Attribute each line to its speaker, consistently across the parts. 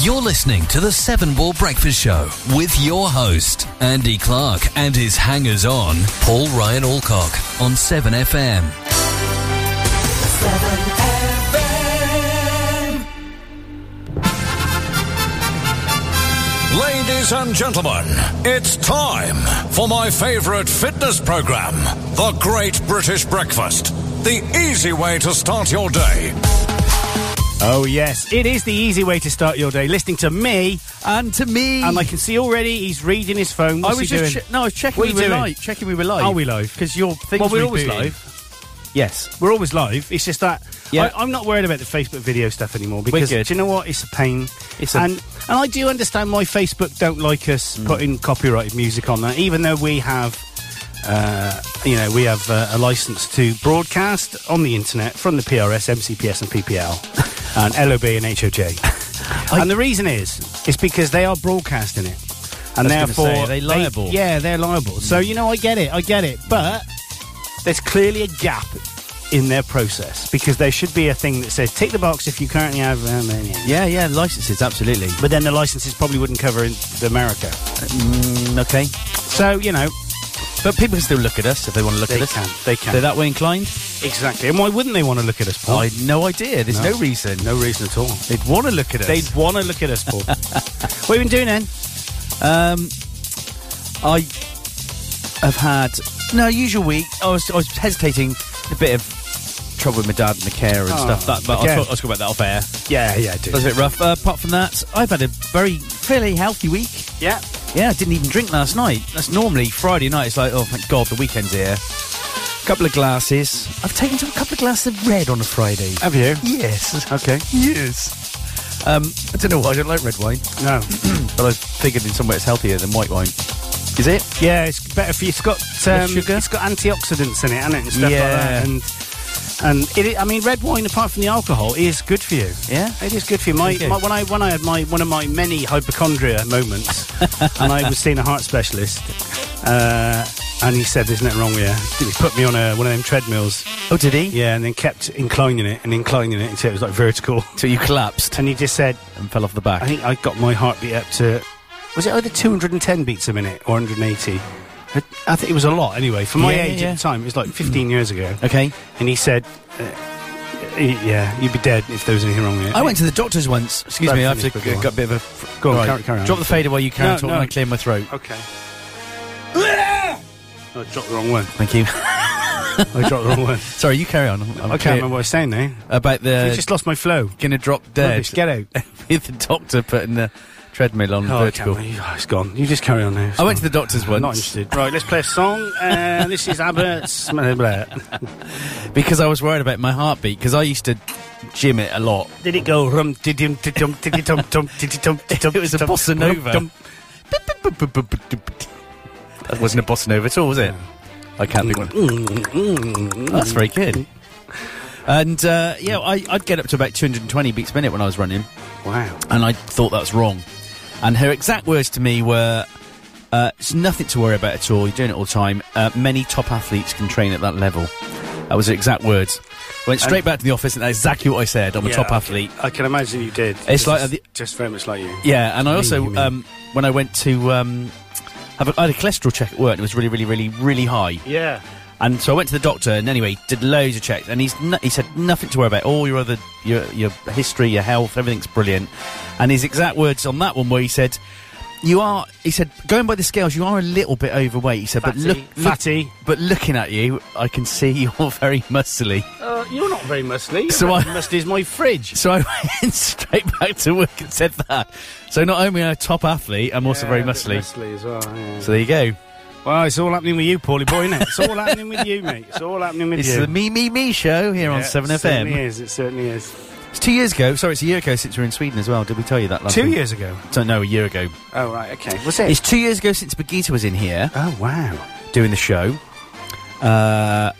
Speaker 1: You're listening to the Seven Ball Breakfast Show with your host, Andy Clark, and his hangers on, Paul Ryan Alcock, on 7FM.
Speaker 2: Ladies and gentlemen, it's time for my favorite fitness program, The Great British Breakfast. The easy way to start your day.
Speaker 3: Oh, yes. It is the easy way to start your day, listening to me.
Speaker 4: And to me.
Speaker 3: And I can see already he's reading his phone. What's
Speaker 4: I was
Speaker 3: he
Speaker 4: just
Speaker 3: doing?
Speaker 4: che- no, I was checking
Speaker 3: What are
Speaker 4: we
Speaker 3: you
Speaker 4: were
Speaker 3: doing?
Speaker 4: live. Checking we were live.
Speaker 3: Are we live?
Speaker 4: Because your things
Speaker 3: well, we're always
Speaker 4: rebooted.
Speaker 3: live.
Speaker 4: Yes.
Speaker 3: We're always live. It's just that
Speaker 4: Yeah.
Speaker 3: I, I'm not worried about the Facebook video stuff anymore because
Speaker 4: Wicked.
Speaker 3: do you know what? It's a Mm. pain.
Speaker 4: It's a-
Speaker 3: and and I do understand why Facebook don't like us putting copyrighted music on that, even though we have. Uh, you know, we have uh, a license to broadcast on the internet from the PRS, MCPS, and PPL, and LOB and HOJ. and the reason is, it's because they are broadcasting it, and
Speaker 4: I was
Speaker 3: therefore
Speaker 4: gonna say, are they liable?
Speaker 3: yeah, they're liable. So you know, I get it, I get it, but there's clearly a gap in their process because there should be a thing that says tick the box if you currently have. Um, uh, yeah.
Speaker 4: Yeah, yeah, licenses, absolutely.
Speaker 3: But then the licenses probably wouldn't cover in America.
Speaker 4: Mm, okay.
Speaker 3: So you know
Speaker 4: But people can still look at us if they want to look
Speaker 3: They
Speaker 4: at us.
Speaker 3: can, they can.
Speaker 4: They're that way inclined?
Speaker 3: exactly. And why wouldn't they want to look at us, Paul?
Speaker 4: I no idea. There's Oh. no,
Speaker 3: No.
Speaker 4: reason.
Speaker 3: no reason at all.
Speaker 4: They'd want to look at us.
Speaker 3: They'd want to look at us, Paul. what have you been doing then?
Speaker 4: I have had no usual week. I was I was hesitating, a bit of trouble with my dad and the care and stuff. That, but
Speaker 3: again.
Speaker 4: I'll, talk, I'll talk about that off air.
Speaker 3: Yeah, yeah,
Speaker 4: That was
Speaker 3: dude.
Speaker 4: a bit rough. Uh, apart from that, I've had a very fairly healthy week.
Speaker 3: Yeah.
Speaker 4: Yeah, I didn't even drink last night. That's normally Friday night. It's like, oh, thank God, the weekend's here. Couple of glasses. I've taken to a couple of glasses of red on a Friday.
Speaker 3: Have you?
Speaker 4: Yes,
Speaker 3: Okay.
Speaker 4: yes. Um, I don't know why I don't like red wine,
Speaker 3: No.
Speaker 4: but I figured in some way it's healthier than white wine. Is it?
Speaker 3: yeah, it's better for you. It's got um,
Speaker 4: Less sugar?
Speaker 3: It's got antioxidants in it, hasn't it, and stuff
Speaker 4: Yeah.
Speaker 3: like that. And and it, I mean, red wine, apart from the alcohol, is good for you.
Speaker 4: Yeah?
Speaker 3: it is good for you. My,
Speaker 4: Okay.
Speaker 3: my when I when I had my one of my many hypochondria moments, and I was seeing a heart specialist, uh, and he said, "There's nothing wrong with you." He put me on a, one of them treadmills,
Speaker 4: Oh, did he?
Speaker 3: yeah, and then kept inclining it and inclining it until it was like vertical.
Speaker 4: So you collapsed
Speaker 3: And he just said,
Speaker 4: and fell off the back.
Speaker 3: I think I got my heartbeat up to was it either 210 beats a minute or 180. I- I think it was a lot anyway for my
Speaker 4: Yeah, yeah,
Speaker 3: age
Speaker 4: yeah. Mm-hmm.
Speaker 3: at the time. It was like 15 years ago,
Speaker 4: okay.
Speaker 3: and he said, uh, y- "Yeah, you'd be dead if there was anything wrong with it."
Speaker 4: I went to the doctor's once. Excuse
Speaker 3: Right,
Speaker 4: me, I have to
Speaker 3: finish, go on.
Speaker 4: got a bit of a. fr-
Speaker 3: Go on, carry- carry on.
Speaker 4: Drop the fader while you carry
Speaker 3: No,
Speaker 4: on talking.
Speaker 3: no.
Speaker 4: I clear my throat.
Speaker 3: Okay. I dropped the wrong one.
Speaker 4: Thank you.
Speaker 3: I dropped the wrong one.
Speaker 4: Sorry, you carry on. I'm- I'm
Speaker 3: I
Speaker 4: clear.
Speaker 3: can't remember what I was saying now.
Speaker 4: about the
Speaker 3: I just lost my flow.
Speaker 4: gonna drop dead.
Speaker 3: Rubbish, get out.
Speaker 4: with Uh, the doctor putting the treadmill
Speaker 3: Oh,
Speaker 4: on
Speaker 3: I can't
Speaker 4: vertical.
Speaker 3: believe- oh, it's gone. You just carry on now. It's
Speaker 4: I went to
Speaker 3: gone.
Speaker 4: the doctor's
Speaker 3: I'm
Speaker 4: once
Speaker 3: Not interested. Right, let's play a song. Uh, this is Abbott's. blah, blah.
Speaker 4: because I was worried about my heartbeat because I used to gym it a lot.
Speaker 3: Did it go rum did dum did dum did dum dum did dum did dum?
Speaker 4: It was a bossa nova. That wasn't a bossa nova at all, was it? I can't think. One.
Speaker 3: mm,
Speaker 4: That's very good. And uh, yeah, I, I'd get up to about 220 beats a minute when I was running,
Speaker 3: Wow.
Speaker 4: and I thought that's wrong. And her exact words to me were, uh, "It's nothing to worry about at all. You're doing it all the time. Uh, many top athletes can train at that level." That was her exact words. Went straight back to the office, and that's exactly what I said. I'm a
Speaker 3: Yeah,
Speaker 4: top
Speaker 3: I can-
Speaker 4: athlete.
Speaker 3: I can imagine you did.
Speaker 4: It's like-
Speaker 3: just, just very much like you.
Speaker 4: Yeah, and I
Speaker 3: you
Speaker 4: also
Speaker 3: mean.
Speaker 4: um, when I went to um, have a, I had a cholesterol check at work, and it was really, really, really, really high.
Speaker 3: Yeah.
Speaker 4: And so I went to the doctor, and anyway, did loads of checks, and he's n- he said nothing to worry about. All your other your your history, your health, everything's brilliant. And his exact words on that one were he said. You are, he said, going by the scales, you are a little bit overweight. He said,
Speaker 3: Fatty,
Speaker 4: but look, look-
Speaker 3: fatty.
Speaker 4: but looking at you, I can see you're very muscly.
Speaker 3: Uh, you're not very muscly.
Speaker 4: So
Speaker 3: Very
Speaker 4: I-
Speaker 3: muscly is my fridge.
Speaker 4: So I went straight back to work and said that. So not only am I a top athlete, I'm also very
Speaker 3: Yeah, a bit
Speaker 4: muscly.
Speaker 3: muscly as well. yeah.
Speaker 4: So there you go.
Speaker 3: Well, it's all happening with you, Paulie boy, isn't it? It's all happening with you, mate. It's all happening with
Speaker 4: It's
Speaker 3: you.
Speaker 4: the Me Me Me show here on
Speaker 3: Yeah,
Speaker 4: 7FM.
Speaker 3: It certainly is. It certainly is.
Speaker 4: It's two years ago. Sorry, it's a year ago since we were in Sweden as well. Did we tell you that last
Speaker 3: Two
Speaker 4: week?
Speaker 3: years ago.
Speaker 4: So, no, a year ago.
Speaker 3: Oh right. Okay. What's it?
Speaker 4: It's two years ago since Birgitta was in here
Speaker 3: oh wow.
Speaker 4: doing the show. Uh,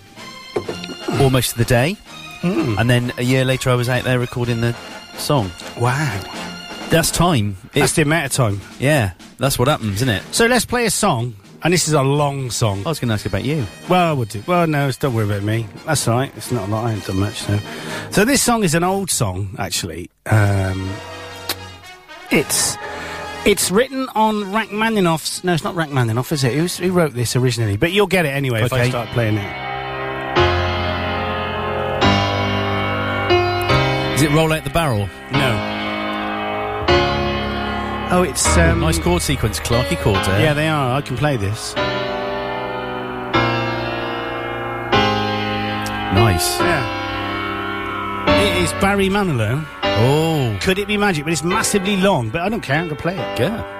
Speaker 4: almost to the day.
Speaker 3: Hmm.
Speaker 4: And then a year later, I was out there recording the song.
Speaker 3: Wow.
Speaker 4: That's time.
Speaker 3: It's
Speaker 4: It's,
Speaker 3: the amount of time.
Speaker 4: yeah, that's what happens, isn't it?
Speaker 3: So let's play a song, and this is a long song.
Speaker 4: I was going to ask about you.
Speaker 3: Well, I would do. Well, no, it's, don't worry about me. That's all right. It's not a lot. I haven't done much. So, so this song is an old song, actually. Um, It's it's written on Rachmaninoff's. No, it's not Rachmaninoff, is it? Who's, who wrote this originally? But you'll get it anyway if I
Speaker 4: Okay.
Speaker 3: start playing it.
Speaker 4: Does it roll out the barrel?
Speaker 3: No. Oh, it's um,
Speaker 4: nice chord sequence, Clarky chord there.
Speaker 3: Yeah, they are. I can play this.
Speaker 4: nice.
Speaker 3: Yeah. It is Barry Manilow.
Speaker 4: Oh,
Speaker 3: Could it be magic? But it's massively long. But I don't care. I'm gonna play it.
Speaker 4: yeah.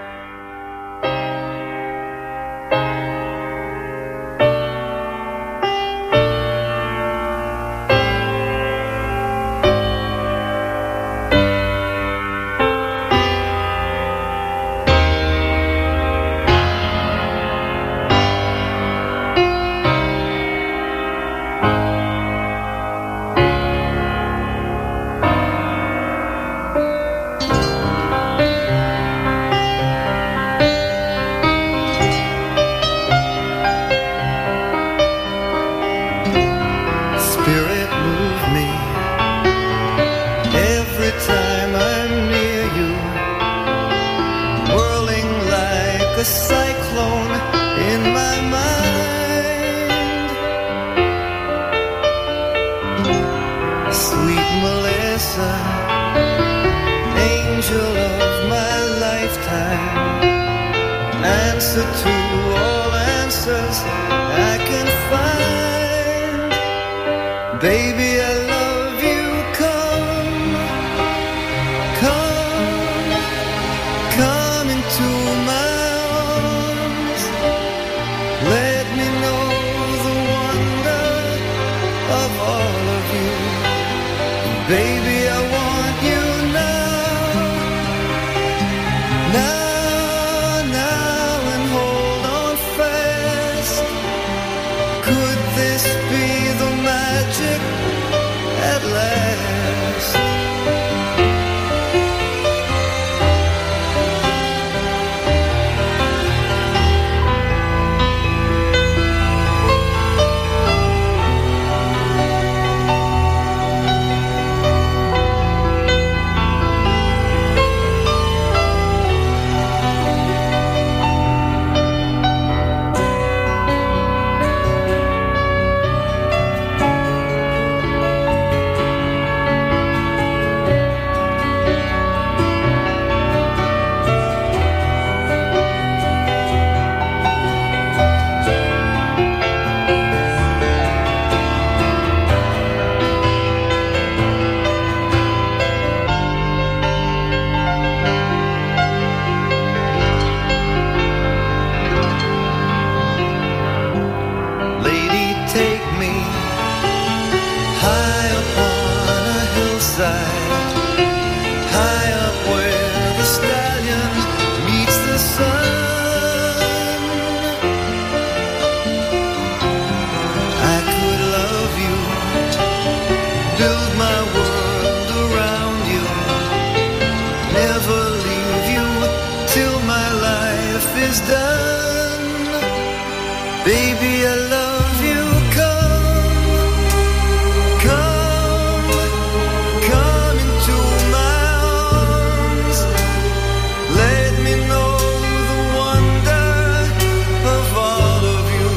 Speaker 5: Spirit, move me. Every time I'm near you, whirling like a cyclone in my mind. Sweet Melissa, angel of my lifetime, answer to all answers I can find. Baby, I love you. Come, come, come into my arms. Let me know the wonder of all of you. Baby, I want you now. Now, now, and hold on fast. Could this be the magic at last? Lady, take me high upon a hillside, high up where the stallion meets the sun. I could love you, build my world around you, never leave you till my life is done. Baby, I love you. Come, come, come into my arms. Let me know the wonder of all of you.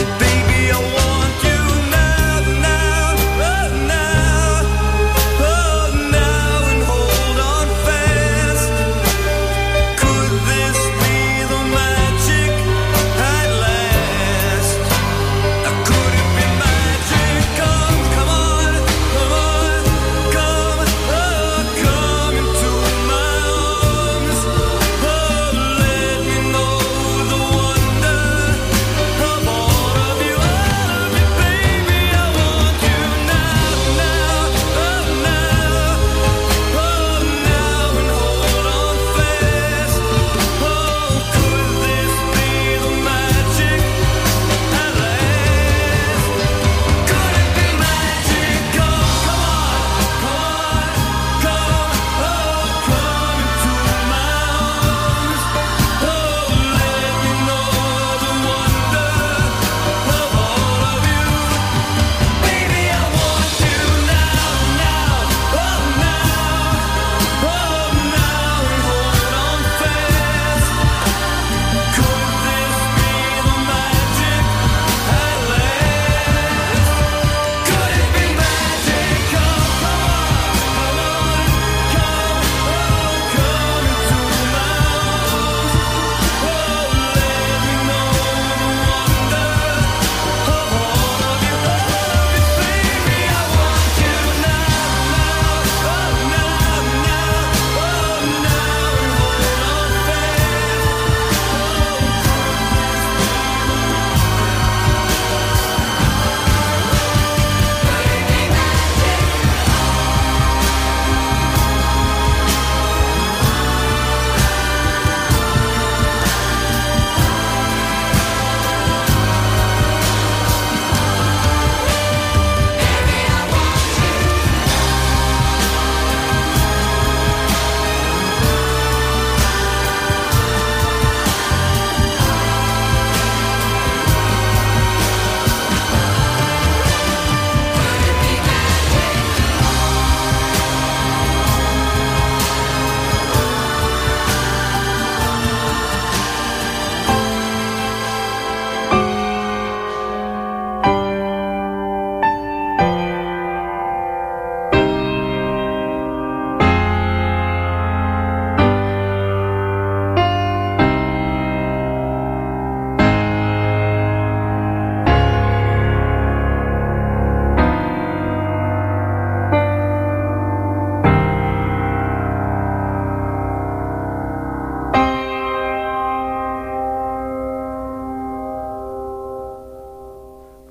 Speaker 5: And baby, I want you now, now, oh, now, oh, now, and hold on fast. Could this be the magic at last? oh, Oh, Oh, oh, Oh, Oh, Oh,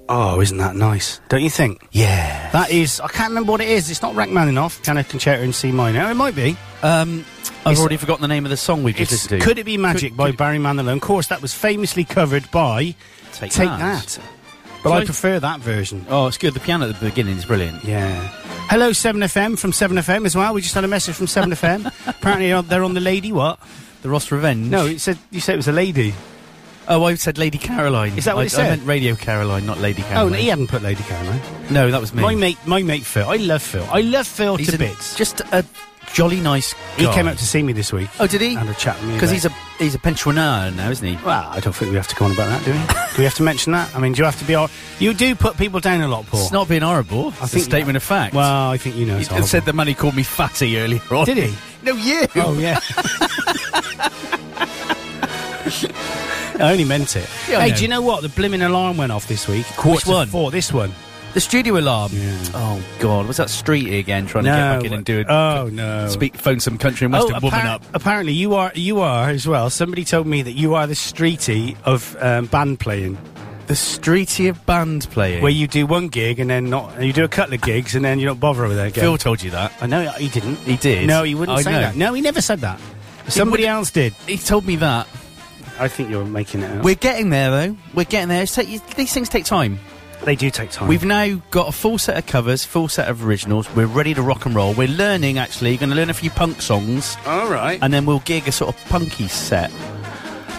Speaker 5: Oh,
Speaker 3: Oh, isn't that nice? Don't you think?
Speaker 4: Yeah.
Speaker 3: That is. I can't remember what it is. It's not Rachmaninoff. Can a concerto in C minor? It might be.
Speaker 4: Um, I've
Speaker 3: It's-
Speaker 4: already forgotten the name of the song we just
Speaker 3: It's,
Speaker 4: listened to.
Speaker 3: could it be Magic
Speaker 4: Could-
Speaker 3: by
Speaker 4: could-
Speaker 3: Barry Manilow? Of course, that was famously covered by
Speaker 4: Take That.
Speaker 3: That. But
Speaker 4: Shall
Speaker 3: I
Speaker 4: I-
Speaker 3: prefer that version.
Speaker 4: Oh, it's good. The piano at the beginning is brilliant.
Speaker 3: Yeah. Hello, 7FM from 7FM as well. We just had a message from 7FM. Apparently, uh, they're on the lady. What?
Speaker 4: The Ross Revenge.
Speaker 3: No, it said you said it was a lady.
Speaker 4: Oh, I said Lady Caroline.
Speaker 3: Is that what
Speaker 4: I,
Speaker 3: it said?
Speaker 4: I meant Radio Caroline, not Lady
Speaker 3: Oh,
Speaker 4: Caroline.
Speaker 3: no, he hadn't put Lady Caroline.
Speaker 4: No, that was me.
Speaker 3: My mate, my mate Phil. I love Phil. I love Phil
Speaker 4: He's
Speaker 3: to
Speaker 4: a-
Speaker 3: bits.
Speaker 4: Just a jolly nice.
Speaker 3: he
Speaker 4: guy.
Speaker 3: came up to see me this week.
Speaker 4: Oh, did he?
Speaker 3: Had a chat with me
Speaker 4: Because
Speaker 3: about-
Speaker 4: he's a he's a pensioner now, isn't he?
Speaker 3: Well, I don't think we have to go on about that, do we? do we have to mention that? I mean, do you have to be? hor- You do put people down a lot, Paul.
Speaker 4: It's not being horrible.
Speaker 3: Oh. I
Speaker 4: It's
Speaker 3: think-
Speaker 4: a statement of fact.
Speaker 3: Well, I think you know.
Speaker 4: he
Speaker 3: It's horrible.
Speaker 4: said the man who called me fatty earlier on.
Speaker 3: Did he?
Speaker 4: No, you.
Speaker 3: Oh yeah. I only meant it.
Speaker 4: Yeah, I
Speaker 3: hey,
Speaker 4: know.
Speaker 3: do you know what? The blimmin' alarm went off this week. Quarter to
Speaker 4: one?
Speaker 3: Four. This one.
Speaker 4: The studio alarm.
Speaker 3: Yeah.
Speaker 4: Oh God, was that Streety again trying to get back in and do it?
Speaker 3: Oh no.
Speaker 4: Speak, phone some country and
Speaker 3: Oh,
Speaker 4: western woman
Speaker 3: appar-
Speaker 4: up.
Speaker 3: Apparently, you are you are as well. Somebody told me that you are the streety of um, band playing,
Speaker 4: The Streety of band playing.
Speaker 3: where you do one gig and then not. You do a couple of gigs and then you don't bother with it again.
Speaker 4: Phil told you that.
Speaker 3: I know he didn't.
Speaker 4: He did.
Speaker 3: No, he wouldn't
Speaker 4: I
Speaker 3: say
Speaker 4: know.
Speaker 3: that. No, he never said that. Somebody else did.
Speaker 4: He told me that.
Speaker 3: I think you're making it up.
Speaker 4: We're getting there though. We're getting there. It's take, these things take time.
Speaker 3: they do take time.
Speaker 4: We've now got a full set of covers, full set of originals. We're ready to rock and roll. We're learning actually. Going to learn a few punk songs,
Speaker 3: all right.
Speaker 4: and then we'll gig a sort of punky set.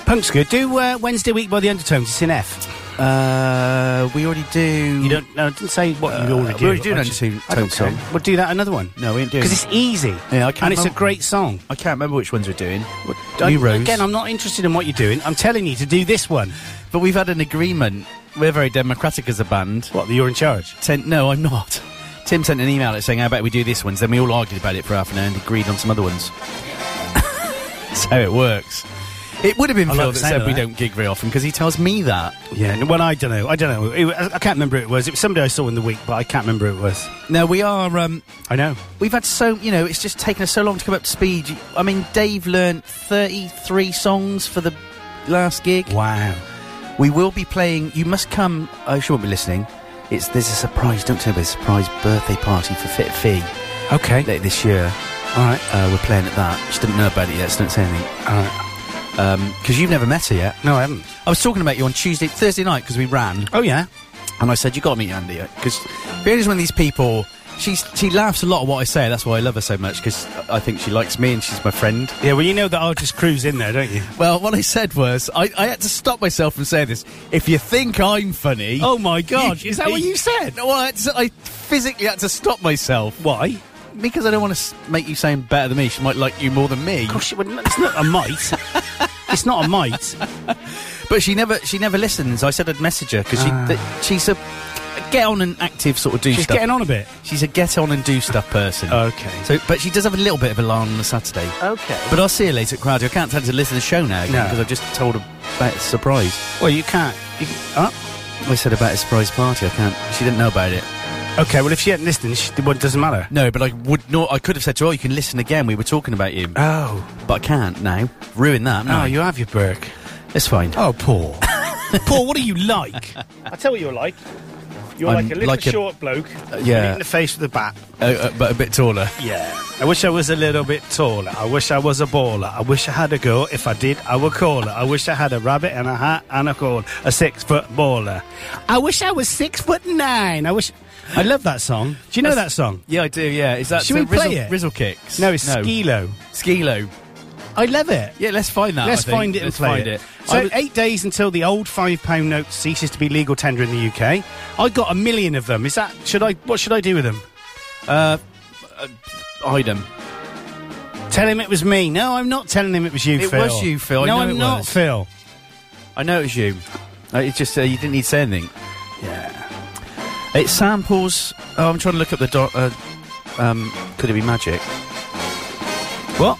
Speaker 3: Punk's good. Do uh, Wednesday week by the Undertones. It's in F.
Speaker 4: Uh, we already do.
Speaker 3: You don't. No, I didn't say what you
Speaker 4: Uh,
Speaker 3: already
Speaker 4: we
Speaker 3: do.
Speaker 4: already do
Speaker 3: I
Speaker 4: an
Speaker 3: just-
Speaker 4: Undertones
Speaker 3: I don't care.
Speaker 4: song.
Speaker 3: We'll do that another one
Speaker 4: No, we ain't doing.
Speaker 3: because it's easy.
Speaker 4: Yeah, I can't
Speaker 3: and it's a
Speaker 4: remember-
Speaker 3: great song.
Speaker 4: I can't remember which ones we're doing. What,
Speaker 3: I-
Speaker 4: New Rose.
Speaker 3: Again, I'm not interested in what you're doing. I'm telling you to do this one.
Speaker 4: but we've had an agreement. We're very democratic as a band.
Speaker 3: What? You're in charge.
Speaker 4: Sent, no, I'm not. Tim sent an email out saying, "How about we do this ones?" Then we all argued about it for half an hour and agreed on some other ones. That's how it works. It would have been
Speaker 3: I
Speaker 4: Phil
Speaker 3: like the
Speaker 4: that
Speaker 3: sound
Speaker 4: said
Speaker 3: of
Speaker 4: we
Speaker 3: that.
Speaker 4: don't gig very often because he tells me that.
Speaker 3: Yeah. no, Well, I don't know. I don't know. It, I I can't remember who it was. It was somebody I saw in the week, but I can't remember who it was.
Speaker 4: Now we are. Um,
Speaker 3: I know.
Speaker 4: we've had so you know it's just taken us so long to come up to speed. You- I mean, Dave learned 33 songs for the last gig.
Speaker 3: Wow.
Speaker 4: We will be playing. You must come. Oh, she won't be listening. It's there's a surprise. Don't tell me. There's a surprise birthday party for Fit Fee
Speaker 3: Okay.
Speaker 4: later this year.
Speaker 3: All right.
Speaker 4: Uh, we're playing at that. She didn't know about it yet, so don't say anything.
Speaker 3: All right.
Speaker 4: Because you've never met her yet.
Speaker 3: No, I haven't.
Speaker 4: I was talking about you on Tuesday, Thursday night because we ran,
Speaker 3: Oh yeah.
Speaker 4: and I said you got to meet Andy because Fiona one of these people. She's she laughs a lot at what I say. That's why I love her so much because I think she likes me and she's my friend.
Speaker 3: Yeah. Well, you know that I'll just cruise in there, don't you?
Speaker 4: Well, what I said was I, I had to stop myself from saying this. If you think I'm funny,
Speaker 3: Oh my God!
Speaker 4: you-
Speaker 3: Is that what you said?
Speaker 4: No, I, had to- I physically had to stop myself
Speaker 3: Why?
Speaker 4: because I don't want to make you sound better than me. She might like you more than me.
Speaker 3: Gosh, it wouldn't- it's not a mite. it's not a mite.
Speaker 4: But she never she never listens. I said I'd message her because
Speaker 3: Ah.
Speaker 4: she th- she's a get on and active sort of do
Speaker 3: She's
Speaker 4: stuff.
Speaker 3: getting on a bit.
Speaker 4: she's a get on and do stuff person.
Speaker 3: Okay.
Speaker 4: So, but she does have a little bit of alarm on the Saturday.
Speaker 3: Okay.
Speaker 4: But I'll see her later at Crowdy. I can't tell her to listen to the show now
Speaker 3: No.
Speaker 4: because I've just told her about a surprise.
Speaker 3: Well, you can't. You can, oh.
Speaker 4: I said about a surprise party. I can't. She didn't know about it.
Speaker 3: Okay. Well, if she hadn't listened, she, well, it doesn't matter.
Speaker 4: No, but I would not. I could have said to her, oh, "You can listen again. We were talking about you,
Speaker 3: Oh.
Speaker 4: but I can't now. Ruin that. No,
Speaker 3: Oh, you have your Burke.
Speaker 4: it's fine.
Speaker 3: Oh, Paul. Paul, what are you like? I tell you, you're like. You're
Speaker 4: I'm like a-
Speaker 3: bloke.
Speaker 4: yeah.
Speaker 3: hit In the face with a bat.
Speaker 4: Uh, uh, but a bit taller.
Speaker 3: Uh, Yeah. I wish I was a little bit taller. I wish I was a baller. I wish I had a girl. If I did, I would call her. I wish I had a rabbit and a hat and a call. A six foot baller. I wish I was six foot nine. I wish. I love that song. Do you know that song?
Speaker 4: Yeah, I do. Yeah, is that
Speaker 3: Should we
Speaker 4: the Rizzle,
Speaker 3: play it?
Speaker 4: Rizzle kicks.
Speaker 3: No, it's Skilo.
Speaker 4: Skilo.
Speaker 3: I love it.
Speaker 4: Yeah, let's find that.
Speaker 3: Let's
Speaker 4: I think.
Speaker 3: find it and
Speaker 4: Let's
Speaker 3: play
Speaker 4: find
Speaker 3: it.
Speaker 4: I
Speaker 3: So,
Speaker 4: was-
Speaker 3: eight days until the old five pound note ceases to be legal tender in the UK. I got a million of them. Is that should I? What should I do with them?
Speaker 4: item.
Speaker 3: Tell him it was me. No, I'm not telling him it was you.
Speaker 4: It
Speaker 3: Phil.
Speaker 4: was you, Phil. I
Speaker 3: no,
Speaker 4: know
Speaker 3: I'm
Speaker 4: it
Speaker 3: not,
Speaker 4: was.
Speaker 3: Phil.
Speaker 4: I know it was you. Uh, It's just uh, you didn't need to say anything.
Speaker 3: Yeah.
Speaker 4: It samples. Oh, I'm trying to look up the. Do- uh, um, could it be magic?
Speaker 3: What?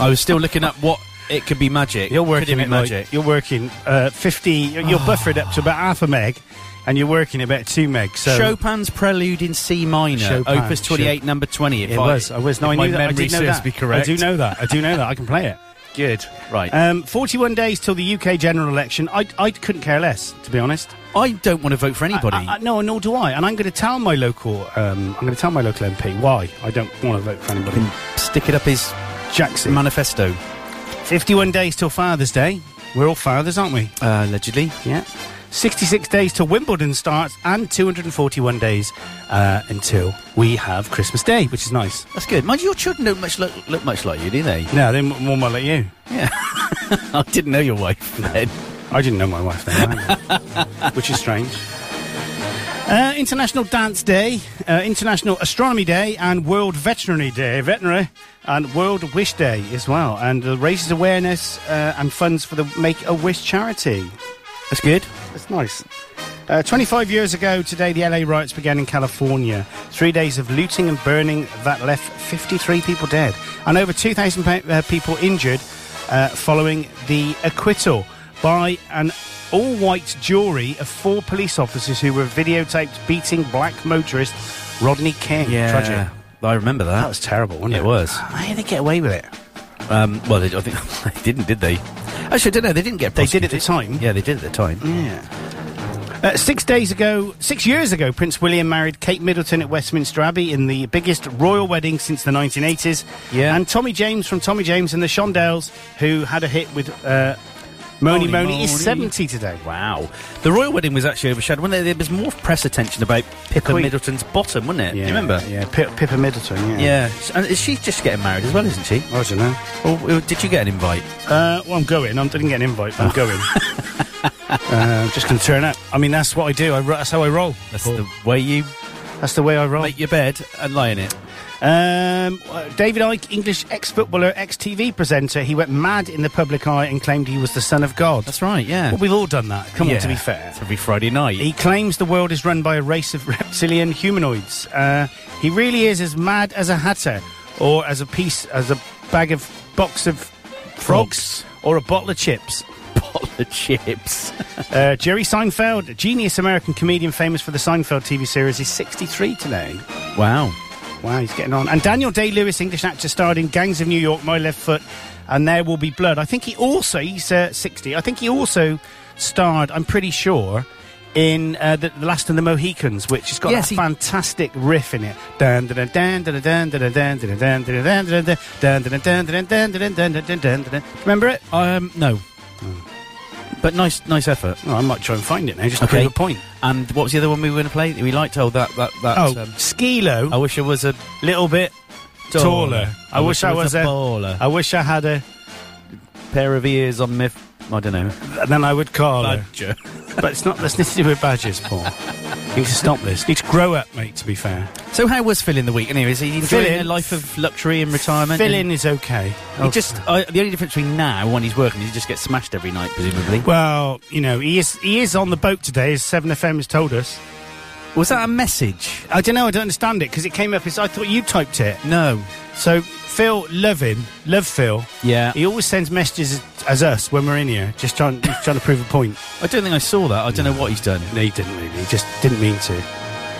Speaker 4: I was still looking up what it could be magic.
Speaker 3: You're working
Speaker 4: could it Ah.
Speaker 3: at like-
Speaker 4: be magic.
Speaker 3: you're working uh, fifty. You're, you're buffered up to about half a meg, and you're working about two meg. So
Speaker 4: Chopin's Prelude in C minor,
Speaker 3: Chopin,
Speaker 4: Opus 28,
Speaker 3: Chop-
Speaker 4: number 20. If
Speaker 3: it
Speaker 4: I,
Speaker 3: was. I was. No,
Speaker 4: if
Speaker 3: I
Speaker 4: my
Speaker 3: knew that. I
Speaker 4: memory
Speaker 3: did know
Speaker 4: serves
Speaker 3: that.
Speaker 4: me correct.
Speaker 3: I do know that. I do know that. I can play it.
Speaker 4: Good. Right.
Speaker 3: Um, 41 days till the UK general election. I, I couldn't care less, to be honest.
Speaker 4: I don't want to vote for anybody.
Speaker 3: I, I, no, nor do I. And I'm going to tell my local, um, I'm going to tell my local MP why I don't want to vote for anybody.
Speaker 4: Stick it up his
Speaker 3: Jackson.
Speaker 4: manifesto,
Speaker 3: 51 days till Father's Day. We're all fathers, aren't we?
Speaker 4: uh, allegedly.
Speaker 3: Yeah. 66 days till Wimbledon starts and 241 days uh, until we have Christmas Day, which is nice.
Speaker 4: That's good. Mind you, your children don't much look, look much like you, do they?
Speaker 3: No, then more might let you.
Speaker 4: I didn't know your wife then.
Speaker 3: I didn't know my wife then, either, which is strange. Uh, International Dance Day, uh, International Astronomy Day, and World Veterinary Day, Veterinary, and World Wish Day as well, and uh, raises awareness uh, and funds for the Make a Wish charity.
Speaker 4: That's good.
Speaker 3: That's nice. Uh, 25 years ago today, the LA riots began in California. Three days of looting and burning that left 53 people dead and over 2,000 pe- uh, people injured uh, following the acquittal by an all white jury of four police officers who were videotaped beating black motorist Rodney King. Tragic.
Speaker 4: I remember that.
Speaker 3: That was terrible, wasn't it?
Speaker 4: It was.
Speaker 3: How did they get away with it?
Speaker 4: Um, well, they, I think they didn't, did they? Actually, I don't know. They didn't get.
Speaker 3: They did at Mm. the
Speaker 4: prosecuted.
Speaker 3: time.
Speaker 4: Yeah, they did at the time.
Speaker 3: Yeah. Uh, six days ago, six years ago, Prince William married Kate Middleton at Westminster Abbey in the biggest royal wedding since the 1980s.
Speaker 4: Yeah.
Speaker 3: And Tommy James from Tommy James and the Shondells, who had a hit with uh, Money
Speaker 4: Money,
Speaker 3: Money, is
Speaker 4: Money.
Speaker 3: 70 today.
Speaker 4: Wow. The royal wedding was actually overshadowed. Wasn't there? there was more press attention about Pippa
Speaker 3: Queen.
Speaker 4: Middleton's bottom, wasn't it? Do you remember?
Speaker 3: Yeah, Pi- Pippa Middleton, yeah.
Speaker 4: Yeah. S- And is she just getting married as well, isn't she?
Speaker 3: I don't know.
Speaker 4: Or or did you get an invite?
Speaker 3: Uh, well, I'm going. I didn't get an invite, but
Speaker 4: Oh.
Speaker 3: I'm going. uh, I'm just going to turn up. I mean, that's what I do. I, ro- that's how I roll.
Speaker 4: That's
Speaker 3: Paul.
Speaker 4: the way you
Speaker 3: that's the way I roll.
Speaker 4: make your bed and lie in it.
Speaker 3: Um, uh, David Icke, English ex-footballer, ex-TV presenter, he went mad in the public eye and claimed he was the son of God.
Speaker 4: That's right. Yeah.
Speaker 3: Well, we've all done that. Come
Speaker 4: yeah.
Speaker 3: on, to be fair.
Speaker 4: Every Friday night.
Speaker 3: He claims the world is run by a race of reptilian humanoids. Uh, he really is as mad as a hatter, or as a piece, as a bag of box of frogs,
Speaker 4: Frogs.
Speaker 3: or a bottle of chips.
Speaker 4: pot the chips.
Speaker 3: Uh, Jerry Seinfeld, a genius American comedian famous for the Seinfeld TV series, is 63 today.
Speaker 4: wow.
Speaker 3: Wow, he's getting on. And Daniel Day Lewis, English actor, starred in Gangs of New York, My Left Foot, and There Will Be Blood. I think he also, he's uh, 60, I think he also starred, I'm pretty sure, in uh, the, the Last of the Mohicans, which has got that
Speaker 4: Yes, he-
Speaker 3: fantastic riff in it. Dun dun dun dun dun dun dun dun dun dun dun dun dun dun dun dun dun dun dun dun dun dun dun dun dun. Remember it?
Speaker 4: Um, no.
Speaker 3: Hmm.
Speaker 4: But nice, nice effort.
Speaker 3: Oh, I might try and find it now, just to prove a point.
Speaker 4: And what was the other one we were going to play? We liked oh that that that.
Speaker 3: Oh,
Speaker 4: um,
Speaker 3: Skilo,
Speaker 4: I wish I was a
Speaker 3: little bit
Speaker 4: taller.
Speaker 3: taller. I wish I was
Speaker 4: a,
Speaker 3: a.
Speaker 4: baller.
Speaker 3: I wish I had a.
Speaker 4: pair of ears on me. F- I don't know.
Speaker 3: Then I would call her.
Speaker 4: Badger.
Speaker 3: But it's not that's nothing to do with badges, Paul. you need to stop this. You need to grow up, mate, to be fair.
Speaker 4: So how was Phil in the week? Anyway, is he enjoying
Speaker 3: Phil in-
Speaker 4: a life of luxury and retirement?
Speaker 3: Fill
Speaker 4: And
Speaker 3: in is okay. Oh.
Speaker 4: He just I, the only difference between now when he's working is he just gets smashed every night, presumably.
Speaker 3: Well, you know, he is he is on the boat today, as Seven FM has told us.
Speaker 4: Was that a message?
Speaker 3: I don't know, I don't understand it, because it came up as I thought you typed it.
Speaker 4: No.
Speaker 3: So Phil, love him, love Phil.
Speaker 4: Yeah.
Speaker 3: He always sends messages as, as us when we're in here, just trying just trying to prove a point.
Speaker 4: I don't think I saw that. I don't know what he's done.
Speaker 3: No, he didn't really. He just didn't mean to.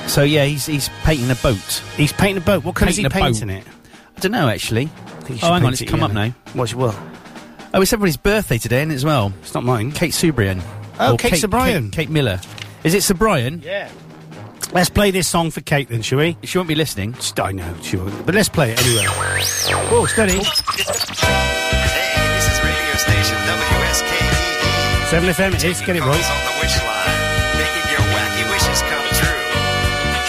Speaker 4: So yeah, he's he's painting a boat.
Speaker 3: He's painting a boat. What colour is he
Speaker 4: Painting a boat.
Speaker 3: painting it?
Speaker 4: I don't know
Speaker 3: I
Speaker 4: actually.
Speaker 3: think you
Speaker 4: Oh,
Speaker 3: should
Speaker 4: hang on,
Speaker 3: paint
Speaker 4: it's
Speaker 3: it
Speaker 4: come up
Speaker 3: yellow.
Speaker 4: now.
Speaker 3: What's well?
Speaker 4: Oh, it's everybody's birthday today, and as well,
Speaker 3: It's not mine.
Speaker 4: Kate Subrian.
Speaker 3: Oh,
Speaker 4: Or
Speaker 3: Kate Subrian.
Speaker 4: Kate, Kate Miller. Is it Subrian?
Speaker 3: Yeah. Let's play this song for Kate then, shall we?
Speaker 4: She won't be listening.
Speaker 3: Just- I know, sure. But let's play it anyway. Oh, steady.
Speaker 6: Hey, this is radio station E WSKEE.
Speaker 3: 7FM it is, get it
Speaker 6: Calls
Speaker 3: right.
Speaker 6: on the wish line, making your wacky wishes come true.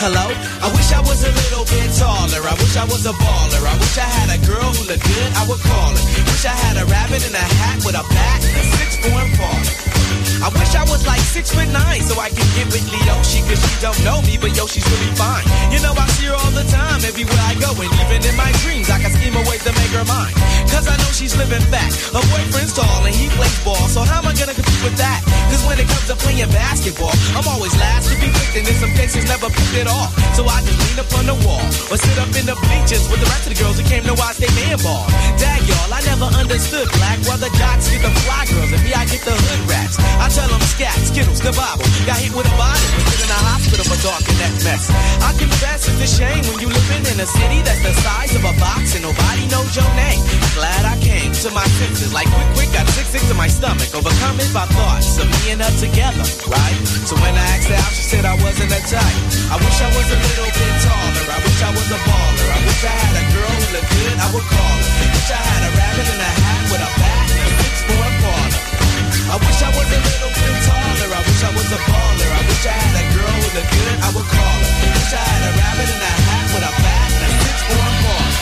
Speaker 7: Hello? I wish I was a little bit taller. I wish I was a baller. I wish I had a girl who looked good, I would call her. Wish I had a rabbit in a hat with a bat and a six form baller. I wish I was like six foot nine so I could get with Leo. She cause she don't know me, but yo, she's really fine. You know, I see her all the time, everywhere I go, and even in my dreams, I can scheme a way to make her mine. Cause I know she's living fat. Her boyfriend's tall and he plays ball, so how am I gonna compete with that? Cause when it comes to playing basketball, I'm always last to be picked, and in some cases never picked at all. So I just lean up on the wall or sit up in the bleachers with the rest of the girls who came to watch they man ball. Dag y'all, I never understood black. While the jocks get the fly girls, and me I get the hood rats. I tell them scat, skittles, the Bible. Got hit with a bottle, was in the hospital for talking that mess. I confess it's a shame when you living in a city that's the size of a box and nobody knows your name. Glad I came. to my senses. Like quick, quick, got sick, sick to my stomach. Overcome it by thoughts of me and her together, right? So when I asked her out, she said I wasn't a type. I wish I was a little bit taller. I wish I was a baller. I wish I had a girl who looked good. I would call her. Wish I had a rabbit in a hat with a bat and a fix for a parlor. I wish I was a little bit taller. I wish I was a baller. I wish I had a girl who looked good. I would call her. Wish I had a rabbit in a hat with a bat and a fix for a parlor.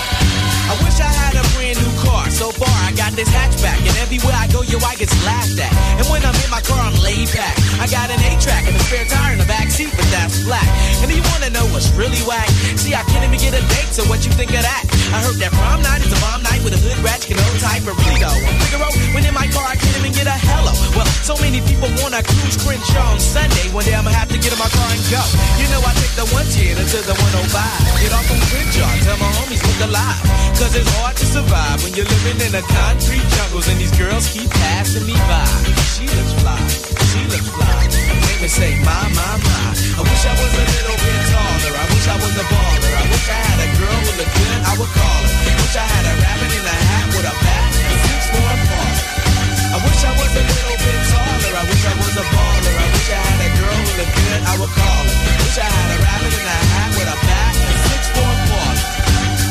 Speaker 7: I wish I had a brand new car. So far, I got this hatchback, and everywhere I go, yo, I get laughed at. And when I'm in my car, I'm laid back. I got an A-track and a spare tire in the back seat, but that's flat. And do you wanna know what's really whack? See, I can't even get a date, so what you think of that? I heard that prom night is a bomb night with a hood ratchet and old type of Rito. And Figaro, when in my car, I can't even get a hello. Well, so many people wanna cruise Crenshaw on Sunday. One day I'ma have to get in my car and go. You know, I take the 110 until the 105. Get off on Crenshaw, tell my homies look alive. Cause it's hard to survive when you're living in a concrete jungles and these girls keep passing me by. She looks fly, she looks fly. Make me say, my, my, my. I wish I was a little bit taller. I wish I was a baller. I wish I had a girl with a good, I would call her. Wish I had a rabbit in a hat with a bat and six for a ball. I wish I was a little bit taller. I wish I was a baller. I wish I had a girl with a good, I would call her. Wish I had a rabbit in a hat with a bat and six for a ball.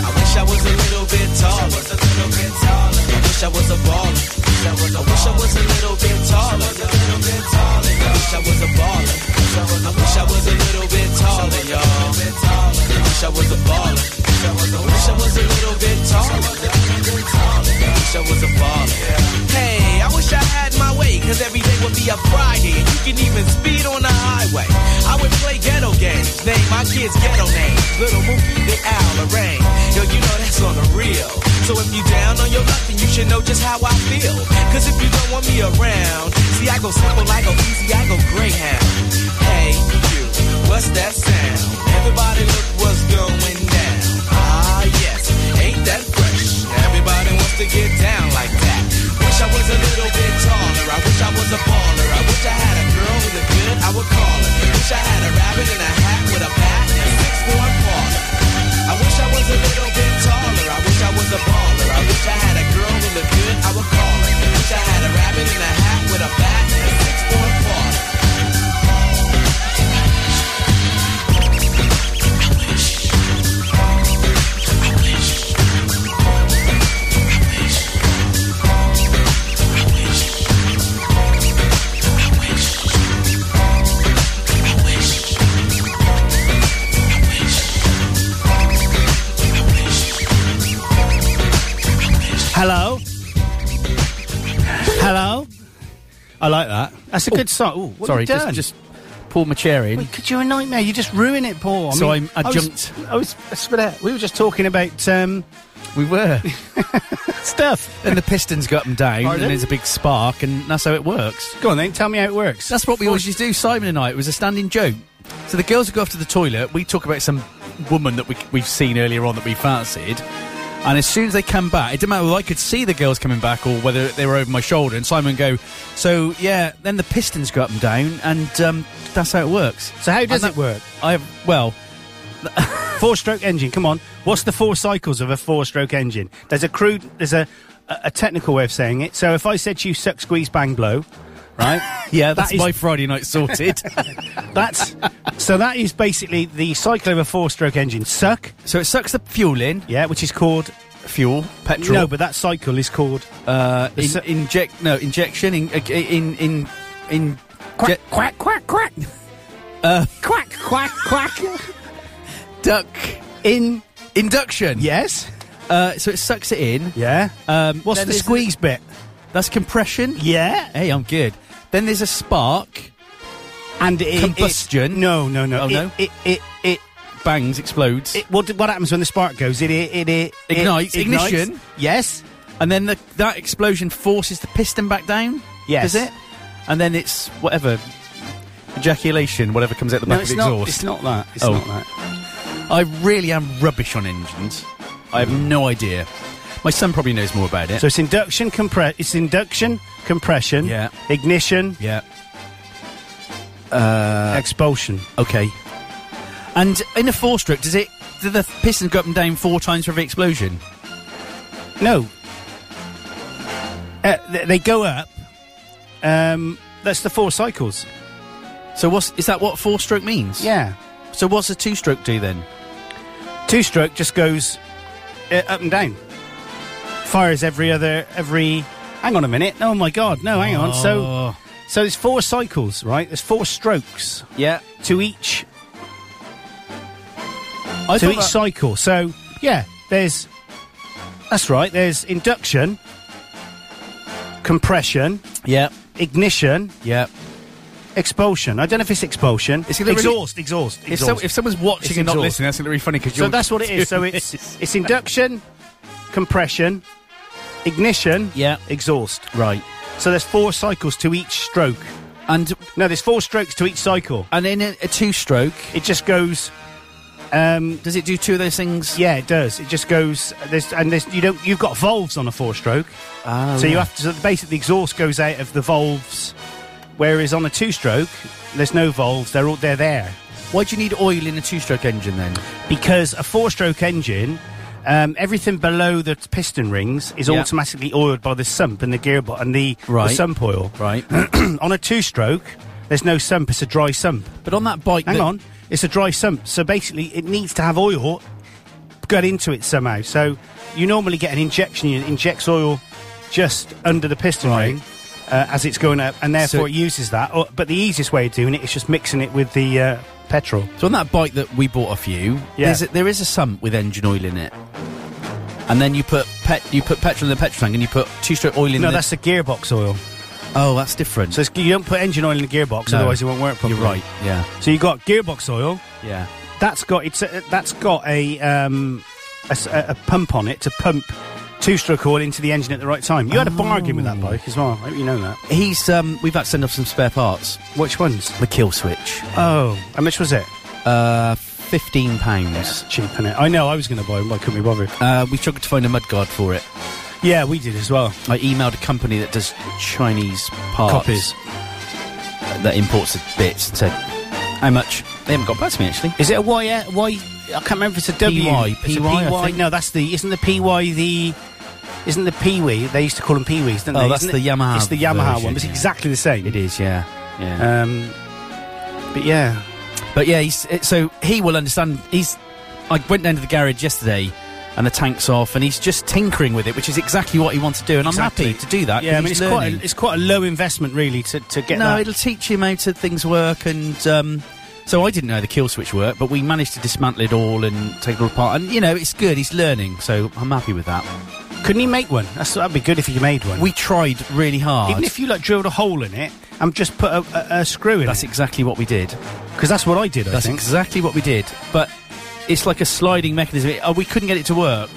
Speaker 7: I wish I was a little bit taller. I wish I was a baller. I wish I was a little bit taller. I wish I was a baller. I wish I was a little bit taller, y'all. I wish I was a baller. I wish I was a little bit taller. I wish I was a baller. Hey, I wish I had my way, cause every day would be a Friday. And you can even speed on the highway. I would play ghetto games, name my kids ghetto names. Little Mookie, the Owl, Lorraine. Yo, you know that's on the real. So if you down on your luck, then you should know just how I feel. Cause if you don't want me around, see, I go simple, I go easy, I go Greyhound. Hey, you, what's that sound? Everybody look what's going down. Ah, yes, ain't that fresh? Everybody wants to get down like that. Wish I was a little bit taller. I wish I was a baller. I wish I had a girl who looked good. I would call her. Wish I had a rabbit in a hat with a bat and six for a baller. I wish I was a little bit taller. I wish I was a baller. I wish I had a girl who looked good. I would call her. Wish I had a rabbit in a hat with a bat and six for a baller.
Speaker 3: Hello? Hello? I like that. That's a good song. Ooh, what
Speaker 4: Sorry,
Speaker 3: you done?
Speaker 4: just, just pull my chair in.
Speaker 3: Wait, could you a nightmare? You just ruin it, Paul. I
Speaker 4: So
Speaker 3: mean,
Speaker 4: I'm
Speaker 3: I was-
Speaker 4: adjunct.
Speaker 3: I was, Spadette, we were just talking about um,
Speaker 4: We were.
Speaker 3: stuff.
Speaker 4: and the pistons go up and down,
Speaker 3: Pardon?
Speaker 4: and there's a big spark, and that's how it works.
Speaker 3: Go on then, tell me how it works.
Speaker 4: That's what we always used to do, Simon and I. It was a standing joke. So the girls would go off to the toilet. We talk about some woman that we, we've seen earlier on that we fancied. And as soon as they come back, it didn't matter whether I could see the girls coming back or whether they were over my shoulder. And Simon would go, so yeah, then the pistons go up and down, and um, that's how it works.
Speaker 3: So how does
Speaker 4: And
Speaker 3: it work?
Speaker 4: I well,
Speaker 3: Four-stroke engine. Come on. What's the four cycles of a four-stroke engine? There's a crude. There's a a a technical way of saying it. So if I said to you suck, squeeze, bang, blow, right?
Speaker 4: yeah, that's
Speaker 3: is-
Speaker 4: my Friday night sorted.
Speaker 3: That's so that is basically the cycle of a four-stroke engine. Suck,
Speaker 4: so it sucks the fuel in,
Speaker 3: yeah, which is called
Speaker 4: fuel, petrol.
Speaker 3: no, but that cycle is called
Speaker 4: Uh, in,
Speaker 3: se-
Speaker 4: inject no injection in uh, in in in quack quack quack quack uh, quack quack quack duck
Speaker 3: in.
Speaker 4: induction
Speaker 3: Yes,
Speaker 4: uh, so it sucks it in
Speaker 3: yeah.
Speaker 4: um,
Speaker 3: What's
Speaker 4: then
Speaker 3: the
Speaker 4: there's-
Speaker 3: squeeze bit?
Speaker 4: that's compression
Speaker 3: Yeah,
Speaker 4: hey I'm good then there's a spark
Speaker 3: and it,
Speaker 4: Combustion?
Speaker 3: It, no, no, no.
Speaker 4: Oh,
Speaker 3: it,
Speaker 4: no?
Speaker 3: It it it.
Speaker 4: bangs explodes
Speaker 3: it what, what happens when the spark goes? It it it, it it-
Speaker 4: Ignites, ignition.
Speaker 3: Yes,
Speaker 4: and then the, that explosion forces the piston back down
Speaker 3: Yes.
Speaker 4: does it and then it's whatever ejaculation whatever comes out the
Speaker 3: no,
Speaker 4: back of
Speaker 3: it's
Speaker 4: the
Speaker 3: not.
Speaker 4: exhaust
Speaker 3: It's not that. It's
Speaker 4: Oh.
Speaker 3: not that.
Speaker 4: I really am rubbish on engines. I have no idea. My son probably knows more about it.
Speaker 3: So it's induction compre- It's induction compression.
Speaker 4: Yeah.
Speaker 3: Ignition
Speaker 4: yeah.
Speaker 3: Uh. expulsion.
Speaker 4: Okay. And in a four-stroke, does it? Do the pistons go up and down four times for every explosion?
Speaker 3: No. uh, th- they go up. Um, that's the four cycles.
Speaker 4: So what's is that what four stroke means?
Speaker 3: Yeah.
Speaker 4: So what's a two stroke do then?
Speaker 3: Two stroke just goes uh, up and down. Fires every other every. Hang on a minute. Oh my god. No, hang on. So so there's four cycles, right? There's four strokes
Speaker 4: Yeah.
Speaker 3: to each
Speaker 4: I
Speaker 3: to
Speaker 4: thought
Speaker 3: each
Speaker 4: that-
Speaker 3: cycle. So yeah, there's that's right. There's induction, compression,
Speaker 4: yeah.
Speaker 3: ignition,
Speaker 4: Yeah.
Speaker 3: expulsion. I don't know if it's expulsion.
Speaker 4: It's gonna really-
Speaker 3: exhaust, exhaust,
Speaker 4: If, so,
Speaker 3: exhaust.
Speaker 4: if someone's watching
Speaker 3: It's
Speaker 4: and not
Speaker 3: exhaust.
Speaker 4: listening, that's going to be funny because
Speaker 3: so that's what it is. So it's it's induction, compression, ignition,
Speaker 4: Yeah.
Speaker 3: exhaust.
Speaker 4: right.
Speaker 3: So there's four cycles to each stroke.
Speaker 4: And
Speaker 3: No, there's four strokes to each cycle.
Speaker 4: and in a, a two stroke,
Speaker 3: It just goes. Um,
Speaker 4: does it do two of those things?
Speaker 3: yeah, it does. It just goes. There's and there's you don't. You've got valves on a four stroke,
Speaker 4: Ah,
Speaker 3: so you have to. So basically, the exhaust goes out of the valves. Whereas on a two stroke, there's no valves. They're all they're there.
Speaker 4: Why do you need oil in a two stroke engine then?
Speaker 3: because a four-stroke engine, um, everything below the piston rings is
Speaker 4: Yeah.
Speaker 3: automatically oiled by the sump and the gearbox and the,
Speaker 4: Right.
Speaker 3: the sump oil.
Speaker 4: Right.
Speaker 3: on a two-stroke, there's no sump; it's a dry sump.
Speaker 4: But on that bike,
Speaker 3: Hang
Speaker 4: that-
Speaker 3: on, it's a dry sump, so basically it needs to have oil got into it somehow. So you normally get an injection; it injects oil just under the piston ring. Uh, as it's going up, and therefore
Speaker 4: So-
Speaker 3: it uses that. Or, but the easiest way of doing it is just mixing it with the uh, petrol.
Speaker 4: So on that bike that we bought off you,
Speaker 3: Yeah.
Speaker 4: there's a, there is a sump with engine oil in it, and then you put pet you put petrol in the petrol tank, and you put two stroke oil in.
Speaker 3: no,
Speaker 4: the,
Speaker 3: that's the gearbox oil.
Speaker 4: oh, that's different.
Speaker 3: So it's, you don't put engine oil in the gearbox,
Speaker 4: No.
Speaker 3: otherwise it won't work properly.
Speaker 4: You're right. Yeah,
Speaker 3: So you got gearbox oil.
Speaker 4: yeah.
Speaker 3: That's got it's a, that's got a, um, a s- a- a pump on it to pump two-stroke oil into the engine at the right time. You had a bargain with that bike as well. I hope you know that.
Speaker 4: He's um, we've had to send off some spare parts.
Speaker 3: Which ones?
Speaker 4: The kill switch,
Speaker 3: Oh, how much was it?
Speaker 4: uh, fifteen pounds.
Speaker 3: Cheap, innit? I know. I was going to buy one, but I couldn't be bothered.
Speaker 4: Uh, we struggled to find a mud guard for it.
Speaker 3: Yeah, we did as well.
Speaker 4: I emailed a company that does Chinese parts
Speaker 3: Copies.
Speaker 4: that imports the bits and said how much. They haven't got back to me actually.
Speaker 3: Is it a Y? uh, Y? I can't remember if it's a W.
Speaker 4: PY,
Speaker 3: It's a
Speaker 4: PY, I
Speaker 3: PY.
Speaker 4: think.
Speaker 3: No, that's the. Isn't the PY the? Isn't the Pee-wee? They used to call them Pee-wees, didn't
Speaker 4: Oh,
Speaker 3: they?
Speaker 4: that's
Speaker 3: Isn't it-
Speaker 4: the Yamaha
Speaker 3: It's the Yamaha
Speaker 4: version,
Speaker 3: one. It's
Speaker 4: yeah.
Speaker 3: exactly the same.
Speaker 4: It is, yeah, yeah.
Speaker 3: Um, but yeah,
Speaker 4: But yeah, he's, it- so he will understand. He's. I went down to the garage yesterday, and the tank's off, and he's just tinkering with it, which is exactly what he wants to do, and I'm happy to do that.
Speaker 3: Yeah, I mean it's
Speaker 4: he's
Speaker 3: quite
Speaker 4: learning.
Speaker 3: a, it's quite a low investment really to, to get
Speaker 4: no,
Speaker 3: that.
Speaker 4: it'll teach him how to things work, and um, so I didn't know the kill switch worked, but we managed to dismantle it all and take it all apart, and you know it's good. He's learning, so I'm happy with that.
Speaker 3: Couldn't he make one? That's, that'd be good if he made one.
Speaker 4: We tried really hard.
Speaker 3: Even if you like drilled a hole in it and just put a, a, a screw in
Speaker 4: that's exactly what we did.
Speaker 3: because that's what I did. I
Speaker 4: That's
Speaker 3: think.
Speaker 4: exactly what we did. But it's like a sliding mechanism. It- oh, we couldn't get it to work.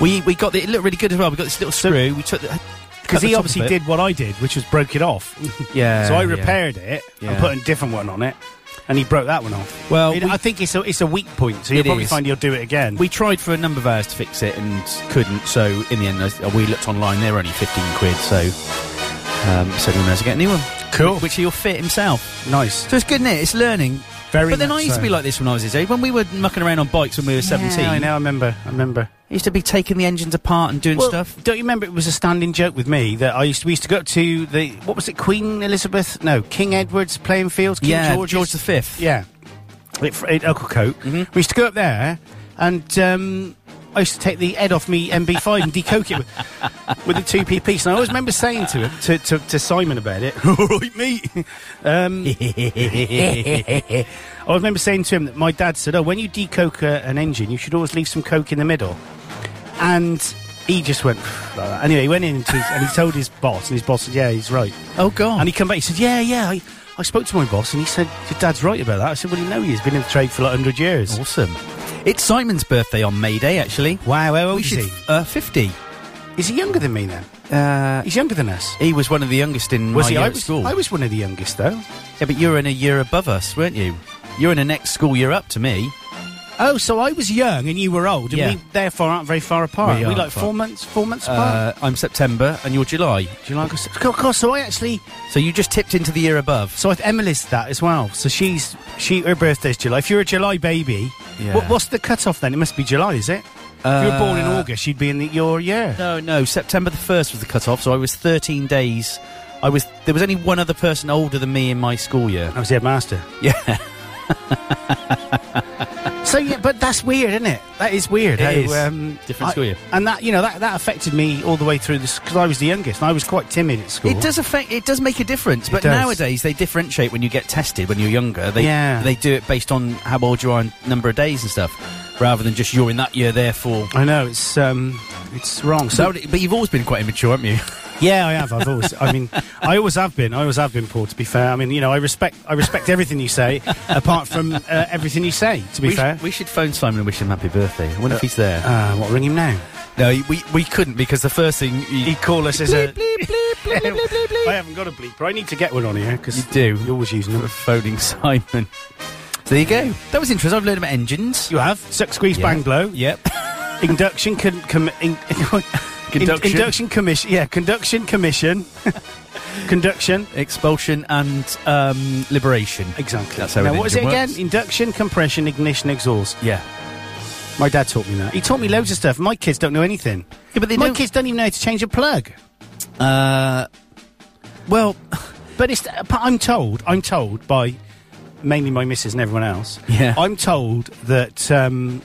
Speaker 4: We we got the, it looked really good as well. We got this little screw. We took the cut
Speaker 3: Because
Speaker 4: the
Speaker 3: he
Speaker 4: top
Speaker 3: obviously
Speaker 4: of it.
Speaker 3: did what I did, which was broke it off.
Speaker 4: Yeah.
Speaker 3: so I
Speaker 4: yeah.
Speaker 3: repaired it and
Speaker 4: Yeah.
Speaker 3: put a different one on it, and he broke that one off.
Speaker 4: Well,
Speaker 3: I, mean,
Speaker 4: we-
Speaker 3: I think it's a it's a weak point, so you'll
Speaker 4: It
Speaker 3: probably
Speaker 4: is.
Speaker 3: find you'll do it again.
Speaker 4: We tried for a number of hours to fix it and couldn't. So in the end, I- we looked online. They were only fifteen quid. So um, so we managed to get a new one.
Speaker 3: Cool.
Speaker 4: Which he'll fit himself.
Speaker 3: nice,
Speaker 4: So it's good, is it? It's learning.
Speaker 3: very.
Speaker 4: but then
Speaker 3: much
Speaker 4: I used
Speaker 3: so.
Speaker 4: to be like this when I was his age. When we were mucking around on bikes when we were seventeen,
Speaker 3: Yeah, I know. I remember. I remember.
Speaker 4: I used to be taking the engines apart and doing
Speaker 3: Well,
Speaker 4: stuff.
Speaker 3: Don't you remember it was a standing joke with me that I used to, we used to go up to the what was it Queen Elizabeth? No, King Edward's playing fields. King
Speaker 4: yeah,
Speaker 3: George's?
Speaker 4: George the Fifth.
Speaker 3: Yeah, it, at Ucklecote. We used to go up there, and um, I used to take the head off me MB5 and decoke it with, with the two p piece. And I always remember saying to him to, to, to Simon about it. All right, mate. Um, I remember saying to him that my dad said, "Oh, when you decoke uh, an engine, you should always leave some coke in the middle." And he just went like that. Anyway, he went in to his, and he told his boss, and his boss said, "Yeah, he's right."
Speaker 4: Oh God.
Speaker 3: And he come back. He said, "Yeah, yeah." I, I spoke to my boss, and he said, "Your dad's right about that." I said, "Well, you know, he's been in the trade for like hundred years."
Speaker 4: Awesome. It's Simon's birthday on May Day, actually.
Speaker 3: Wow, how old
Speaker 4: We
Speaker 3: Oh, is
Speaker 4: should, uh, 50.
Speaker 3: he? Is he younger than me then?
Speaker 4: Uh,
Speaker 3: He's younger than us.
Speaker 4: he was one of the youngest in
Speaker 3: Was
Speaker 4: my
Speaker 3: he?
Speaker 4: year
Speaker 3: I
Speaker 4: at
Speaker 3: was,
Speaker 4: school.
Speaker 3: I was one of the youngest though.
Speaker 4: Yeah, but you were in a year above us, weren't you? You're in the next school year up to me.
Speaker 3: Oh, so I was young and you were old, and
Speaker 4: Yeah.
Speaker 3: we therefore aren't very far apart.
Speaker 4: We
Speaker 3: Are we
Speaker 4: aren't
Speaker 3: like
Speaker 4: far-
Speaker 3: four months, four months apart.
Speaker 4: Uh, I'm September and you're July.
Speaker 3: July, August. Of course, so I actually,
Speaker 4: So you just tipped into the year above.
Speaker 3: so I've Emily's that as well. So she's she her birthday's July. If you're a July baby,
Speaker 4: Yeah.
Speaker 3: what, what's the cut off then? It must be July, is it? if you were born in August, you'd be in the, your year.
Speaker 4: No, no. September the first was the cutoff, so I was 13 days. I was there was only one other person older than me in my school year.
Speaker 3: I was the headmaster.
Speaker 4: Yeah.
Speaker 3: So yeah, but that's weird, isn't it? That is weird.
Speaker 4: It
Speaker 3: how,
Speaker 4: is.
Speaker 3: Um,
Speaker 4: Different
Speaker 3: I-
Speaker 4: school year.
Speaker 3: and that you know that, that affected me all the way through this because I was the youngest and I was quite timid at school.
Speaker 4: It does affect. It does make a difference. But
Speaker 3: does.
Speaker 4: nowadays they differentiate when you get tested when you're younger. They
Speaker 3: Yeah.
Speaker 4: they do it based on how old you are and number of days and stuff, rather than just you're in that year. Therefore,
Speaker 3: I know it's um, it's wrong. So
Speaker 4: so, but you've always been quite immature, haven't you?
Speaker 3: yeah, I have. I've always. I mean, I always have been. I always have been. Paul, to be fair. I mean, you know, I respect. I respect everything you say, apart from uh, everything you say. To be
Speaker 4: we, sh-
Speaker 3: fair.
Speaker 4: we should phone Simon and wish him happy birthday. I wonder if he's there.
Speaker 3: uh, what ring him now?
Speaker 4: no, he- we we couldn't because the first thing you,
Speaker 3: He'd call us as a.
Speaker 4: bleep, bleep, bleep, bleep,
Speaker 3: I haven't got a bleeper. I need to get one on here because
Speaker 4: You do.
Speaker 3: You're always using them.
Speaker 4: phoning Simon. So there you go. That was interesting. I've learned about engines.
Speaker 3: You have suck, squeeze,
Speaker 4: Yeah.
Speaker 3: bang, blow.
Speaker 4: Yep.
Speaker 3: Induction con- com- in- in-
Speaker 4: Conduction.
Speaker 3: induction commission. Yeah, conduction commission. conduction.
Speaker 4: Expulsion and um, liberation.
Speaker 3: Exactly.
Speaker 4: That's how
Speaker 3: now,
Speaker 4: an
Speaker 3: what is it
Speaker 4: engine
Speaker 3: again?
Speaker 4: works.
Speaker 3: Induction, compression, ignition, exhaust.
Speaker 4: Yeah.
Speaker 3: My dad taught me that. He taught me loads of stuff. My kids don't know anything.
Speaker 4: Yeah, but they
Speaker 3: My
Speaker 4: don't-
Speaker 3: kids don't even know how to change a plug.
Speaker 4: Uh, well,
Speaker 3: But it's. but I'm told. I'm told by mainly my missus and everyone else.
Speaker 4: Yeah.
Speaker 3: I'm told that um,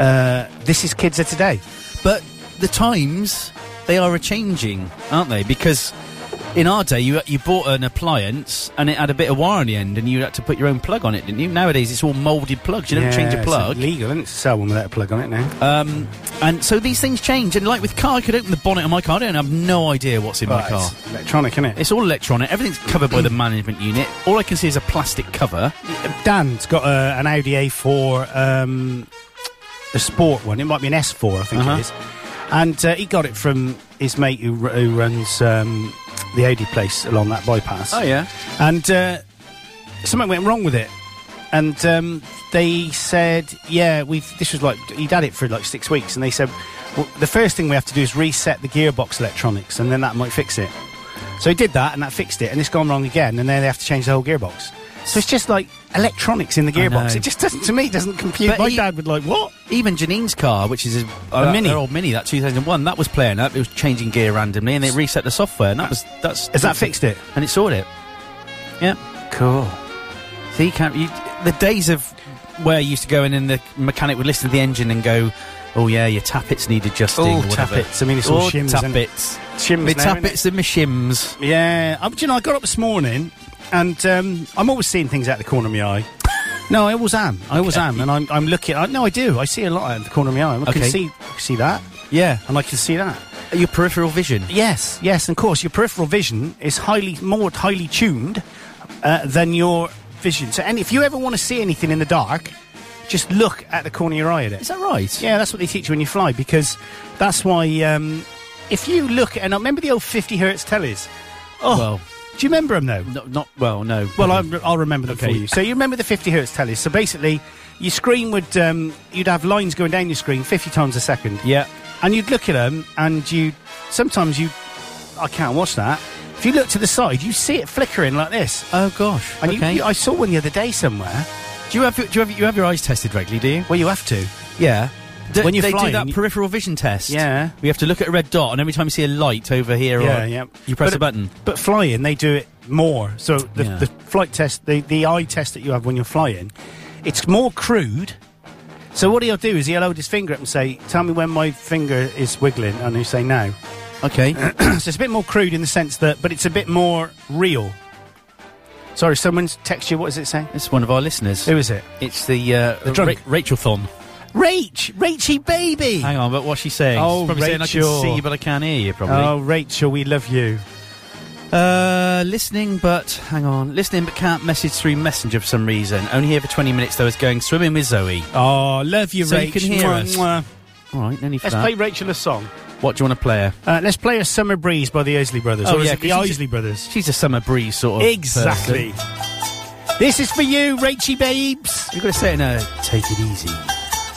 Speaker 3: uh, this is kids of today.
Speaker 4: but the times they are a changing, aren't they? Because in our day, you you bought an appliance and it had a bit of wire on the end, and you had to put your own plug on it, didn't you? Nowadays, it's all moulded plugs. You don't change a
Speaker 3: it's
Speaker 4: plug.
Speaker 3: Illegal, isn't it? To sell one without a plug on it now.
Speaker 4: Um, and so these things change. And like with car, I could open the bonnet on my car. I don't have no idea what's in my
Speaker 3: But
Speaker 4: car.
Speaker 3: It's electronic, isn't it?
Speaker 4: It's all electronic. Everything's covered by the management unit. All I can see is a plastic cover.
Speaker 3: Dan's got uh, an Audi A4, um, a sport one. It might be an S4, I think
Speaker 4: Uh-huh.
Speaker 3: it is. And uh, he got it from his mate who, ru- who runs um, the Audi place along that bypass.
Speaker 4: Oh, yeah.
Speaker 3: And uh, something went wrong with it. And um, they said, yeah, we've, this was like, he'd had it for like six weeks. And they said, well, the first thing we have to do is reset the gearbox electronics, and then that might fix it. So he did that, and that fixed it, and it's gone wrong again, and then they have to change the whole gearbox. So it's just like electronics in the
Speaker 4: know.
Speaker 3: gearbox. It just doesn't, to me, it doesn't compute.
Speaker 4: But
Speaker 3: My
Speaker 4: he-
Speaker 3: dad would like, what?
Speaker 4: Even Janine's car, which is a,
Speaker 3: A
Speaker 4: uh,
Speaker 3: Mini.
Speaker 4: her old Mini, that 2001, that was playing up. It was changing gear randomly, and it reset the software. And that was that's
Speaker 3: Has that fixed it?
Speaker 4: and it sorted it. Yeah.
Speaker 3: Cool.
Speaker 4: So you can't. You, the days of where you used to go in and the mechanic would listen to the engine and go, "Oh yeah, your tappets need adjusting."
Speaker 3: Oh,
Speaker 4: or whatever."
Speaker 3: tappets. I mean, it's all
Speaker 4: Oh,
Speaker 3: shims and-
Speaker 4: tappets.
Speaker 3: Shims
Speaker 4: Me
Speaker 3: now, innit?
Speaker 4: tappets and me shims.
Speaker 3: Yeah, I, you know, I got up this morning, and um, I'm always seeing things out the corner of my eye. no, I always am. I always am, and I'm, I'm looking. I, no, I do. I see a lot out the corner of my eye. I
Speaker 4: Okay.
Speaker 3: can see see that,
Speaker 4: Yeah.
Speaker 3: and I can see that.
Speaker 4: Your peripheral vision.
Speaker 3: Yes, yes, and of course, your peripheral vision is highly more highly tuned uh, than your vision. So, and if you ever want to see anything in the dark, just look at the corner of your eye at it.
Speaker 4: Is that right?
Speaker 3: Yeah, that's what they teach you when you fly because that's why um, if you look and I remember the old 50 hertz tellies. Oh,
Speaker 4: Well-
Speaker 3: do you remember them though?
Speaker 4: No, not well. No.
Speaker 3: Well, I'm, I'll remember them
Speaker 4: Okay.
Speaker 3: for you. So you remember the 50 hertz tellies. So basically, your screen would um, you'd have lines going down your screen 50 times a second,
Speaker 4: Yeah.
Speaker 3: and you'd look at them, and you sometimes you I can't watch that. If you look to the side, you see it flickering like this.
Speaker 4: Oh gosh.
Speaker 3: And
Speaker 4: okay.
Speaker 3: you, you, I saw one the other day somewhere.
Speaker 4: do you have your, do you have you have your eyes tested regularly? Do you?
Speaker 3: Well, you have to.
Speaker 4: Yeah.
Speaker 3: When you're
Speaker 4: they
Speaker 3: flying,
Speaker 4: do that
Speaker 3: you-
Speaker 4: peripheral vision test.
Speaker 3: Yeah.
Speaker 4: We have to look at a red dot, and every time you see a light over here,
Speaker 3: Yeah,
Speaker 4: or
Speaker 3: yeah.
Speaker 4: you press
Speaker 3: But-
Speaker 4: a button.
Speaker 3: But flying, they do it more. So the,
Speaker 4: Yeah.
Speaker 3: the flight test, the, the eye test that you have when you're flying, it's more crude. So what he'll do is he'll hold his finger up and say, "Tell me when my finger is wiggling," and you say no.
Speaker 4: Okay.
Speaker 3: so it's a bit more crude in the sense that, but it's a bit more real. Sorry, someone's text you. What does it say?
Speaker 4: it's one of our listeners.
Speaker 3: Who is it?
Speaker 4: It's the, uh,
Speaker 3: drunk.
Speaker 4: Ra- Rachel Thon.
Speaker 3: Rach, Rachy baby.
Speaker 4: Hang on, but what's she saying?
Speaker 3: Oh,
Speaker 4: She's probably saying I
Speaker 3: Rachel.
Speaker 4: can see you, but I can't hear you. Probably.
Speaker 3: Oh, Rachel, we love you.
Speaker 4: Uh, listening, but hang on, listening, but can't message through Messenger for some reason. Only here for twenty minutes. Though is going swimming with Zoe.
Speaker 3: Oh, love you,
Speaker 4: So
Speaker 3: Rachel.
Speaker 4: you can hear us. All right, no need for
Speaker 3: Let's
Speaker 4: that.
Speaker 3: play Rachel a song.
Speaker 4: what do you want to play her?
Speaker 3: Uh, let's play a Summer Breeze by the Isley Brothers.
Speaker 4: Oh,
Speaker 3: or is
Speaker 4: yeah,
Speaker 3: it the
Speaker 4: 'cause you
Speaker 3: Isley Brothers?
Speaker 4: She's a summer breeze sort of.
Speaker 3: Exactly.
Speaker 4: person.
Speaker 3: This is for you, Rachy babes.
Speaker 4: You've got to say it in a take it easy.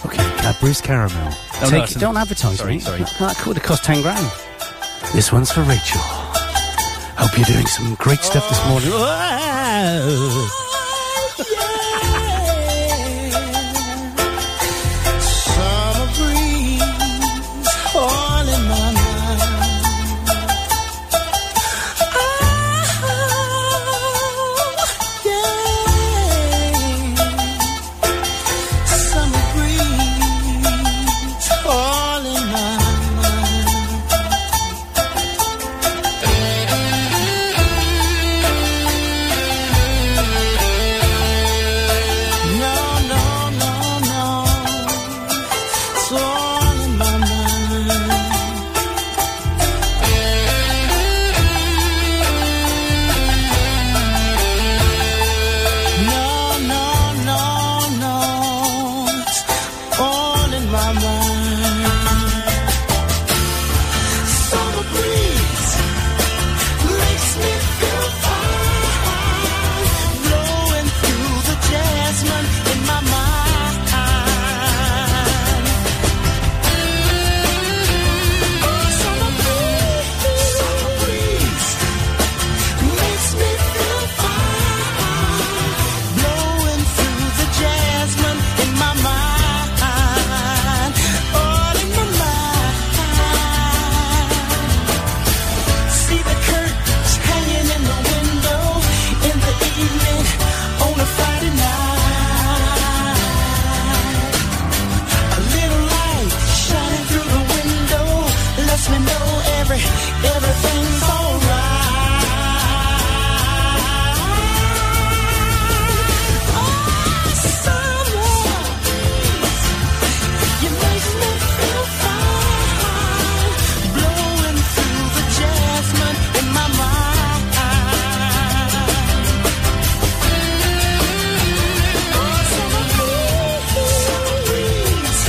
Speaker 4: Okay, uh, Bruce Caramel. Oh,
Speaker 3: Take
Speaker 4: no,
Speaker 3: it,
Speaker 4: it's an-
Speaker 3: don't advertise
Speaker 4: Sorry,
Speaker 3: me.
Speaker 4: sorry.
Speaker 3: That, that would have cost 10 grand. This one's for Rachel. Hope you're doing some great stuff this morning.
Speaker 8: Summer
Speaker 5: Ah, lets me know every everything's alright. Oh, someone, you make me feel fine, blowing through the jasmine in my mind. Oh, summer Oh, breeze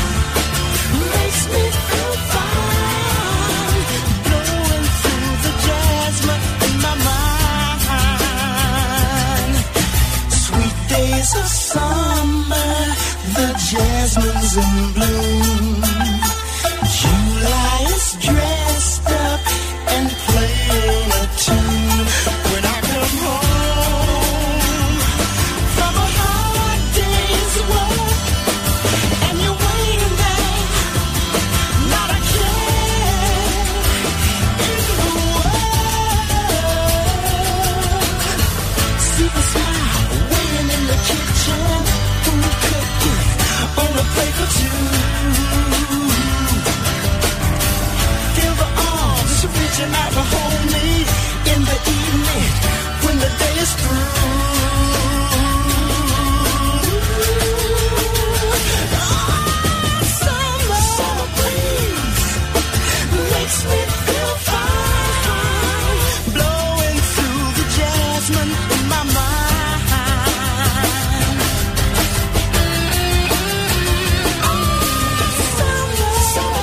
Speaker 5: makes me feel fine, blowing through the jasmine in my mind. Sweet days of summer, the jasmine's in bloom. July is dressed up and playing a tune. When I come home from a hard day's work, and you're waiting there, not a care in the world. See the smile waiting in the kitchen. Food cooking on a plate for two. Feel the arms reaching out to hold me in the evening when the day is through. Oh, summer, summer breeze makes me feel fine, blowing through the jasmine in my mind. Oh, summer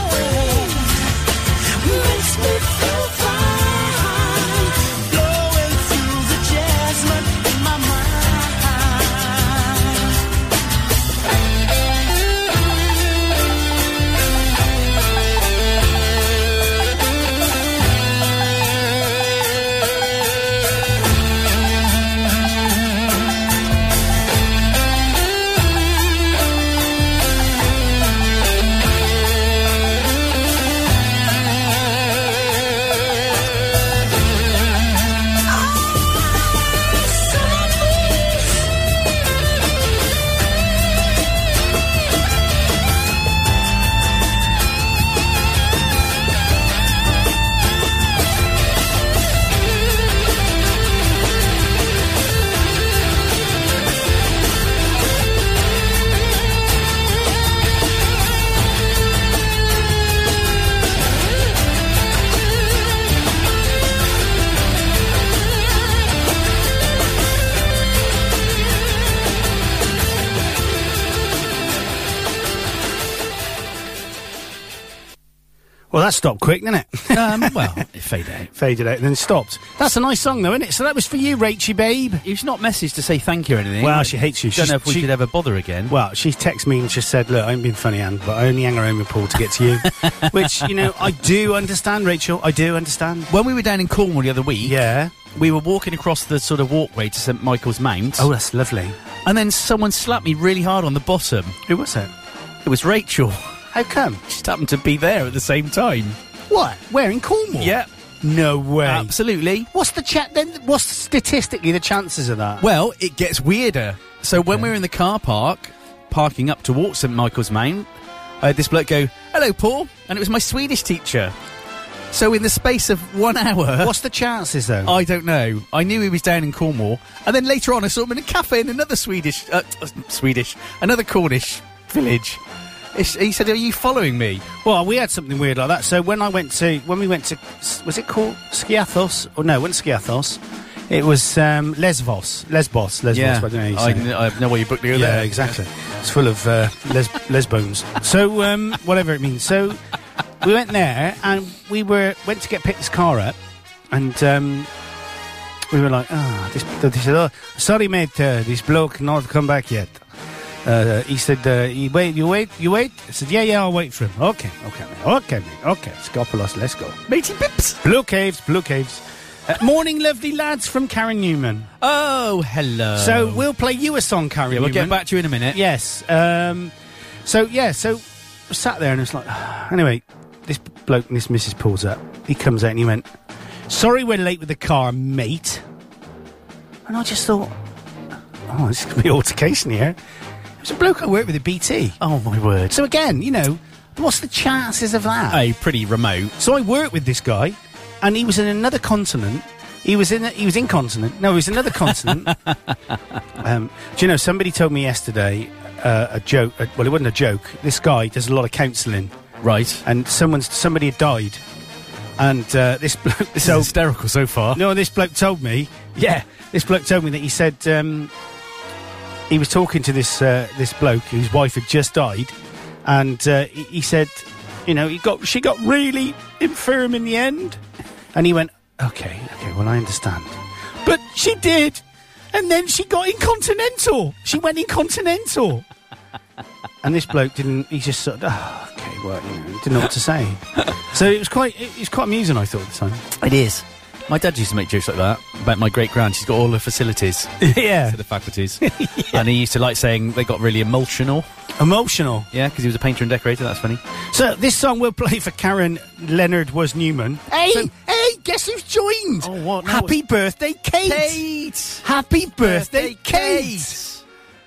Speaker 5: makes me feel fine, blowing through the jasmine in my mind. Oh,
Speaker 3: Well, that stopped quick, didn't it?
Speaker 4: Um, well, it fade out.
Speaker 3: Faded out and then stopped. That's a nice song, though, isn't it? So that was for you, Rachy Babe.
Speaker 4: He's not messaged to say thank you or anything.
Speaker 3: Well, she hates you.
Speaker 4: Don't
Speaker 3: She's-
Speaker 4: know if we
Speaker 3: she-
Speaker 4: could ever bother again.
Speaker 3: Well, she texted me and she said, "Look, I ain't been funny, Anne, but I only hang around with Paul to get to you," which you know I do understand, Rachel. I do understand.
Speaker 4: when we were down in Cornwall the other week,
Speaker 3: Yeah.
Speaker 4: we were walking across the sort of walkway to St Michael's Mount,
Speaker 3: Oh, that's lovely.
Speaker 4: and then someone slapped me really hard on the bottom.
Speaker 3: Who was it?
Speaker 4: It was Rachel.
Speaker 3: How come?
Speaker 4: She just happened to be there at the same time.
Speaker 3: What? Where in Cornwall?
Speaker 4: Yep,
Speaker 3: No way.
Speaker 4: absolutely.
Speaker 3: What's the chat then? What's statistically the chances of that?
Speaker 4: Well, it gets weirder. So when we were in the car park, parking up towards St Michael's Mount, I had this bloke go, "Hello, Paul," and it was my Swedish teacher. So in the space of one hour,
Speaker 3: What's the chances though?
Speaker 4: I don't know. I knew he was down in Cornwall, and then later on, I saw him in a cafe in another Swedish, uh, Swedish, another Cornish village. It's, he said, "Are you following me?"
Speaker 3: Well, we had something weird like that. So when I went to when we went to was it called Skiathos or no? It wasn't Skiathos. It was um, Lesvos, Lesbos, Lesbos. I don't know. how you say
Speaker 4: I,
Speaker 3: it.
Speaker 4: kn- I know where you booked the other.
Speaker 3: Yeah, exactly. It's full of uh, les- lesbones. So um, whatever it means. So we went there and we were went to get pick this car up, and um, we were like, ah, this. They said, oh, sorry, mate, uh, this bloke not come back yet. Uh, he said, uh, you wait, you wait, you wait. I said, yeah, yeah, I'll wait for him. Okay, okay, mate, okay, mate, okay. Scopolos, let's go.
Speaker 4: matey pips.
Speaker 3: Blue caves, blue caves. Uh, morning, lovely lads from Karen Newman.
Speaker 4: Oh, hello.
Speaker 3: So we'll play you a song, Karen
Speaker 4: yeah, we'll
Speaker 3: Newman.
Speaker 4: get back to you in a minute.
Speaker 3: Yes. Um, so yeah, so sat there and it's like, anyway, this bloke and this Mrs. pulls up. He comes out and he went, "Sorry, we're late with the car, mate." And I just thought, oh, this could be altercation here. It was a bloke I worked with at BT.
Speaker 4: Oh my word.
Speaker 3: So again, you know, What's the chances of that?
Speaker 4: A pretty remote.
Speaker 3: So I worked with this guy, and he was in another continent. He was in he was incontinent. No, he was another continent. um, do you know? Somebody told me yesterday uh, a joke. Uh, well, it wasn't a joke. This guy does a lot of counselling,
Speaker 4: Right.
Speaker 3: and someone's somebody had died, and uh, this bloke, this
Speaker 4: So
Speaker 3: old
Speaker 4: hysterical so far.
Speaker 3: no, this bloke told me. Yeah, this bloke told me that he said um, he was talking to this uh, this bloke whose wife had just died, and uh, he, he said, you know, he got she got really infirm in the end, and he went, okay, okay, well I understand, but she did, and then she got incontinental. She went incontinental. And this bloke didn't. He just sort of, oh, okay, well, you know, didn't know what to say. so it was quite, it was quite amusing. I thought at the time.
Speaker 4: It is. My dad used to make jokes like that about my great grand. She's got all her facilities
Speaker 3: yeah,
Speaker 4: to the faculties. And he used to like saying they got really emotional.
Speaker 3: emotional.
Speaker 4: Yeah, because he was a painter and decorator. That's funny.
Speaker 3: So this song we'll play for Karen Leonard was Newman. Hey,
Speaker 4: So-
Speaker 3: hey, guess who's joined?
Speaker 4: Oh, what? No,
Speaker 3: Happy birthday, Kate!
Speaker 4: Kate!
Speaker 3: Happy birthday, Kate!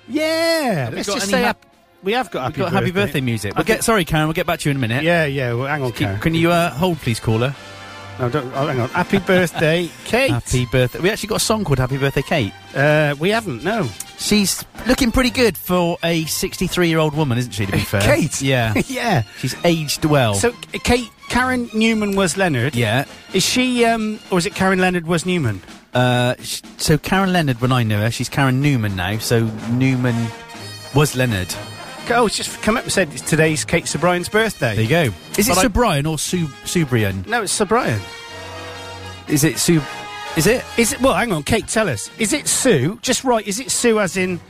Speaker 3: Yeah,
Speaker 4: we
Speaker 3: let's
Speaker 4: got
Speaker 3: just
Speaker 4: any
Speaker 3: say
Speaker 4: hap-
Speaker 3: hap- we have got happy
Speaker 4: We've got happy birthday music. We'll get, sorry, Karen, we'll get back to you in a minute.
Speaker 3: Yeah, yeah. Well, hang on,
Speaker 4: Can,
Speaker 3: Karen.
Speaker 4: can you uh, hold, please, caller?
Speaker 3: No, don't, oh, hang on. Happy birthday, Kate.
Speaker 4: Happy birthday. We actually got a song called Happy Birthday, Kate.
Speaker 3: Uh, we haven't. No.
Speaker 4: She's looking pretty good for a 63 year old woman, isn't she, to be fair?
Speaker 3: Kate?
Speaker 4: Yeah.
Speaker 3: yeah.
Speaker 4: She's aged well.
Speaker 3: So K- Kate, Karen Newman was Leonard.
Speaker 4: yeah.
Speaker 3: Is she? Um, or is it Karen Leonard was Newman?
Speaker 4: Uh, sh- so Karen Leonard, when I knew her, she's Karen Newman now. So Newman was Leonard.
Speaker 3: Oh, it's just come up and said it's today's Kate Sobrian's birthday.
Speaker 4: There you go. Is it
Speaker 3: But I-
Speaker 4: Sir Brian or Sue Subrian?
Speaker 3: No, it's Sobrian.
Speaker 4: Is it Sue? Is it?
Speaker 3: Is it? Well, hang on, Kate. Tell us. Is it Sue? Just right. Is it Sue? As in,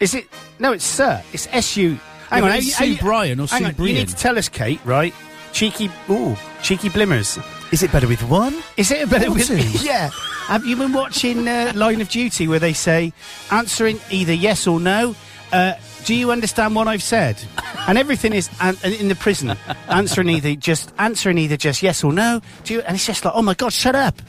Speaker 3: is it? No, it's Sir. It's S U. Hang
Speaker 4: Yeah,
Speaker 3: on.
Speaker 4: but
Speaker 3: are
Speaker 4: it's
Speaker 3: you-
Speaker 4: Sue
Speaker 3: are you-
Speaker 4: Bryan or
Speaker 3: hang
Speaker 4: Sue
Speaker 3: on, You
Speaker 4: Brian?
Speaker 3: need to tell us, Kate. Right? Cheeky. Ooh, cheeky blimmers.
Speaker 4: Is it better with one?
Speaker 3: Is it a better
Speaker 4: Or
Speaker 3: with
Speaker 4: two.
Speaker 3: yeah. Have you been watching uh, Line of Duty where they say answering either yes or no? Uh, do you understand what I've said? And everything is an- and in the prison answering either just answering either just yes or no. Do you? And it's just like, oh my god, shut up.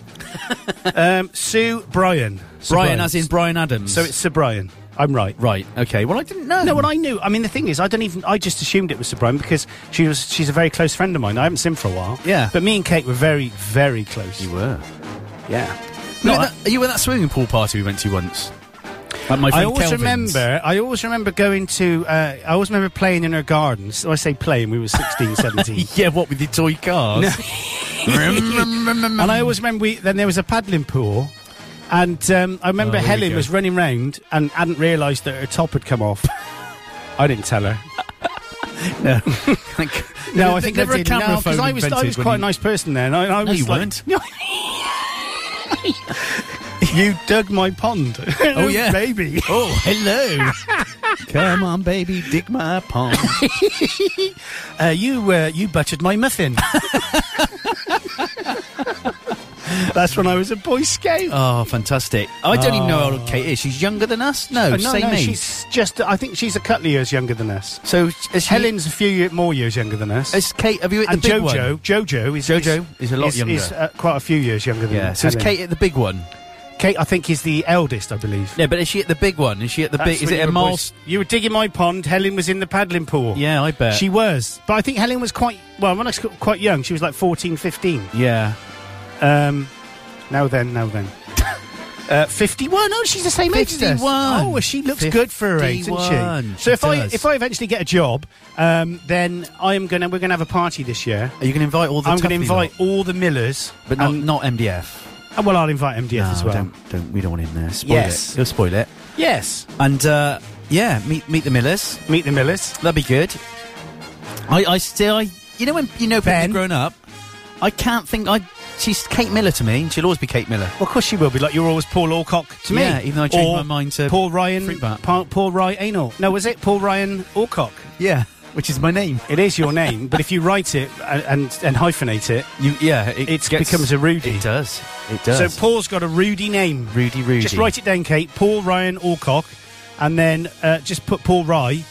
Speaker 3: um, Sue Bryan. Sir
Speaker 4: Brian, as in Brian Adams.
Speaker 3: So it's Sir Brian. I'm right.
Speaker 4: right. Okay. Well, I didn't know.
Speaker 3: No, well, I knew. I mean, the thing is, I don't even. I just assumed it was Sir Brian because she was. She's a very close friend of mine. I haven't seen for a while.
Speaker 4: Yeah.
Speaker 3: But me and Kate were very, very close. You
Speaker 4: were.
Speaker 3: Yeah.
Speaker 4: You were
Speaker 3: No,
Speaker 4: at that- you were at that swimming pool party we went to once. At my
Speaker 3: I
Speaker 4: friend
Speaker 3: always
Speaker 4: Kelvin's.
Speaker 3: remember. I always remember going to. Uh, I always remember playing in her garden. So I say playing. We were 16, 17.
Speaker 4: Yeah, what with the toy cars?
Speaker 3: and I always remember. We, then there was a paddling pool, and um, I remember
Speaker 4: Oh, here we
Speaker 3: Helen
Speaker 4: go.
Speaker 3: was running round and hadn't realised that her top had come off. I didn't tell her. No, I think
Speaker 4: never
Speaker 3: I
Speaker 4: a
Speaker 3: did.
Speaker 4: camera
Speaker 3: no, 'cause
Speaker 4: phone
Speaker 3: I was, I
Speaker 4: invented
Speaker 3: was
Speaker 4: when
Speaker 3: quite a
Speaker 4: you-
Speaker 3: nice person then. I, I
Speaker 4: No,
Speaker 3: was
Speaker 4: you
Speaker 3: like-
Speaker 4: weren't.
Speaker 3: you dug my pond.
Speaker 4: Oh, yeah.
Speaker 3: baby.
Speaker 4: Oh, hello. Come on, baby, dig my pond.
Speaker 3: Uh, you uh, you butchered my muffin. That's when I was a Boy Scout.
Speaker 4: Oh, fantastic. I don't even know how old Kate is. She's younger than us? No,
Speaker 3: Oh, no,
Speaker 4: same
Speaker 3: no,
Speaker 4: age.
Speaker 3: she's just. I think she's a couple of years younger than us.
Speaker 4: So, is she-
Speaker 3: Helen's a few year, more years younger than us.
Speaker 4: Is Kate, have you hit
Speaker 3: and
Speaker 4: the big
Speaker 3: Jojo,
Speaker 4: one?
Speaker 3: Jojo is
Speaker 4: Jojo is a lot
Speaker 3: is, Is,
Speaker 4: younger.
Speaker 3: uh, quite a few years younger than
Speaker 4: Yeah, so is
Speaker 3: Mm, Helen.
Speaker 4: Kate at the big one?
Speaker 3: Kate, I think, is the eldest, I believe.
Speaker 4: Yeah, but is she at the big one? Is she at the
Speaker 3: That's
Speaker 4: big... Is
Speaker 3: when
Speaker 4: it
Speaker 3: you
Speaker 4: a
Speaker 3: were
Speaker 4: mile...
Speaker 3: boys- You were digging my pond. Helen was in the paddling pool.
Speaker 4: Yeah, I bet.
Speaker 3: She was, but I think Helen was quite well. When I was quite young, she was like 14, 15.
Speaker 4: Yeah.
Speaker 3: Um, now then, now then. Uh, 51. Oh, she's the same age as us.
Speaker 4: 51.
Speaker 3: Oh, well, she looks good for her age, doesn't
Speaker 4: 51.
Speaker 3: she? So
Speaker 4: She
Speaker 3: if I
Speaker 4: does.
Speaker 3: if I eventually get a job, um, then I am gonna we're gonna have a party this year.
Speaker 4: Are you going to invite all the
Speaker 3: I'm gonna
Speaker 4: tough
Speaker 3: invite
Speaker 4: people?
Speaker 3: all the Millers,
Speaker 4: But not,
Speaker 3: and-
Speaker 4: not MDF.
Speaker 3: and, well, I'll invite MDF
Speaker 4: no,
Speaker 3: as well.
Speaker 4: don't, don't, we don't want him there. Spoil
Speaker 3: Yes.
Speaker 4: it. He'll spoil it.
Speaker 3: Yes,
Speaker 4: And, uh, yeah, meet, meet the Millers.
Speaker 3: meet the Millers.
Speaker 4: That'd be good. I, I still, I, you know, when you know people
Speaker 3: Ben?
Speaker 4: have grown up, I can't think. I she's Kate Miller to me. and She'll always be Kate Miller.
Speaker 3: Well, of course she will be. Like you're always Paul Alcock to me.
Speaker 4: Yeah, even though I changed
Speaker 3: Or
Speaker 4: my mind to
Speaker 3: Paul Ryan.
Speaker 4: Fruit Bat.
Speaker 3: Pa- Paul Ryan Anal. No, was it Paul Ryan Alcock?
Speaker 4: Yeah, which is my name.
Speaker 3: It is your name, but if you write it uh, and and, and hyphenate it,
Speaker 4: You yeah, it
Speaker 3: It's
Speaker 4: gets-
Speaker 3: becomes a Rudy.
Speaker 4: It does. It does.
Speaker 3: so Paul's got a Rudy name.
Speaker 4: Rudy, Rudy.
Speaker 3: Just write it down, Kate. Paul Ryan Alcock, and then uh, just put Paul Rye,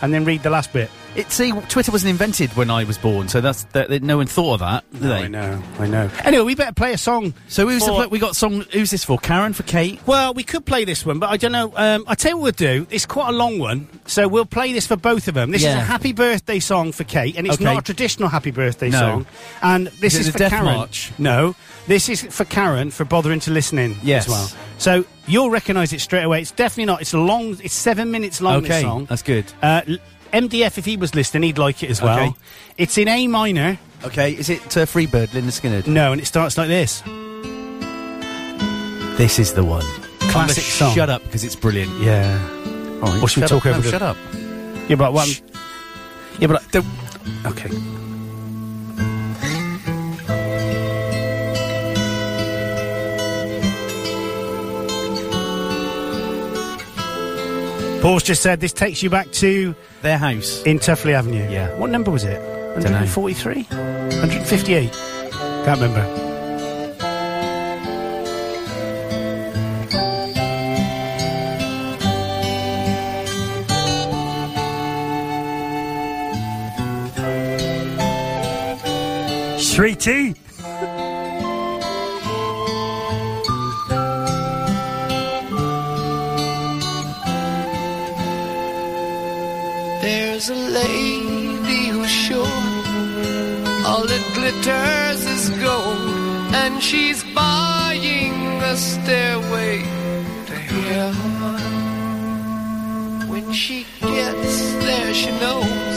Speaker 3: and then read the last bit.
Speaker 4: It see, Twitter wasn't invented when I was born, so that's that, that- no one thought of that. did they?
Speaker 3: Oh, I know, I know. Anyway, we better play a song.
Speaker 4: So who's the
Speaker 3: for-
Speaker 4: pla- we got song? Who's this for? Karen for Kate?
Speaker 3: Well, we could play this one, but I don't know. Um, I tell you what we'll do. It's quite a long one, so we'll play this for both of them. This is
Speaker 4: Yeah.
Speaker 3: a happy birthday song for Kate, and it's
Speaker 4: Okay.
Speaker 3: not a traditional happy birthday
Speaker 4: No.
Speaker 3: song. And this is,
Speaker 4: Is it a
Speaker 3: for
Speaker 4: death
Speaker 3: Karen.
Speaker 4: march?
Speaker 3: No, this is for Karen for bothering to listening
Speaker 4: Yes.
Speaker 3: as well. So you'll recognise it straight away. It's definitely not. It's long. It's seven minutes long. This
Speaker 4: okay,
Speaker 3: song.
Speaker 4: that's good.
Speaker 3: Uh, l- MDF, if he was listening, he'd like it as well.
Speaker 4: Okay.
Speaker 3: It's in A minor.
Speaker 4: Okay, is it uh, Freebird, Linda Skinner?
Speaker 3: No, and it starts like this.
Speaker 4: This is the one.
Speaker 3: Classic
Speaker 4: I'm gonna
Speaker 3: song.
Speaker 4: Shut up, because it's brilliant.
Speaker 3: Yeah.
Speaker 4: All right,
Speaker 3: Or should we
Speaker 4: shut
Speaker 3: talk
Speaker 4: up.
Speaker 3: over
Speaker 4: No,
Speaker 3: the-
Speaker 4: Shut up.
Speaker 3: Yeah, but one.
Speaker 4: Yeah, but I, don't,
Speaker 3: Okay. Paul's just said this takes you back to
Speaker 4: their house.
Speaker 3: in Tuffley Avenue.
Speaker 4: Yeah.
Speaker 3: What number was it?
Speaker 4: know.
Speaker 3: 143? 158? Can't remember.
Speaker 9: Sweetie,
Speaker 8: There's a lady who's sure all that glitters is gold, and she's buying a stairway to heaven. When she gets there, she knows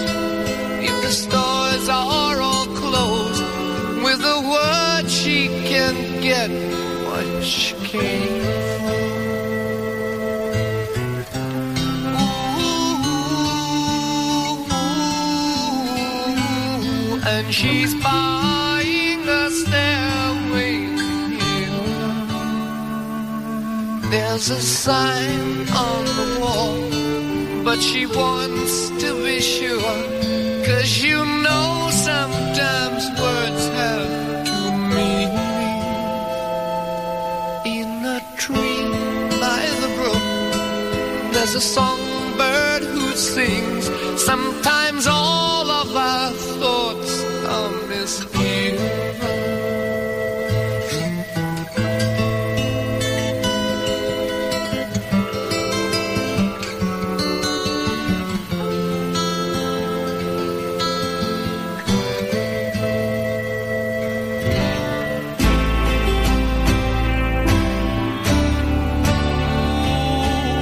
Speaker 8: if the stores are all closed, with a word she can get what she came and she's buying a stairway to heaven. There's a sign on the wall, but she wants to be sure. Cause you know sometimes words have to mean in a tree by the brook. There's a songbird who sings. Sometimes all of our thoughts are misgiven.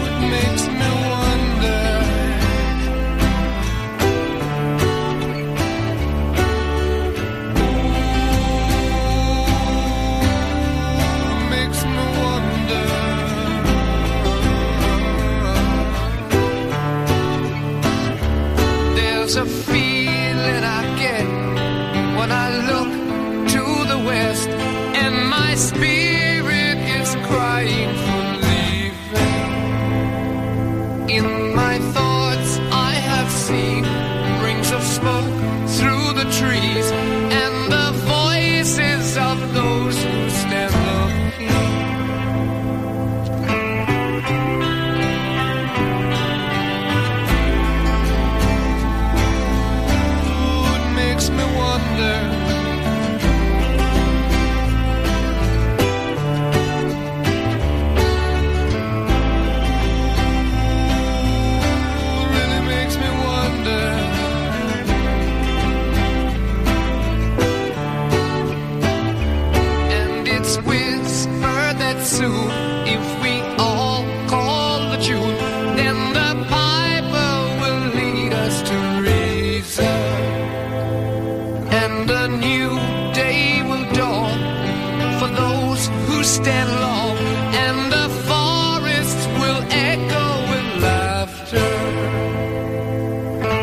Speaker 8: It makes me wonder. Ooh, makes me wonder. There's a feeling I get when I look to the west, and my spirit is crying for leaving. In my thoughts, I have seen rings of smoke through the trees, and the voices of those who stand looking. Ooh, it makes me wonder. really makes me wonder. And it's whisper that soon, if we all call the tune, then the piper will lead us to reason. And a new day will dawn for those who stand long, and the forest will echo with laughter. Oh.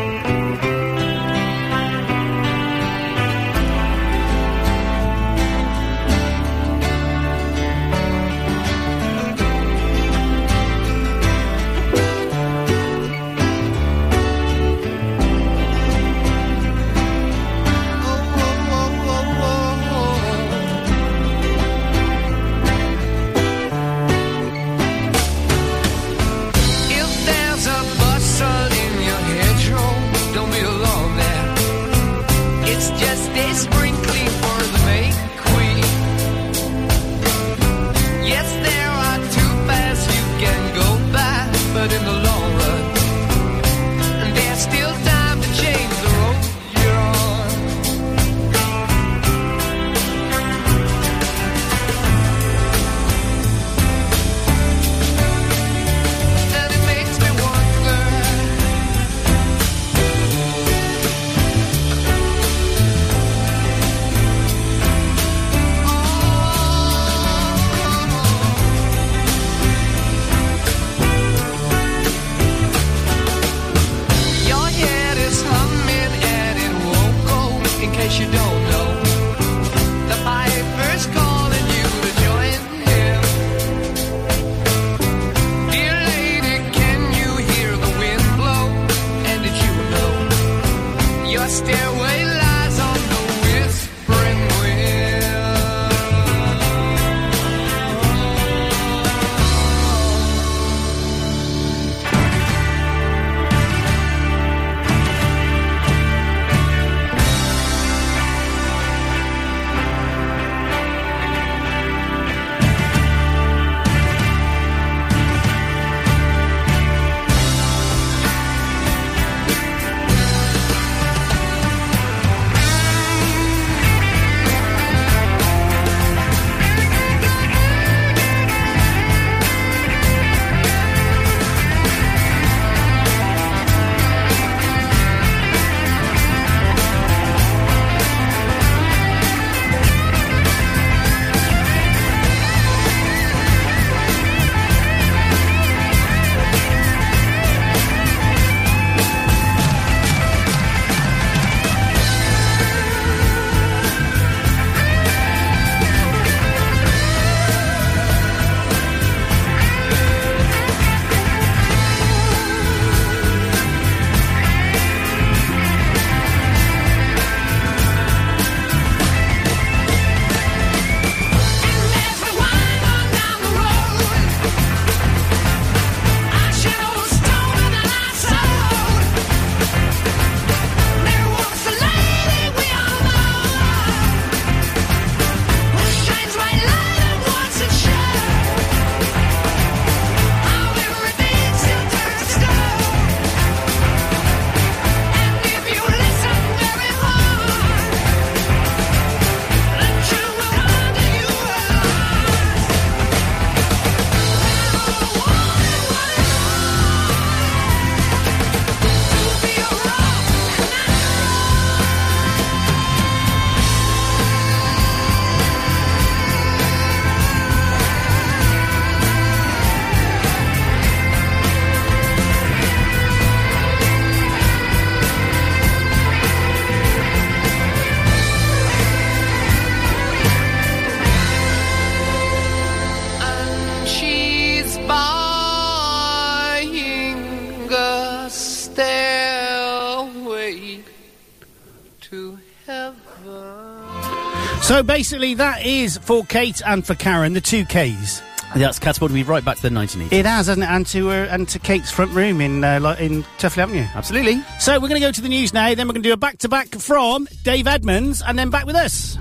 Speaker 3: So basically, that is for Kate and for Karen, the two Ks.
Speaker 4: That's catapulted me right back to the 1980s.
Speaker 3: It has, hasn't it? And to her, and to Kate's front room in uh, like in Tuffley Avenue.
Speaker 4: Absolutely.
Speaker 3: So we're going to go to the news now. Then we're going to do a back to back from Dave Edmonds, and then back with us.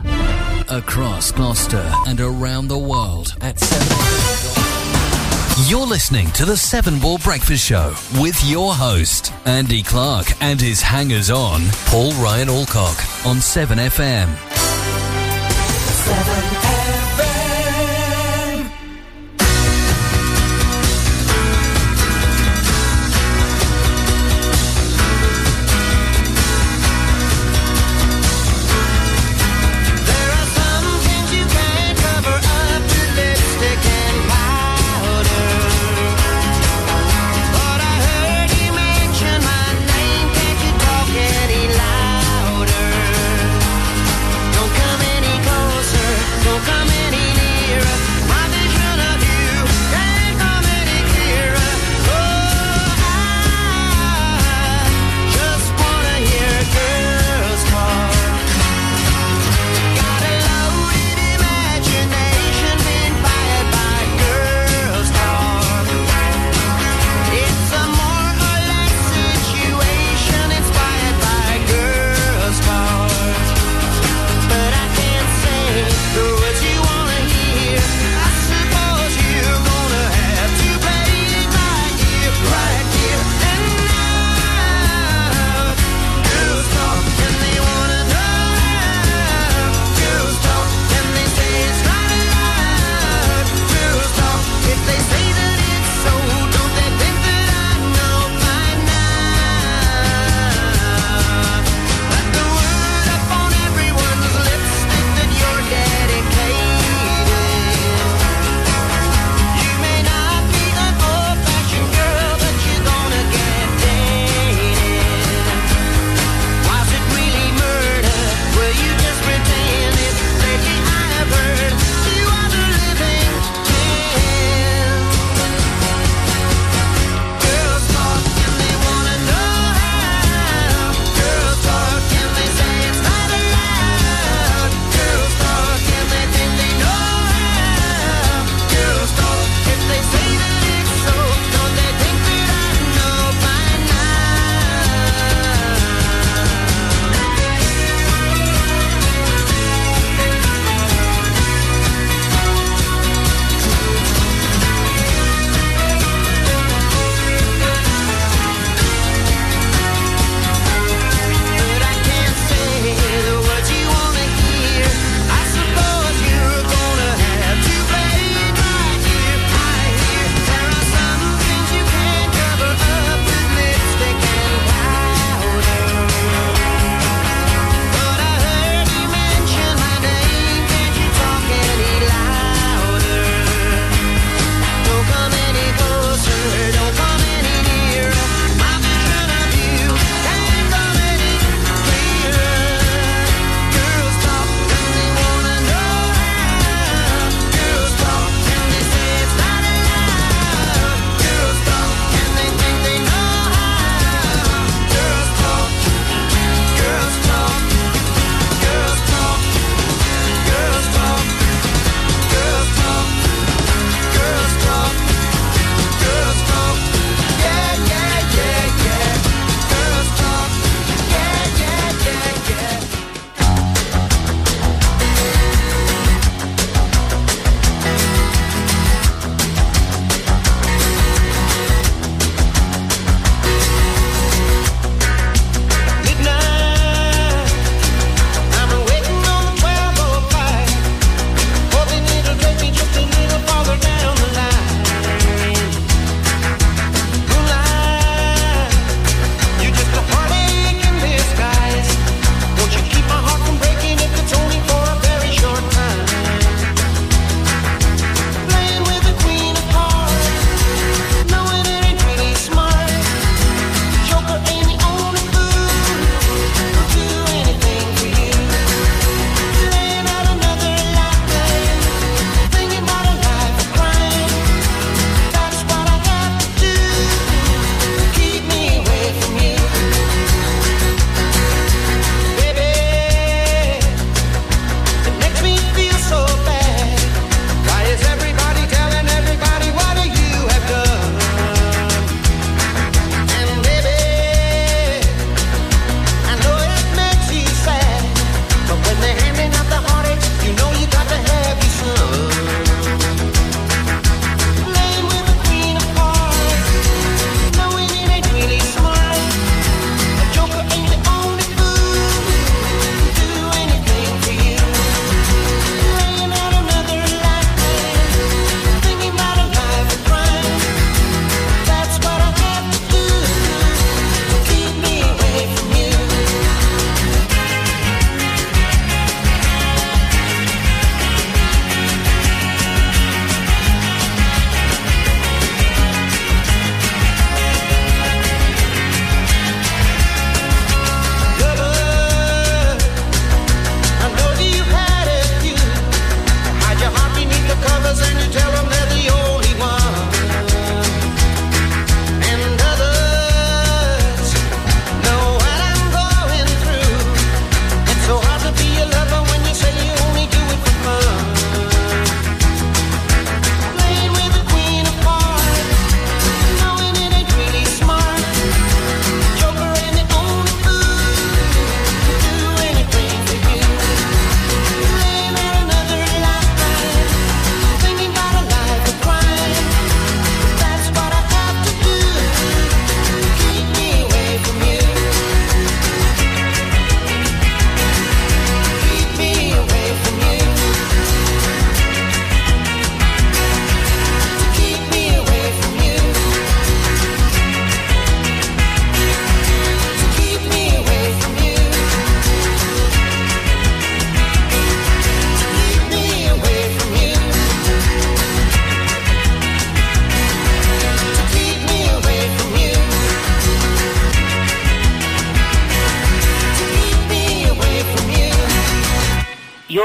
Speaker 1: across Gloucester and around the world at 7. You're listening to the Seven Ball Breakfast Show with your host, Andy Clark, and his hangers on, Paul Ryan Alcock, on 7FM.
Speaker 5: There are some things you can't cover up with lipstick and powder. But I heard you mention my name. Can't you talk any louder?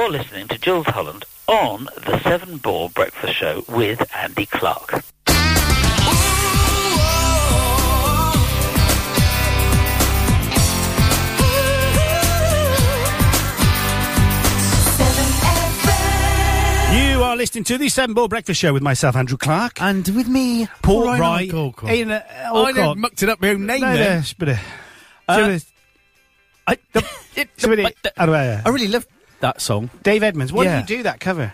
Speaker 10: listening to Jules Holland on the Seven Ball Breakfast Show with Andy Clark.
Speaker 3: You are listening to the Seven Ball Breakfast Show with myself, Andrew Clark.
Speaker 4: And with me,
Speaker 3: Paul
Speaker 4: Ryan
Speaker 3: Wright.
Speaker 4: Alcock.
Speaker 3: Ian, uh,
Speaker 4: I done
Speaker 3: Alcock.
Speaker 4: mucked it up my own name
Speaker 3: No,
Speaker 4: there.
Speaker 3: no, it's a bit of-
Speaker 4: Uh,
Speaker 3: Sort of-
Speaker 4: I,
Speaker 3: somebody- um, I don't know.
Speaker 4: I really love that song.
Speaker 3: uh, Dave Edmonds, why
Speaker 4: Oh. Yeah.
Speaker 3: did you do that cover?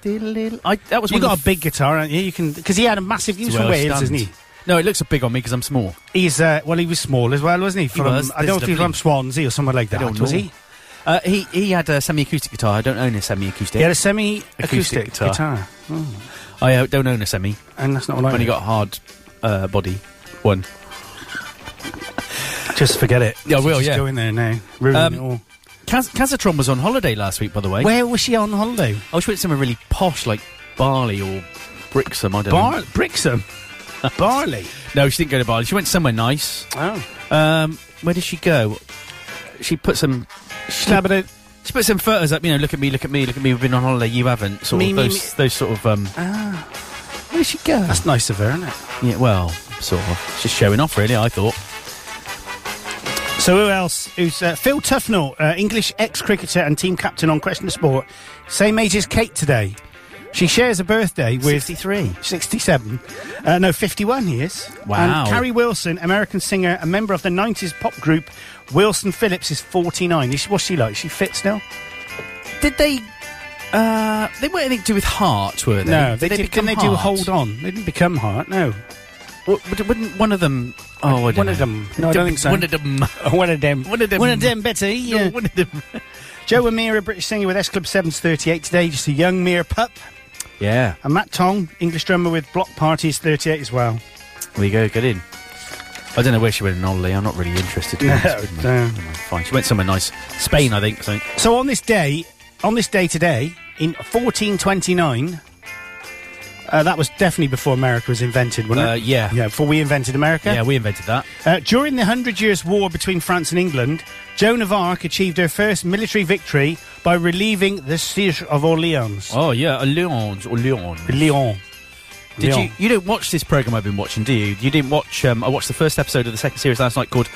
Speaker 4: I, that was
Speaker 3: You
Speaker 4: one
Speaker 3: got
Speaker 4: of
Speaker 3: a big guitar, aren't you? You can because he had a massive. He
Speaker 4: the
Speaker 3: was
Speaker 4: f-
Speaker 3: from
Speaker 4: I was
Speaker 3: Wales, isn't
Speaker 4: stunned.
Speaker 3: he?
Speaker 4: No, it looks a big on me because I'm small.
Speaker 3: He's uh, well, he was small as well, wasn't he? From
Speaker 4: was.
Speaker 3: I don't know if he was
Speaker 4: There's
Speaker 3: from Swansea or somewhere like
Speaker 4: I
Speaker 3: that.
Speaker 4: don't
Speaker 3: was
Speaker 4: know.
Speaker 3: he?
Speaker 4: Uh, he he had a semi-acoustic guitar. I don't own a semi-acoustic.
Speaker 3: He had a semi-acoustic
Speaker 4: Acoustic
Speaker 3: guitar.
Speaker 4: guitar. I uh, don't own a semi.
Speaker 3: and that's not what I
Speaker 4: I've only
Speaker 3: meant.
Speaker 4: got a hard uh, body one.
Speaker 3: Just forget it.
Speaker 4: Yeah, I will,
Speaker 3: Just
Speaker 4: yeah.
Speaker 3: go in there now. Ruin
Speaker 4: Um,
Speaker 3: it all.
Speaker 4: Kaz- Kazatron was on holiday last week, by the way.
Speaker 3: Where was she on holiday?
Speaker 4: I was with somewhere really posh, like Barley or Brixham. I don't
Speaker 3: Bar-
Speaker 4: know.
Speaker 3: Brixham, Barley.
Speaker 4: No, she didn't go to Barley. She went somewhere nice.
Speaker 3: Oh,
Speaker 4: Um, where did she go? She put some. She,
Speaker 3: stabbing it.
Speaker 4: she put some photos up. You know, look at me, look at me, look at me. We've been on holiday. You haven't. Sort
Speaker 3: Me,
Speaker 4: of
Speaker 3: me,
Speaker 4: those
Speaker 3: me. Uh.
Speaker 4: those sort of um.
Speaker 3: Where did she go? That's nice of her, isn't it?
Speaker 4: Yeah, well, sort of. Just showing off, really. I thought.
Speaker 3: So who else? Who's uh, Phil Tufnell, uh, English ex-cricketer and team captain on Question of Sport. Same age as Kate today. She shares a birthday with
Speaker 4: 63.
Speaker 3: 67. Uh, no, 51 he is.
Speaker 4: Wow.
Speaker 3: And Carrie Wilson, American singer, a member of the 90s pop group Wilson Phillips, is 49. Is, what's she like? Is she fit still?
Speaker 4: Did they? Uh, they weren't anything to do with heart, were they?
Speaker 3: No, they, did,
Speaker 4: become
Speaker 3: didn't they do
Speaker 4: Heart?
Speaker 3: Hold On? They didn't become Heart, no.
Speaker 4: W- would- wouldn't one of them? Oh, I don't
Speaker 3: One
Speaker 4: know.
Speaker 3: of them. No, I don't think so.
Speaker 4: One of them.
Speaker 3: One of them.
Speaker 4: One of them.
Speaker 3: One of them, Betty.
Speaker 4: No,
Speaker 3: Yeah.
Speaker 4: one of them.
Speaker 3: Joe Amira, British singer with S Club 738 today. Just a young mere pup.
Speaker 4: Yeah.
Speaker 3: And Matt Tong, English drummer with Block Parties 38 as well.
Speaker 4: There you go. Get in. I don't know where she went in holiday. I'm not really interested. to be
Speaker 3: No,
Speaker 4: honest with you.
Speaker 3: no.
Speaker 4: Never mind, Fine. She went somewhere nice. Spain, I think. So.
Speaker 3: So on this day, on this day today, in 1429, uh, that was definitely before America was invented, wasn't
Speaker 4: Uh,
Speaker 3: it?
Speaker 4: yeah.
Speaker 3: Yeah, before we invented America.
Speaker 4: Yeah, we invented that.
Speaker 3: Uh, during the Hundred Years' War between France and England, Joan of Arc achieved her first military victory by relieving the siege of Orleans.
Speaker 4: Oh yeah, Lyons or Lyon.
Speaker 3: Lyon.
Speaker 4: Did
Speaker 3: Lyon.
Speaker 4: you? You don't watch this program I've been watching, do you? You didn't watch. Um, I watched the first episode of the second series last night called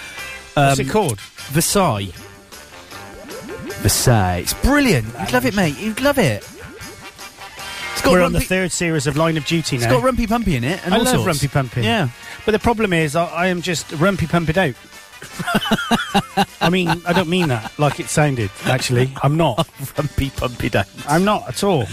Speaker 3: What's
Speaker 4: Um,
Speaker 3: it called?
Speaker 4: Versailles. Versailles. It's brilliant. You'd love it, mate. You'd love it. It's got
Speaker 3: We're on
Speaker 4: rumpy,
Speaker 3: the third series of Line of Duty
Speaker 4: It's
Speaker 3: now.
Speaker 4: got rumpy pumpy in it. And
Speaker 3: I
Speaker 4: all
Speaker 3: love
Speaker 4: sorts.
Speaker 3: Rumpy Pumpy.
Speaker 4: Yeah.
Speaker 3: But the problem is, I, I am just rumpy pumped out. I mean, I don't mean that like it sounded, actually. I'm not.
Speaker 4: Rumpy pumpy down.
Speaker 3: I'm not at all.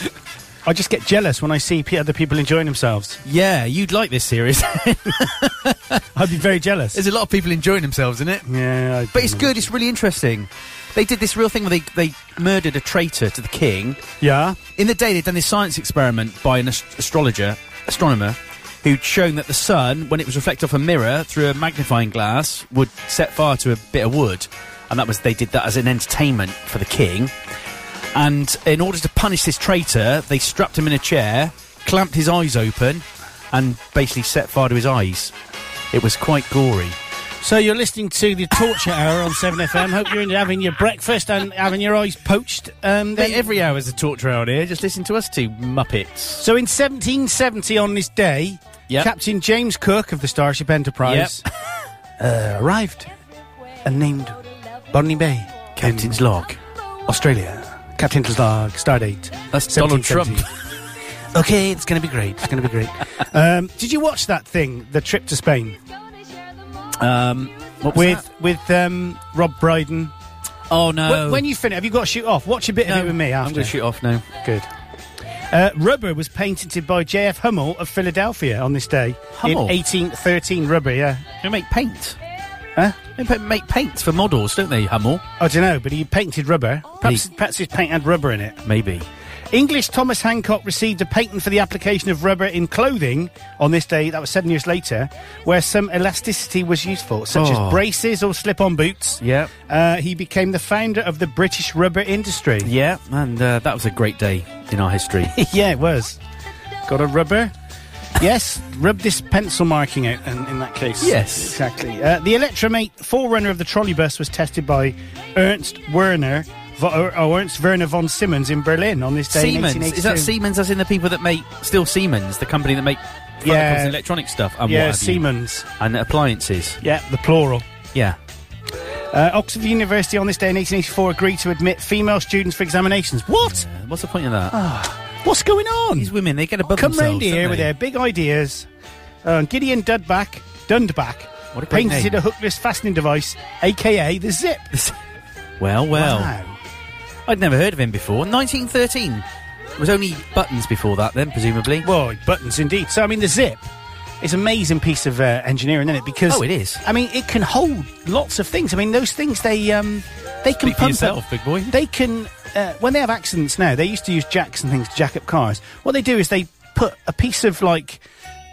Speaker 3: I just get jealous when I see pe- other people enjoying themselves.
Speaker 4: Yeah, you'd like this series.
Speaker 3: I'd be very jealous.
Speaker 4: There's a lot of people enjoying themselves in it.
Speaker 3: yeah, I
Speaker 4: But it's
Speaker 3: don't
Speaker 4: good. It's really interesting. They did this real thing where they, they murdered a traitor to the king.
Speaker 3: know. Yeah,
Speaker 4: In the day, they'd done this science experiment by an ast- astrologer, astronomer, who'd shown that the sun, when it was reflected off a mirror through a magnifying glass, would set fire to a bit of wood. And that was, they did that as an entertainment for the king. And in order to punish this traitor, they strapped him in a chair, clamped his eyes open, and basically set fire to his eyes. It was quite gory.
Speaker 3: So you're listening to the Torture Hour on 7FM. Hope you're having your breakfast and having your eyes poached. Um,
Speaker 4: Mate,
Speaker 3: then-
Speaker 4: every hour's a torture out here. Just listen to us two muppets.
Speaker 3: so in 1770 on this day,
Speaker 4: Yep.
Speaker 3: Captain James Cook of the Starship Enterprise uh, arrived and named Bonnie Bay,
Speaker 4: Captain's log.
Speaker 3: Australia. Captain's log, stardate.
Speaker 4: That's Donald Trump.
Speaker 3: 1770. okay, it's going to be great. It's going to be great. um, did you watch that thing, the trip to Spain,
Speaker 4: Um, what was
Speaker 3: with with um, Rob Brydon?
Speaker 4: that? Oh no!
Speaker 3: When, when you finish, have you got to shoot off? Watch a bit of it with me after.
Speaker 4: I'm going to shoot off now.
Speaker 3: Good. Uh, rubber was painted by J.F. Hummel of Philadelphia on this day
Speaker 4: Hummel?
Speaker 3: in 1813. Rubber, yeah.
Speaker 4: They make paint.
Speaker 3: Huh?
Speaker 4: They pa- make paints for models, don't they, Hummel?
Speaker 3: I don't know, but he painted rubber. Perhaps,
Speaker 4: Oh. He-
Speaker 3: perhaps his paint had rubber in it.
Speaker 4: Maybe.
Speaker 3: English Thomas Hancock received a patent for the application of rubber in clothing on this day, that was seven years later, where some elasticity was useful, such
Speaker 4: Oh.
Speaker 3: as braces or slip on boots.
Speaker 4: Yeah.
Speaker 3: Uh, he became the founder of the British rubber industry.
Speaker 4: Yeah, and uh, that was a great day in our history.
Speaker 3: yeah, it was. Got a rubber? yes, rub this pencil marking out in, in that case.
Speaker 4: Yes.
Speaker 3: Exactly. Uh, the Electromate forerunner of the trolley bus was tested by Ernst Werner Vo- or weren't Werner von Siemens in Berlin on this day in
Speaker 4: Siemens.
Speaker 3: 1882?
Speaker 4: Is that Siemens as in the people that make, still Siemens, the company that make phone
Speaker 3: Yeah.
Speaker 4: calls, electronic stuff and
Speaker 3: Yeah,
Speaker 4: what have you.
Speaker 3: Siemens.
Speaker 4: And appliances.
Speaker 3: Yeah, the plural.
Speaker 4: Yeah.
Speaker 3: Uh, Oxford University on this day in 1884 agreed to admit female students for examinations. What?
Speaker 4: What's the point of that?
Speaker 3: What's going on?
Speaker 4: These women, they get above
Speaker 3: Come
Speaker 4: themselves.
Speaker 3: round here
Speaker 4: don't
Speaker 3: with
Speaker 4: they?
Speaker 3: their big ideas. Uh, Gideon Dudback, Dundback,
Speaker 4: What a great
Speaker 3: painted
Speaker 4: name.
Speaker 3: a hookless fastening device, aka the zip.
Speaker 4: Well, well.
Speaker 3: Wow.
Speaker 4: I'd never heard of him before. 1913. It was only buttons before that, then, presumably.
Speaker 3: Well, buttons indeed. So, I mean, the zip is an amazing piece of uh, engineering, isn't it? Because
Speaker 4: Oh, it is.
Speaker 3: I mean, it can hold lots of things. I mean, those things they um, they can
Speaker 4: Speak for
Speaker 3: pump
Speaker 4: yourself,
Speaker 3: up-
Speaker 4: big boy.
Speaker 3: They can uh, when they have accidents now. They used to use jacks and things to jack up cars. What they do is they put a piece of like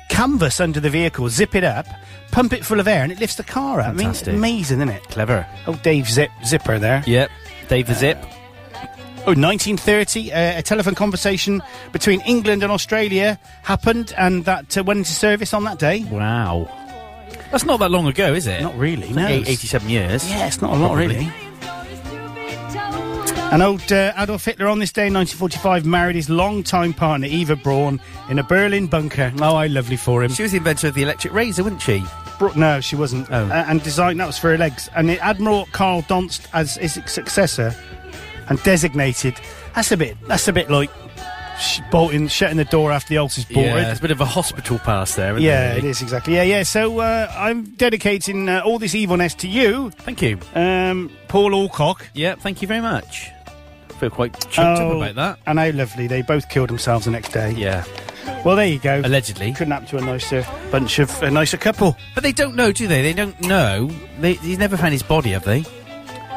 Speaker 3: canvas under the vehicle, zip it up, pump it full of air, and it lifts the car up.
Speaker 4: Fantastic.
Speaker 3: I mean, it's amazing, isn't it?
Speaker 4: Clever.
Speaker 3: Oh, Dave Zip Zipper there.
Speaker 4: Yep. Dave the
Speaker 3: Uh,
Speaker 4: Zip.
Speaker 3: Oh, 1930, uh, a telephone conversation between England and Australia happened, and that uh, went into service on that day.
Speaker 4: Wow. That's not that long ago, is it?
Speaker 3: Not really, no.
Speaker 4: Eight- 87 years.
Speaker 3: Yeah, it's not a lot,
Speaker 4: Probably.
Speaker 3: really. An old uh, Adolf Hitler on this day in 1945 married his longtime partner Eva Braun in a Berlin bunker. Oh, I lovely for him.
Speaker 4: She was the inventor of the electric razor, wasn't she?
Speaker 3: Bro- no, she wasn't.
Speaker 4: Oh.
Speaker 3: Uh, and designed that was for her legs. And the Admiral Karl Donst as his successor and designated. That's a bit. That's a bit like sh- bolting, shutting the door after the ulcer's bolted.
Speaker 4: Yeah, it's a bit of a hospital pass there, isn't
Speaker 3: Yeah,
Speaker 4: it?
Speaker 3: it is exactly. Yeah, yeah. So uh, I'm dedicating uh, all this evilness to you,
Speaker 4: Thank you.
Speaker 3: um, Paul Alcock.
Speaker 4: Yeah, thank you very much. I feel quite choked
Speaker 3: Oh,
Speaker 4: up about that.
Speaker 3: And how lovely. They both killed themselves the next day.
Speaker 4: Yeah,
Speaker 3: Well, there you go.
Speaker 4: allegedly.
Speaker 3: Couldn't happen to a nicer bunch of a nicer couple.
Speaker 4: But they don't know, do they? They don't know. They, he's never found his body, have they?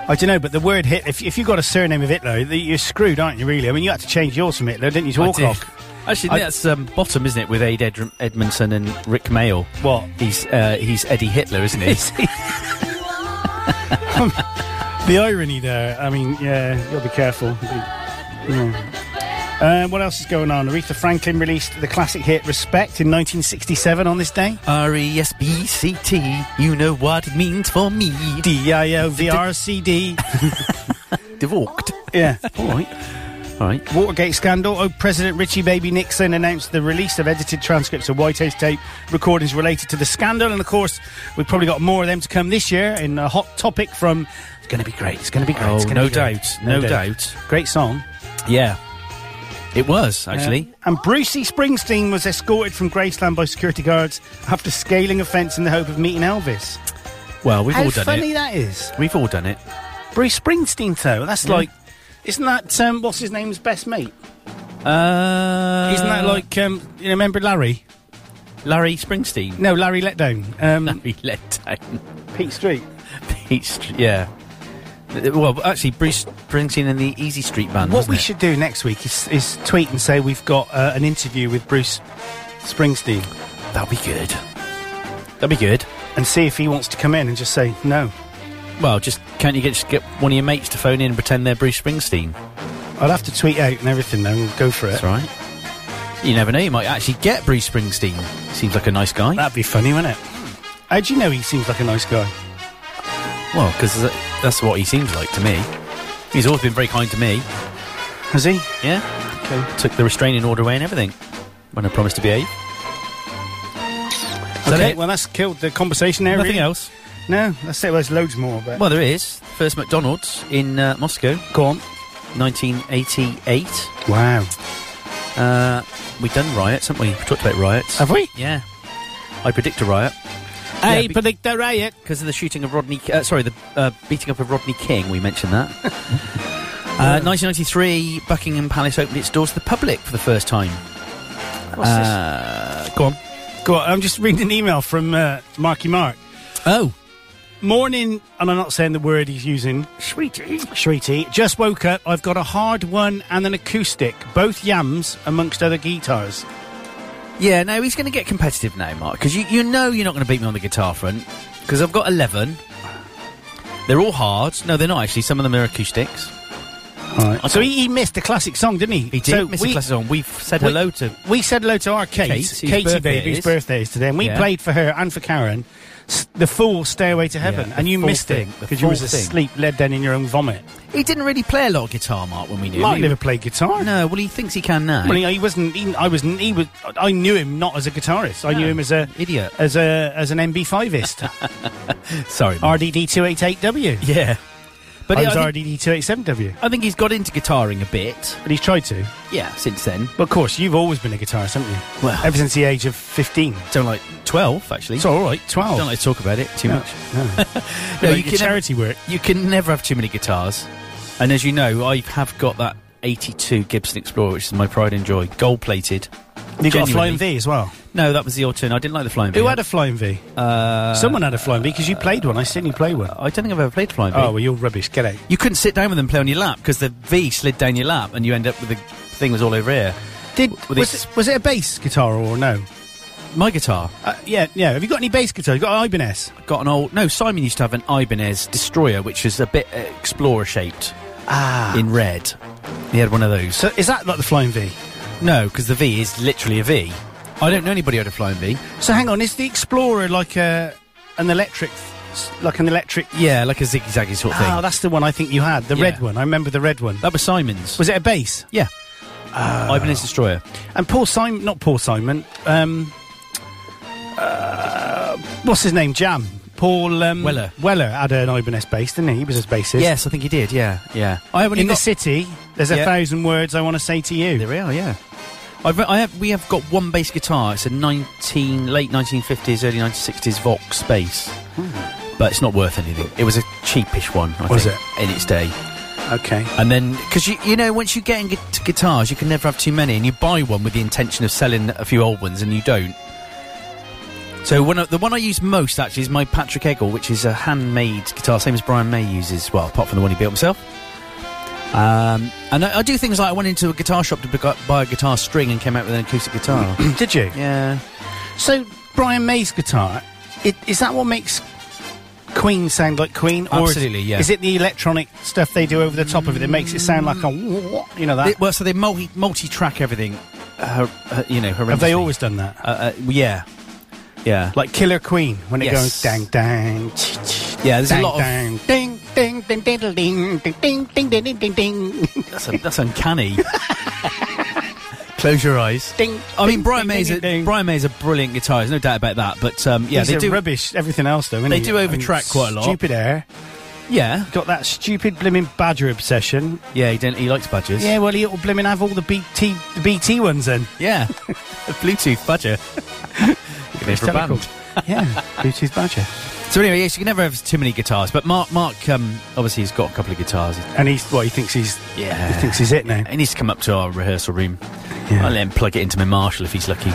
Speaker 3: I don't know, but the word hit. If, if you've got a surname of Hitler, th- you're screwed, aren't you? Really? I mean, you had to change yours from Hitler, didn't you? To
Speaker 4: I did.
Speaker 3: Alcock.
Speaker 4: Actually,
Speaker 3: I-
Speaker 4: that's um, bottom, isn't it? With Aid Ed- Edmondson and Rick Mail.
Speaker 3: What?
Speaker 4: He's uh, he's Eddie Hitler, isn't he?
Speaker 3: The irony there. I mean, yeah, you got to be careful. Yeah. Uh, what else is going on? Aretha Franklin released the classic hit "Respect" in 1967 on this day.
Speaker 4: R E S B C T. You know what it means for me.
Speaker 3: D I O V R C D.
Speaker 4: Divorced.
Speaker 3: Yeah. All right.
Speaker 4: All right.
Speaker 3: Watergate scandal. Oh, President Richie Baby Nixon announced the release of edited transcripts of Whitehouse tape recordings related to the scandal. And of course, we've probably got more of them to come this year in a hot topic from. It's going to be great. It's going to be great.
Speaker 4: Oh,
Speaker 3: it's gonna
Speaker 4: no
Speaker 3: be great.
Speaker 4: doubt. No, doubt.
Speaker 3: Great song.
Speaker 4: Yeah. It was, actually.
Speaker 3: Yeah. And Brucey Springsteen was escorted from Graceland by security guards after scaling a fence in the hope of meeting Elvis.
Speaker 4: Well, we've
Speaker 3: How
Speaker 4: all done
Speaker 3: funny
Speaker 4: it.
Speaker 3: that is.
Speaker 4: We've all done it.
Speaker 3: Bruce Springsteen, though. That's
Speaker 4: Yeah.
Speaker 3: like. Isn't that um, what's his name's best mate?
Speaker 4: Uh,
Speaker 3: Isn't that like um, you know, remember Larry?
Speaker 4: Larry Springsteen?
Speaker 3: No, Larry Letdown. Um,
Speaker 4: Larry let down.
Speaker 3: Pete Street.
Speaker 4: Pete Street, yeah. Uh, Well, actually, Bruce Springsteen and the Easy Street Band.
Speaker 3: What
Speaker 4: wasn't
Speaker 3: we
Speaker 4: it?
Speaker 3: should do next week is, is tweet and say we've got uh, an interview with Bruce Springsteen
Speaker 4: That'll be good. That'll be good.
Speaker 3: and see if he wants to come in and just say no.
Speaker 4: Well, just can't you get, just get one of your mates to phone in and pretend they're Bruce Springsteen?
Speaker 3: I'll have to tweet out and everything though. We'll go for it.
Speaker 4: That's right. You never know. You might actually get Bruce Springsteen. Seems like a nice guy.
Speaker 3: That'd be funny, wouldn't it? How do you know he seems like a nice guy?
Speaker 4: well, because that's what he seems like to me. He's always been very kind to me.
Speaker 3: Has he?
Speaker 4: Yeah.
Speaker 3: Okay.
Speaker 4: Took the restraining order away and everything when I promised to behave. Is that
Speaker 3: okay.
Speaker 4: it?
Speaker 3: Well, that's killed the conversation there.
Speaker 4: Nothing
Speaker 3: really.
Speaker 4: else.
Speaker 3: No, that's it. Well, there's loads more. But
Speaker 4: Well, there is. First McDonald's in uh, Moscow,
Speaker 3: go on.
Speaker 4: 1988.
Speaker 3: Wow.
Speaker 4: Uh, we've done riots, haven't we? We talked about riots.
Speaker 3: Have we?
Speaker 4: Yeah. I predict a riot.
Speaker 3: I
Speaker 4: predict a riot. Because of the shooting of Rodney... Uh, sorry, the uh, beating up of Rodney King, we mentioned that. uh, 1993, Buckingham Palace opened its doors to the public for the first time.
Speaker 3: What's
Speaker 4: Uh, go on.
Speaker 3: this? Go on. I'm just reading an email from uh, Marky Mark.
Speaker 4: Oh.
Speaker 3: Morning, and I'm not saying the word he's using. Sweetie. Sweetie. Just woke up. I've got a hard one and an acoustic, both yams amongst other guitars.
Speaker 4: Yeah, no, he's going to get competitive now, Mark, because you, you know you're not going to beat me on the guitar front, because I've got 11. They're all hard. No, they're not, actually. Some of them are acoustics.
Speaker 3: Right. So he, he missed a classic song, didn't he?
Speaker 4: He did
Speaker 3: so
Speaker 4: miss a classic song. We've said
Speaker 3: we-
Speaker 4: hello to
Speaker 3: We said hello to our Kate,
Speaker 4: Kate, whose
Speaker 3: Katie
Speaker 4: birthday
Speaker 3: Baby,
Speaker 4: it
Speaker 3: whose
Speaker 4: is.
Speaker 3: birthday is today, and we
Speaker 4: Yeah.
Speaker 3: played for her and for Karen s- the full Stairway to Heaven,
Speaker 4: the
Speaker 3: and you
Speaker 4: full
Speaker 3: missed
Speaker 4: thing,
Speaker 3: it
Speaker 4: the
Speaker 3: because you was
Speaker 4: full thing.
Speaker 3: asleep, led down in your own vomit.
Speaker 4: He didn't really play a lot of guitar, Mark, when we knew
Speaker 3: Might
Speaker 4: him.
Speaker 3: never played guitar.
Speaker 4: No, well, he thinks he can now.
Speaker 3: Well, he, he wasn't. He, I was. He was. I knew him not as a guitarist. I knew
Speaker 4: No,
Speaker 3: him as a
Speaker 4: idiot.
Speaker 3: as a as an MB5ist,
Speaker 4: Sorry, Mark.
Speaker 3: RDD288W.
Speaker 4: yeah. But
Speaker 3: I
Speaker 4: he-
Speaker 3: was
Speaker 4: I, think,
Speaker 3: RDD287W,
Speaker 4: I think he's got into guitaring a bit.
Speaker 3: but he's tried to.
Speaker 4: Yeah, since then.
Speaker 3: But of course, you've always been a guitarist, haven't you?
Speaker 4: Well-
Speaker 3: ever since the age of fifteen.
Speaker 4: Don't like 12, actually.
Speaker 3: It's all right, twelve.
Speaker 4: Don't like to talk about it too much.
Speaker 3: no,
Speaker 4: No,
Speaker 3: you
Speaker 4: you
Speaker 3: can
Speaker 4: can-
Speaker 3: charity work.
Speaker 4: You can never have too many guitars. And as you know, I have got that 82 Gibson Explorer, which is my pride and joy, gold plated.
Speaker 3: You got a
Speaker 4: Genuinely.
Speaker 3: flying V as well.
Speaker 4: No, that was the alternate. I didn't like the flying.
Speaker 3: Who
Speaker 4: V.
Speaker 3: had a flying V?
Speaker 4: Uh,
Speaker 3: Someone had a flying V because you played one. I seen you play one.
Speaker 4: I don't think I've ever played flying. V.
Speaker 3: Oh well, you're rubbish. Get out.
Speaker 4: You couldn't sit down with them play on your lap because the V slid down your lap, and you end up with the thing was all over here.
Speaker 3: Did
Speaker 4: With
Speaker 3: was
Speaker 4: this-
Speaker 3: it, was it a bass guitar or no?
Speaker 4: My guitar
Speaker 3: Uh, yeah, yeah. Have you got any bass guitar? You got an Ibanez?
Speaker 4: I got an old. No, Simon used to have an Ibanez Destroyer, which is a bit uh, Explorer shaped
Speaker 3: Ah.
Speaker 4: in red. He had one of those.
Speaker 3: So is that like the flying V?
Speaker 4: no, because the V is literally a V. I don't know anybody who had a flying V.
Speaker 3: So hang on, is the Explorer like a an electric, s- like an electric?
Speaker 4: Yeah, like a zigzaggy sort of thing.
Speaker 3: Ah, that's the one I think you had, the
Speaker 4: Yeah.
Speaker 3: red one. I remember the red one.
Speaker 4: That was Simon's.
Speaker 3: Was it Ah. a bass?
Speaker 4: yeah. Ibanez Destroyer.
Speaker 3: And Paul Simon, not Paul Simon. Um, uh, what's his name? Jam. Paul um,
Speaker 4: Weller.
Speaker 3: Weller had an Ibanez bass, didn't he? He was his bassist.
Speaker 4: Yes, I think he did. Yeah, yeah. I haven't
Speaker 3: In the
Speaker 4: got-
Speaker 3: city, there's a
Speaker 4: Yeah.
Speaker 3: thousand words I want to say to
Speaker 4: There
Speaker 3: you.
Speaker 4: we are, yeah. I've, I have, we have got one bass guitar. It's a 19, late 1950s, early 1960s Vox bass. But it's not worth anything. It was a cheapish one, I
Speaker 3: Hmm. Was
Speaker 4: think, in its day.
Speaker 3: Okay.
Speaker 4: And then, because you, you know, once you get into guitars, you can never have too many, and you buy one with the intention of selling a few old ones, and you don't. So one of, the one I use most actually is my Patrick Eggle, which is a handmade guitar, same as Brian May uses. Well, apart from the one he built himself. Um, and I, I do things like I went into a guitar shop to pick up, buy a guitar string and came out with an acoustic guitar.
Speaker 3: Did you?
Speaker 4: yeah.
Speaker 3: So Brian May's guitar, it, is that what makes Queen sound like Queen? is-
Speaker 4: Absolutely, yeah.
Speaker 3: Is it the electronic stuff they do over the top of it that makes it sound like a you know that?
Speaker 4: They- well, so they multi multi track everything. Uh, uh, you know,
Speaker 3: Have they
Speaker 4: horrendously.
Speaker 3: always done that?
Speaker 4: Uh, uh, yeah. Yeah.
Speaker 3: Like Killer Queen when it
Speaker 4: Yes.
Speaker 3: goes dang dang.
Speaker 4: Yeah, there's
Speaker 3: dang,
Speaker 4: a lot of
Speaker 3: dang, ding ding ding ding ding ding ding ding ding ding ding ding
Speaker 4: That's, un- that's uncanny. Close your eyes.
Speaker 3: ding.
Speaker 4: I mean, Brian
Speaker 3: ding,
Speaker 4: May's
Speaker 3: ding,
Speaker 4: a,
Speaker 3: ding, ding.
Speaker 4: Brian May's a brilliant guitarist, no doubt about that. But um, yeah,
Speaker 3: He's
Speaker 4: they
Speaker 3: a
Speaker 4: do.
Speaker 3: rubbish everything else though. isn't
Speaker 4: They
Speaker 3: he?
Speaker 4: do
Speaker 3: I mean,
Speaker 4: overtrack quite a lot.
Speaker 3: Stupid air.
Speaker 4: Yeah,
Speaker 3: Got that stupid blimmin' badger obsession.
Speaker 4: yeah, he, don't, he likes badgers.
Speaker 3: Yeah, well, he'll blimmin' have all the BT the BT ones then.
Speaker 4: yeah. a Bluetooth badger. Give me
Speaker 3: It's
Speaker 4: for a band.
Speaker 3: technical. yeah, Bluetooth badger.
Speaker 4: So anyway, yes, you can never have too many guitars. But Mark, Mark, um, obviously he's got a couple of guitars.
Speaker 3: And he's what he thinks he's
Speaker 4: Yeah.
Speaker 3: he thinks he's it now.
Speaker 4: He needs to come up to our rehearsal room.
Speaker 3: Yeah.
Speaker 4: I'll let him plug it into my Marshall if he's lucky.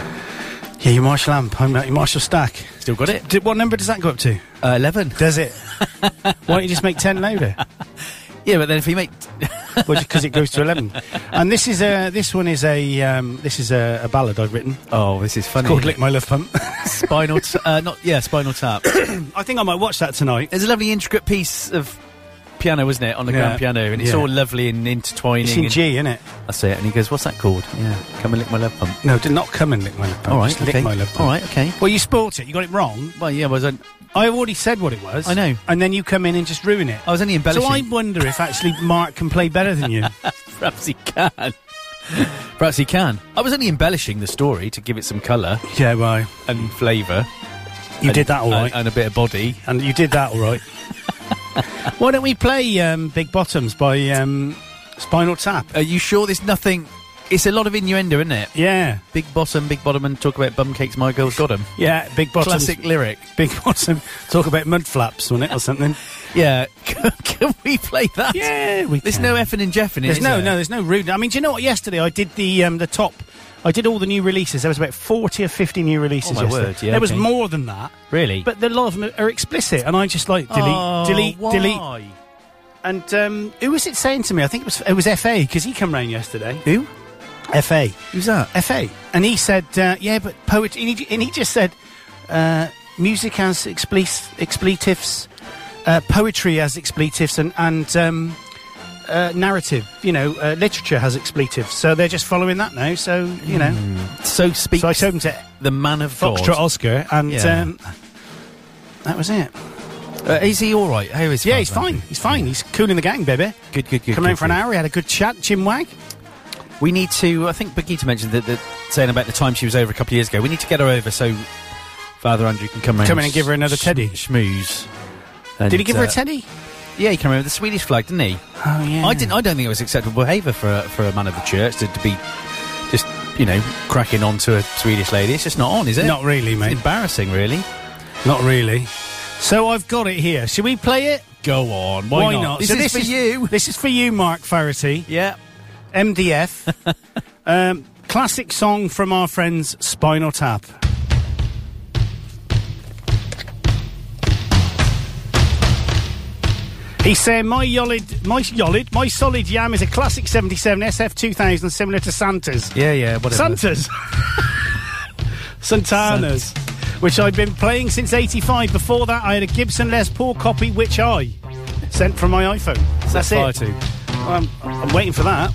Speaker 3: Yeah, your Marshall amp. I'm at your Marshall stack.
Speaker 4: Still got it?
Speaker 3: Did, what number does that go up to?
Speaker 4: Uh, Eleven.
Speaker 3: Does it? Why don't you just make ten louder?
Speaker 4: Yeah, but then if he make
Speaker 3: because it goes to eleven. And this is a this one is a um, this is a, a ballad I've written
Speaker 4: oh, this is funny.
Speaker 3: called "Lick My Love Pump."
Speaker 4: spinal, t- uh, not yeah, spinal tap.
Speaker 3: I think I might watch that tonight.
Speaker 4: There's a lovely intricate piece of piano, isn't it, on the
Speaker 3: Yeah.
Speaker 4: grand piano, and it's
Speaker 3: Yeah.
Speaker 4: all lovely and intertwining.
Speaker 3: It's in
Speaker 4: and-
Speaker 3: G, isn't it?
Speaker 4: I say it, and he goes, "What's that called?" Yeah, come and lick my love pump.
Speaker 3: No, did not come and lick my love pump.
Speaker 4: all right,
Speaker 3: just
Speaker 4: okay.
Speaker 3: lick my love pump.
Speaker 4: all right, okay.
Speaker 3: Well, you spoilt it. You got it wrong.
Speaker 4: Well, yeah, I was, on,
Speaker 3: I already said what it was.
Speaker 4: I know. Oh,
Speaker 3: And then you come in and just ruin it.
Speaker 4: I was only
Speaker 3: So I
Speaker 4: embellishing.
Speaker 3: wonder if actually Mark can play better than you.
Speaker 4: Perhaps he can. Perhaps he can. I was only embellishing the story to give it some colour
Speaker 3: yeah, well,
Speaker 4: and flavour.
Speaker 3: you
Speaker 4: and-
Speaker 3: did that all right.
Speaker 4: and, and a bit of body.
Speaker 3: And you did that all right. Why don't we play um, Big Bottoms by um, Spinal Tap?
Speaker 4: Are you sure there's nothing? It's a lot of innuendo, isn't it?
Speaker 3: Yeah,
Speaker 4: Big bottom, big bottom, and talk about bum cakes. My girl's got 'em.
Speaker 3: yeah, Big Bottoms.
Speaker 4: Classic lyric.
Speaker 3: Big Bottom. Talk about mud flaps, wasn't it, or something?
Speaker 4: Yeah, can we play that?
Speaker 3: yeah, we
Speaker 4: There's
Speaker 3: can.
Speaker 4: no effing and jeffing. in it,
Speaker 3: There's
Speaker 4: is
Speaker 3: no,
Speaker 4: there?
Speaker 3: no, there's no rude. I mean, do you know what? Yesterday I did the um, the top. I did all the new releases. There was about forty or fifty new releases.
Speaker 4: Oh, my
Speaker 3: yesterday.
Speaker 4: word, yeah,
Speaker 3: there was
Speaker 4: okay.
Speaker 3: more than that,
Speaker 4: Really?
Speaker 3: but the lot of them are explicit, and I just like delete,
Speaker 4: Oh,
Speaker 3: delete, delete. And um, who was it saying to me? I think it was it was FA because he came round yesterday.
Speaker 4: Who?
Speaker 3: FA.
Speaker 4: Who's that?
Speaker 3: FA. And he said, uh, yeah, but poetry. And he, and he just said, uh, music has expletive, expletives, uh, poetry has expletives, and, and um, uh, narrative. You know, uh, literature has expletives, so they're just following that now. So you know,
Speaker 4: Hmm. so speaks.
Speaker 3: So I showed them to
Speaker 4: the man of
Speaker 3: Foxtrot
Speaker 4: God.
Speaker 3: Oscar, and
Speaker 4: Yeah.
Speaker 3: um, that was it.
Speaker 4: Uh, is he all right? How is
Speaker 3: Yeah, he's fine. He's fine. He's cool in the gang, baby.
Speaker 4: Good, good, good.
Speaker 3: Come
Speaker 4: good,
Speaker 3: in for an
Speaker 4: good.
Speaker 3: hour. He had a good chat. Jim Wag.
Speaker 4: We need to. I think Brigitte mentioned that, that saying about the time she was over a couple of years ago. We need to get her over so Father Andrew can come round.
Speaker 3: Come in and give her another
Speaker 4: sh-
Speaker 3: teddy.
Speaker 4: Schmooze. And,
Speaker 3: Did he give her a
Speaker 4: uh,
Speaker 3: teddy?
Speaker 4: Yeah, he came over with the Swedish flag, didn't he?
Speaker 3: Oh yeah.
Speaker 4: I didn't. I don't think it was acceptable behaviour for a, for a man of the church to, to be just you know cracking on to a Swedish lady. It's just not on, is it?
Speaker 3: Not really,
Speaker 4: It's
Speaker 3: mate.
Speaker 4: embarrassing, really.
Speaker 3: Not really. So I've got it here. Should we play it?
Speaker 4: Go on. Why,
Speaker 3: not?
Speaker 4: This
Speaker 3: so
Speaker 4: is for you.
Speaker 3: This is for you, Mark Farity,
Speaker 4: Yeah.
Speaker 3: MDF. um, classic song from our friends Spinal Tap. He's saying my yolid, my yolid, my solid yam is a classic '77 SF 2000, similar to Santa's.
Speaker 4: Yeah. Yeah. Whatever.
Speaker 3: Santas. Santanas. Which I've been playing since 85. Before that, I had a Gibson Les Paul copy, which I sent from my iPhone. That's
Speaker 4: Fire
Speaker 3: it.
Speaker 4: to.
Speaker 3: I'm, I'm waiting for that.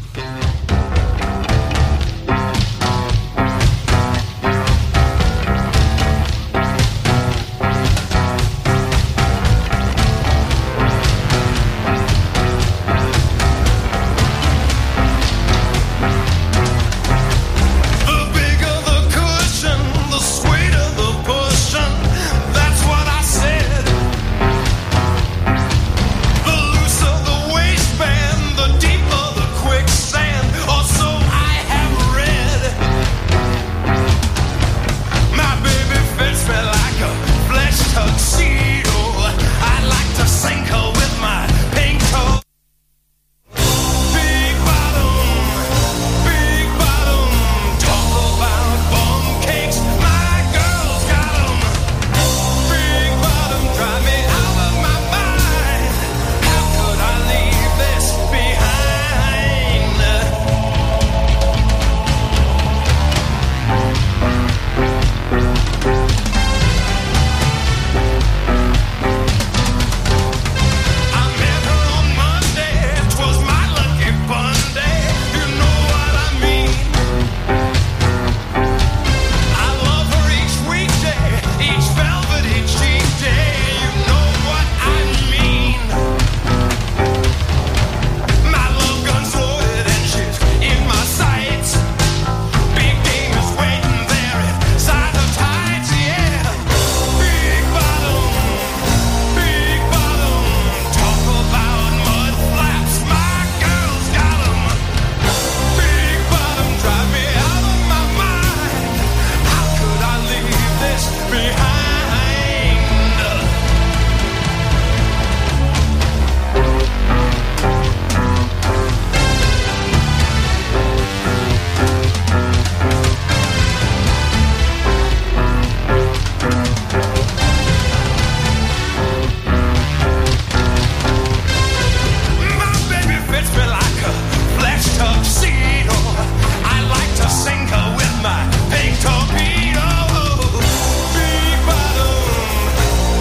Speaker 7: The bigger the cushion, the sweeter the pushing. That's what I said. The looser the waistband, the deeper the quicksand. Or so I have read. My baby fits me like a flesh tuxedo. I'd like to sink her with my pink toe. Big bottom. Big bottom, talk about bum cakes. My girl's got 'em. Big bottom, drive me out of my mind. How could I leave this behind? I met her on Monday. 'Twas my lucky Monday. You know what I mean. I love her each weekday, each velvety cheek day. You know what I mean. My love gun's loaded and she's in my sights. Big game is waiting there inside the tides, yeah. Big bottom. Big bottom, talk about mud flaps. My girl's got 'em. Big bottom, drive me out of my mind. How could I leave this behind? My baby fits me like a flesh tuxedo. I like to sink her with my pink torpedo. Big bottom,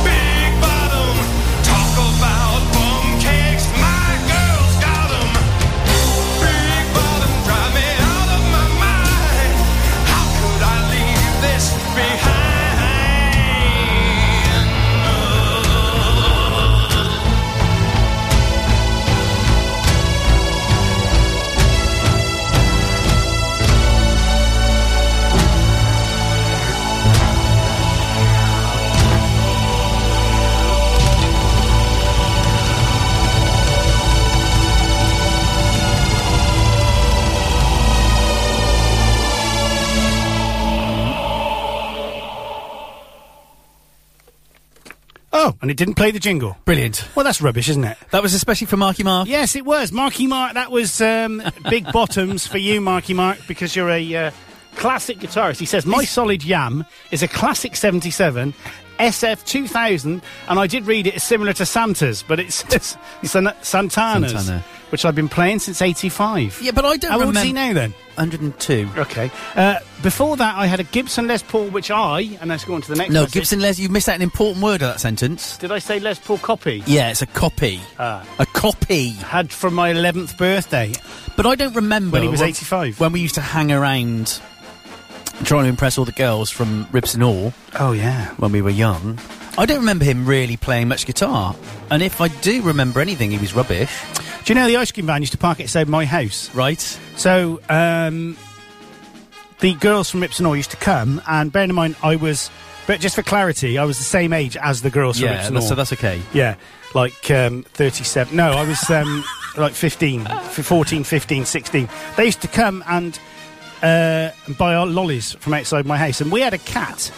Speaker 7: big bottom. Talk about bum cakes. My girl's got 'em. Big bottom, drive me out of my mind. How could I leave this behind?
Speaker 3: Oh, and it didn't play the jingle.
Speaker 4: Brilliant.
Speaker 3: Well, that's rubbish, isn't it?
Speaker 4: That was especially for Marky Mark.
Speaker 3: Yes, it was. Marky Mark, that was um, Big Bottoms for you, Marky Mark, because you're a uh, classic guitarist. He says, My Solid Yam is a classic 77, SF 2000, and I did read it is similar to Santa's, but it's, it's San- Santana's,
Speaker 4: Santana.
Speaker 3: which I've been playing since 85.
Speaker 4: Yeah, but I don't
Speaker 3: How old is he
Speaker 4: remem-
Speaker 3: now then?
Speaker 4: 102.
Speaker 3: Okay. Uh, before that, I had a Gibson Les Paul, which I, and let's go on to the next
Speaker 4: No,
Speaker 3: message.
Speaker 4: Gibson Les, you missed out an important word of that sentence.
Speaker 3: Did I say Les Paul copy?
Speaker 4: Yeah, it's a copy.
Speaker 3: Ah.
Speaker 4: a copy.
Speaker 3: Had from my 11th birthday.
Speaker 4: But I don't remember
Speaker 3: When he was
Speaker 4: when-
Speaker 3: 85.
Speaker 4: When we used to hang around trying to impress all the girls from Ribson Hall
Speaker 3: Oh, yeah.
Speaker 4: when we were young. I don't remember him really playing much guitar. And if I do remember anything, he was rubbish.
Speaker 3: Do you know the ice cream van used to park outside my house?
Speaker 4: Right?
Speaker 3: So um, the girls from Ripson Hall used to come, and bearing in mind, I was, but just for clarity, I was the same age as the girls from
Speaker 4: yeah,
Speaker 3: Ripson
Speaker 4: that's, so
Speaker 3: Hall.
Speaker 4: that's okay.
Speaker 3: yeah, like um, 37. No, I was um, like 15, f- 14, 15, 16. They used to come and uh, buy our lollies from outside my house, and we had a cat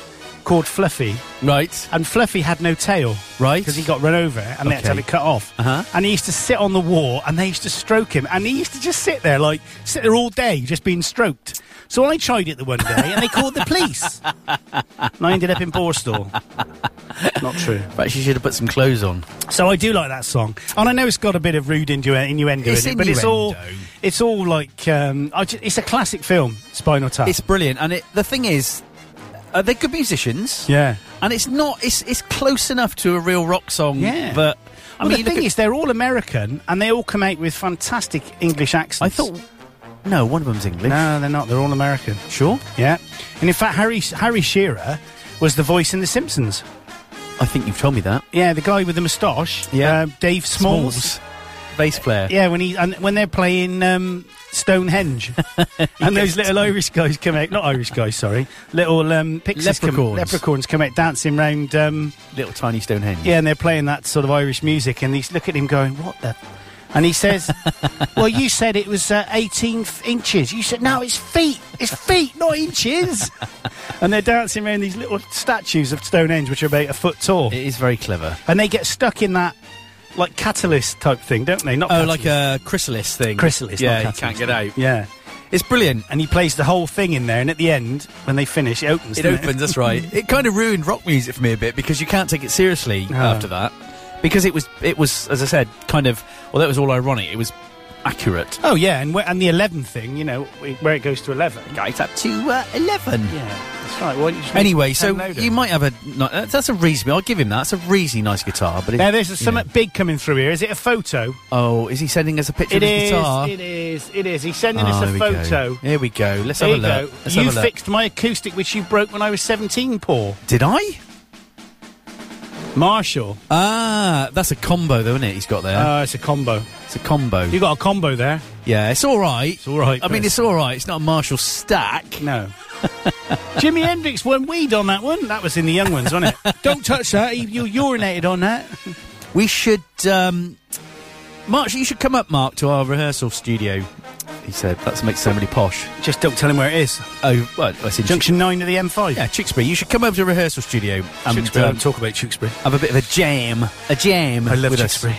Speaker 3: called Fluffy,
Speaker 4: Right.
Speaker 3: and Fluffy had no tail.
Speaker 4: Right.
Speaker 3: Because he got run over and they had to have it
Speaker 4: Okay.
Speaker 3: cut off.
Speaker 4: Uh-huh.
Speaker 3: And he used to sit on the wall and they used to stroke him. And he used to just sit there, like, sit there all day, just being stroked. So I tried it the one day and they called the police. and I ended up in Borstal. Not true.
Speaker 4: Perhaps you should have put some clothes on.
Speaker 3: So I do like that song. And I know it's got a bit of rude innu- innuendo
Speaker 4: It's
Speaker 3: in it, but it's all,
Speaker 4: innuendo.
Speaker 3: it's all like, um, I ju- it's a classic film, Spinal Tap.
Speaker 4: It's brilliant. And it, the thing is, uh, they're good musicians.
Speaker 3: yeah.
Speaker 4: And it's not, it's, it's close enough to a real rock song
Speaker 3: Yeah.
Speaker 4: that. I
Speaker 3: I mean,
Speaker 4: mean, you
Speaker 3: the
Speaker 4: look
Speaker 3: thing
Speaker 4: at-
Speaker 3: is, they're all American and they all come out with fantastic English accents.
Speaker 4: I thought. No, one of them's English.
Speaker 3: No, they're not. They're all American.
Speaker 4: Sure.
Speaker 3: Yeah. And in fact, Harry Harry Shearer was the voice in The Simpsons.
Speaker 4: I think you've told me that.
Speaker 3: Yeah, the guy with the moustache.
Speaker 4: Yeah.
Speaker 3: Uh, Dave Smalls.
Speaker 4: Bass player.
Speaker 3: Yeah, when he and when they're playing um, Stonehenge, and those little Irish guys come out. Not Irish guys, sorry. Little um, pixies come-
Speaker 4: Leprechauns.
Speaker 3: leprechauns come out dancing round. Um,
Speaker 4: Little tiny Stonehenge.
Speaker 3: yeah, and they're playing that sort of Irish music, and he's look at him going, "What the." And he says, "Well, you said it was uh, 18 f- inches. You said no, it's feet. It's feet, not inches." and they're dancing around these little statues of Stonehenge, which are about a foot tall,
Speaker 4: It is very clever.
Speaker 3: and they get stuck in that like catalyst type thing, don't they? Not
Speaker 4: Oh,
Speaker 3: catalyst.
Speaker 4: like a chrysalis thing.
Speaker 3: Chrysalis, not
Speaker 4: Yeah, you
Speaker 3: catalyst.
Speaker 4: can't get out.
Speaker 3: yeah.
Speaker 4: It's brilliant.
Speaker 3: And he plays the whole thing in there, and at the end, when they finish, it opens.
Speaker 4: It
Speaker 3: doesn't
Speaker 4: opens, that's right. It kind of ruined rock music for me a bit because you can't take it seriously
Speaker 3: Ah.
Speaker 4: after that. Because it was, it was, as I said, kind of, well, that was all ironic. It was accurate.
Speaker 3: Oh yeah, and wh- and the eleven thing, you know, wh- where it goes to eleven.
Speaker 4: Guys, up to uh, 11.
Speaker 3: Yeah, that's right. Why don't you just make
Speaker 4: Anyway,
Speaker 3: it
Speaker 4: so
Speaker 3: 10 loader?
Speaker 4: you might have a. ni- uh, That's a reasonable. I'll give him that. That's a reasonably nice guitar. But it,
Speaker 3: Now there's a,
Speaker 4: you know.
Speaker 3: something big coming through here. Is it a photo?
Speaker 4: Oh, is he sending us a picture
Speaker 3: It
Speaker 4: of his
Speaker 3: is.
Speaker 4: guitar?
Speaker 3: It is. It is. He's sending
Speaker 4: Ah,
Speaker 3: us
Speaker 4: there
Speaker 3: a
Speaker 4: we go.
Speaker 3: photo.
Speaker 4: Here we go. Let's
Speaker 3: There
Speaker 4: have
Speaker 3: you
Speaker 4: a
Speaker 3: go.
Speaker 4: look. Let's have
Speaker 3: you
Speaker 4: a look.
Speaker 3: fixed my acoustic, which you broke when I was 17, Paul.
Speaker 4: Did I?
Speaker 3: Marshall.
Speaker 4: Ah, that's a combo, though, isn't it? He's got there.
Speaker 3: Uh, it's a combo.
Speaker 4: it's a combo.
Speaker 3: You got a combo there.
Speaker 4: yeah, it's all right. It's
Speaker 3: all right,
Speaker 4: I mean,
Speaker 3: but-
Speaker 4: it's all right. It's not a Marshall stack.
Speaker 3: No. Jimi Hendrix won weed on that one. That was in the young ones, wasn't it? Don't touch that. You, you urinated on that.
Speaker 4: We should. Um, Mark, you should come up, Mark, to our rehearsal studio. He said that makes so many posh.
Speaker 3: Just don't tell him where it is.
Speaker 4: Oh, well, that's in
Speaker 3: Junction 9 of the M5.
Speaker 4: Yeah, Tewkesbury. You should come over to the rehearsal studio and
Speaker 3: Tewkesbury,
Speaker 4: um,
Speaker 3: talk about Tewkesbury.
Speaker 4: have a bit of a jam. A jam.
Speaker 3: I love
Speaker 4: with
Speaker 3: Tewkesbury.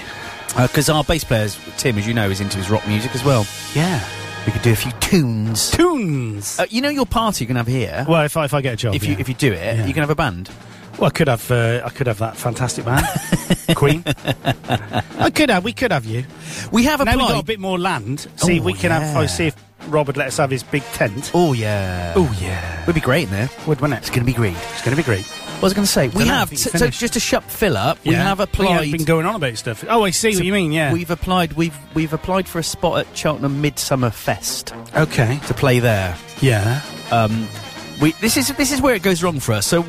Speaker 4: Because our bass players, Tim, as you know, is into his rock music as well.
Speaker 3: Yeah.
Speaker 4: We could do a few tunes.
Speaker 3: Tunes.
Speaker 4: Uh, you know your party you're going to have here?
Speaker 3: well, if I, if I get a job,
Speaker 4: if you
Speaker 3: yeah.
Speaker 4: if you do it,
Speaker 3: Yeah.
Speaker 4: you can have a band.
Speaker 3: Well, I could have. Uh, I could have that fantastic band, Queen. I could have. We could have you.
Speaker 4: We have
Speaker 3: Now we got a
Speaker 4: applied.
Speaker 3: bit more land. See,
Speaker 4: Oh,
Speaker 3: we can have.
Speaker 4: yeah.
Speaker 3: I see if Rob would let us have his big tent.
Speaker 4: oh yeah,
Speaker 3: Oh yeah,
Speaker 4: would be great in there.
Speaker 3: would wouldn't
Speaker 4: It's
Speaker 3: it?
Speaker 4: going to be great.
Speaker 3: It's going to be great.
Speaker 4: What was I going to say? We
Speaker 3: Dunno, I
Speaker 4: have
Speaker 3: think
Speaker 4: so,
Speaker 3: you
Speaker 4: so
Speaker 3: finished.
Speaker 4: just to shut Phil up. We
Speaker 3: Yeah.
Speaker 4: have
Speaker 3: We
Speaker 4: applied.
Speaker 3: have been going on about stuff. Oh, I see what you mean. Yeah.
Speaker 4: We've applied. We've we've applied for a spot at Cheltenham Midsummer Fest
Speaker 3: okay.
Speaker 4: to play there.
Speaker 3: Yeah.
Speaker 4: We this is this is where it goes wrong for us. So.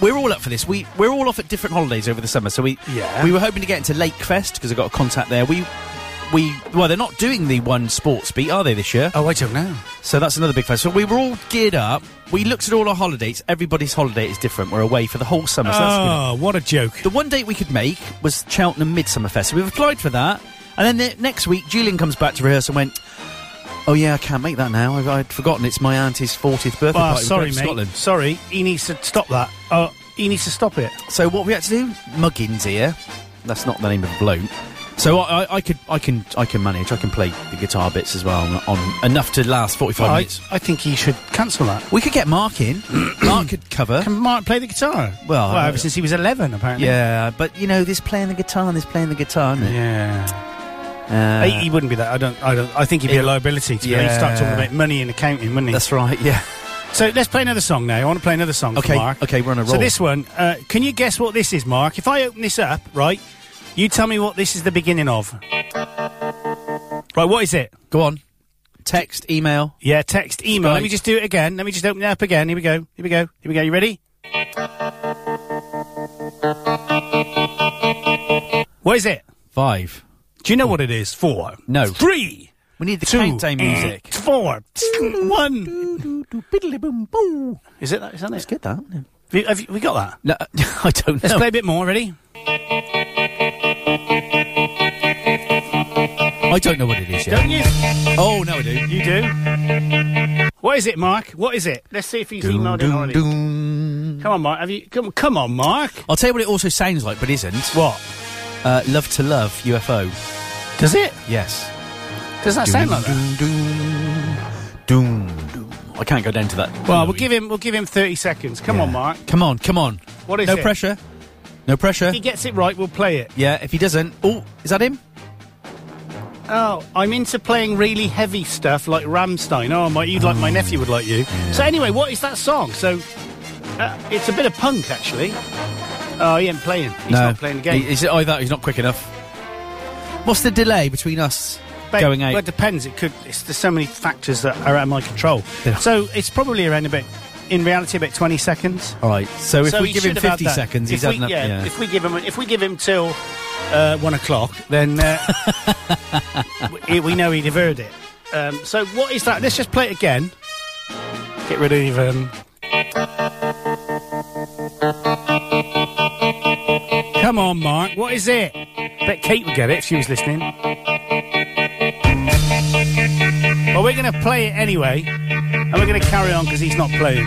Speaker 4: We're all up for this. We we're all off at different holidays over the summer. So we
Speaker 3: Yeah.
Speaker 4: we were hoping to get into Lakefest because I got a contact there. We we well they're not doing the one sports beat are they this year?
Speaker 3: Oh, I don't know.
Speaker 4: So that's another big festival. We were all geared up. We looked at all our holidays. Everybody's holiday is different. We're away for the whole summer. So that's good.
Speaker 3: Oh, what a joke.
Speaker 4: The one date we could make was Cheltenham Midsummer Fest. So we've applied for that. And then the next week, Julian comes back to rehearse and went, Oh, yeah, I can't make that now. I've, I'd forgotten it's my auntie's 40th birthday
Speaker 3: Oh,
Speaker 4: party. We're
Speaker 3: sorry,
Speaker 4: going
Speaker 3: mate.
Speaker 4: to Scotland.
Speaker 3: Sorry, he needs to stop that. Oh, he needs to stop it.
Speaker 4: So what we had to do, Muggins here, that's not the name of the bloke, So I, I, I could, I can, I can manage. I can play the guitar bits as well on, on enough to last forty-five
Speaker 3: I,
Speaker 4: minutes.
Speaker 3: I think he should cancel that.
Speaker 4: We could get Mark in. Mark could cover.
Speaker 3: Can Mark play the guitar?
Speaker 4: Well,
Speaker 3: well uh,
Speaker 4: I-
Speaker 3: ever since he was 11, apparently.
Speaker 4: yeah, but you know, this playing the guitar and this playing the guitar. Isn't it?
Speaker 3: Yeah.
Speaker 4: Uh,
Speaker 3: he, he wouldn't be that. I don't. I don't. I think he'd be
Speaker 4: It-
Speaker 3: a liability to me. He'd start talking
Speaker 4: Yeah.
Speaker 3: about money and accounting, wouldn't he?
Speaker 4: that's right. Yeah.
Speaker 3: so let's play another song now. I want to play another song for
Speaker 4: Okay.
Speaker 3: Mark.
Speaker 4: Okay, we're on a roll.
Speaker 3: So this one, uh, can you guess what this is, Mark? If I open this up, right, you tell me what this is the beginning of. Right, what is it?
Speaker 4: Go on. Text, email.
Speaker 3: Yeah, text, email. Let me
Speaker 4: Right.
Speaker 3: just do it again. Let me just open it up again. Here we go. Here we go. Here we go. You ready? What is it?
Speaker 4: Five.
Speaker 3: Do you know what it is? Four.
Speaker 4: No.
Speaker 3: Three.
Speaker 4: We need the
Speaker 3: Two.
Speaker 4: countdown music.
Speaker 3: eh, Four. One.
Speaker 4: Biddly-boom-boo.
Speaker 3: Is it that? Is that it?
Speaker 4: Good that. wasn't it?
Speaker 3: Have, you- have you- we got that?
Speaker 4: No, I don't
Speaker 3: Let's
Speaker 4: know.
Speaker 3: play a bit more. Ready?
Speaker 4: I don't know what it is yet.
Speaker 3: Don't you?
Speaker 4: Oh no, I do.
Speaker 3: You do. What is it, Mark? What is it? Let's see if he's emailed it already. Come on, Mark. Have you? Come, come on, Mark.
Speaker 4: I'll tell you what it also sounds like, but isn't.
Speaker 3: What?
Speaker 4: Uh, love to love UFO.
Speaker 3: Does it?
Speaker 4: Yes.
Speaker 3: Does that sound like that?
Speaker 4: Doom. I can't go down to that.
Speaker 3: Well, we'll give him. We'll give him thirty seconds. Come on, Mark.
Speaker 4: Come on, come on.
Speaker 3: What is
Speaker 4: no
Speaker 3: it?
Speaker 4: pressure. No pressure.
Speaker 3: If he gets it right, we'll play it.
Speaker 4: Yeah, if he doesn't. Oh, is that him?
Speaker 3: Oh, I'm into playing really heavy stuff like Ramstein. Oh, my, you'd like my nephew would like you. So anyway, what is that song? So uh, it's a bit of punk actually. Oh, he ain't playing. He's not playing the game.
Speaker 4: He- Is it either he's not quick enough? What's the delay between us
Speaker 3: But-
Speaker 4: going out?
Speaker 3: Well, it depends. It could. It's, there's so many factors that are out of my control.
Speaker 4: Yeah.
Speaker 3: So it's probably around about, in reality, about 20 seconds.
Speaker 4: All right. So if
Speaker 3: So
Speaker 4: we
Speaker 3: he
Speaker 4: give him
Speaker 3: should have had
Speaker 4: 50
Speaker 3: that.
Speaker 4: seconds,
Speaker 3: If
Speaker 4: he's
Speaker 3: we,
Speaker 4: had enough.
Speaker 3: yeah,
Speaker 4: yeah.
Speaker 3: If we give him, if we give him till uh, one o'clock, then uh, we, we know he'd have heard it. Um, so what is that? Let's just play it again. Get rid of. Um... Come on, Mark. What is it? Bet Kate would get it if she was listening. Well, we're going to play it anyway, and we're going to carry on because he's not playing.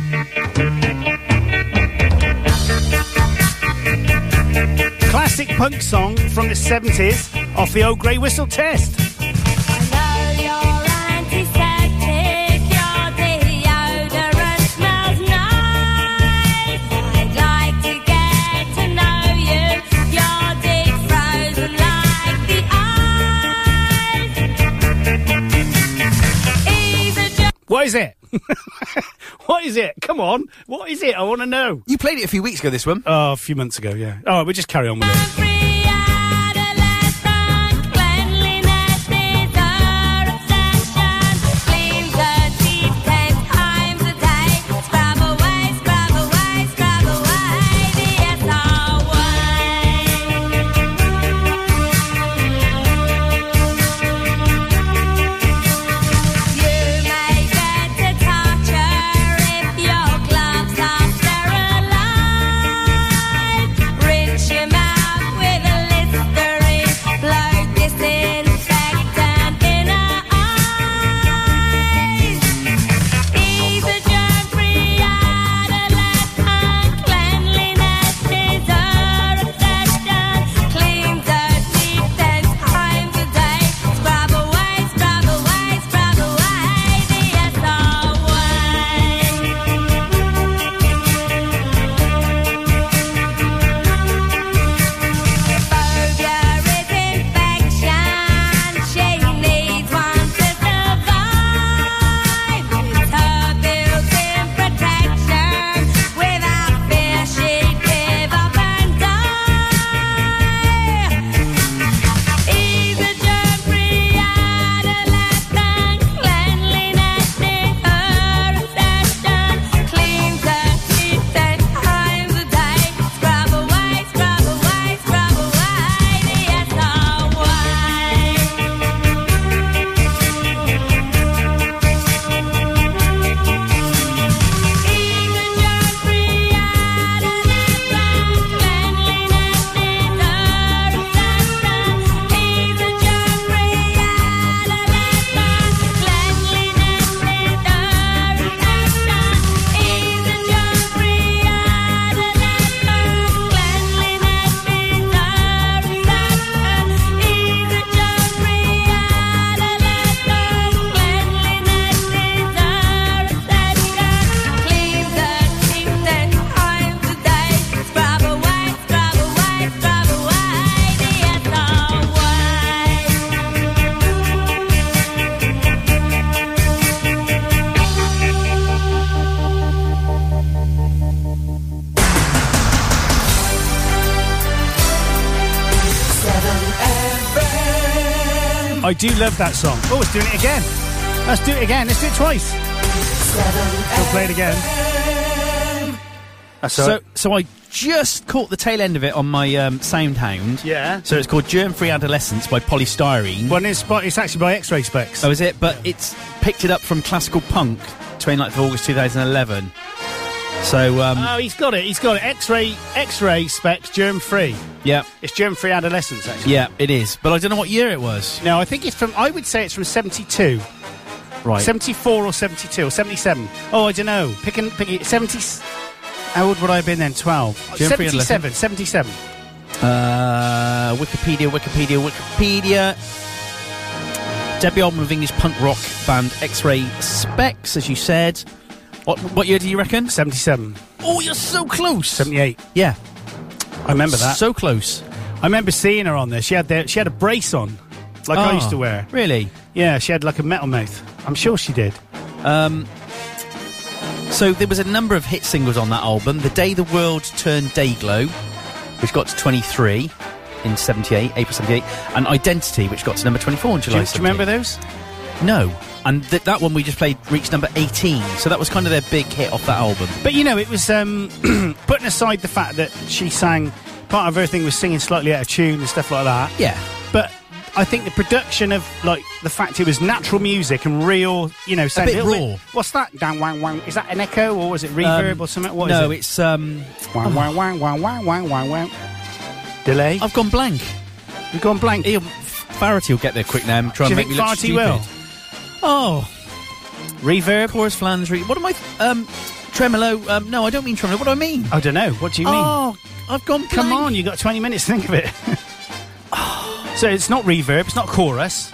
Speaker 3: Classic punk song from the 70s off the old Grey Whistle test. What is it? what is it? Come on. What is it? I want to know.
Speaker 4: You played it a few weeks ago, this one.
Speaker 3: Oh, a few months ago, yeah. All right, we'll just carry on with it.
Speaker 8: Rinse your mouth with
Speaker 3: I do love that song. Oh, it's doing it again. Let's do it again. Let's do it twice. We'll play it again. That's
Speaker 4: So,
Speaker 3: alright.
Speaker 4: so I just caught the tail end of it on my um, Soundhound.
Speaker 3: Yeah.
Speaker 4: So it's called Germ Free Adolescence by Polystyrene.
Speaker 3: Well, it's, by, it's actually by X-Ray Specs.
Speaker 4: Oh, is it? But it's picked it up from classical punk, 29th of August 2011. So, um,
Speaker 3: Oh, he's got it. He's got it. X-ray, X-ray specs, germ-free.
Speaker 4: yeah,
Speaker 3: It's germ-free adolescence, actually.
Speaker 4: yeah, it is. But I don't know what year it was.
Speaker 3: No, I think it's from. I would say it's from seventy-two,
Speaker 4: Right.
Speaker 3: seventy-four, or seventy-two, or seventy-seven. Oh, I don't know. Pick and pick. it. Seventy. How old would I have been then? Twelve.
Speaker 4: Germ-free
Speaker 3: Seventy-seven. Seventy-seven.
Speaker 4: Uh, Wikipedia, Wikipedia, Wikipedia. Debut album of English punk rock band X-Ray Specs, as you said. What, what year do you reckon?
Speaker 3: Seventy-seven.
Speaker 4: Oh, you're so close.
Speaker 3: Seventy-eight.
Speaker 4: Yeah,
Speaker 3: I remember that.
Speaker 4: so close.
Speaker 3: I remember seeing her on there. She had the, she had a brace on, like I
Speaker 4: Ah,
Speaker 3: used to wear.
Speaker 4: Really?
Speaker 3: Yeah, she had like a metal mouth. I'm sure she did.
Speaker 4: So there was a number of hit singles on that album. The Day the World Turned Dayglow, which got to 23 in 78, April 78, and Identity, which got to number 24 in
Speaker 3: Do you,
Speaker 4: July.
Speaker 3: do you remember those?
Speaker 4: that? No. And th- that one we just played reached number 18. So that was kind of their big hit off that album.
Speaker 3: But you know, it was um, putting aside the fact that she sang part of her thing was singing slightly out of tune and stuff like that.
Speaker 4: Yeah.
Speaker 3: But I think the production of like the fact it was natural music and real, you know, sound
Speaker 4: bit
Speaker 3: little
Speaker 4: raw.
Speaker 3: what's that? Down wang wang. Is that an echo or was it reverb
Speaker 4: Um,
Speaker 3: or something? What is
Speaker 4: no,
Speaker 3: it?
Speaker 4: it's um
Speaker 3: wang wang wang wang wang wang wang wang. Delay.
Speaker 4: I've gone blank.
Speaker 3: We've gone blank.
Speaker 4: Ian Farity will get there quick now and try
Speaker 3: Do you
Speaker 4: and make
Speaker 3: think
Speaker 4: me look
Speaker 3: Farty
Speaker 4: stupid.
Speaker 3: will?
Speaker 4: Oh,
Speaker 3: Reverb.
Speaker 4: chorus flange. re- What am I? Um, tremolo. Um, no, I don't mean tremolo. What do I mean?
Speaker 3: I don't know. What do you mean?
Speaker 4: Oh, I've gone. Blank.
Speaker 3: Come on, you got 20 minutes to think of it. so it's not reverb, it's not chorus.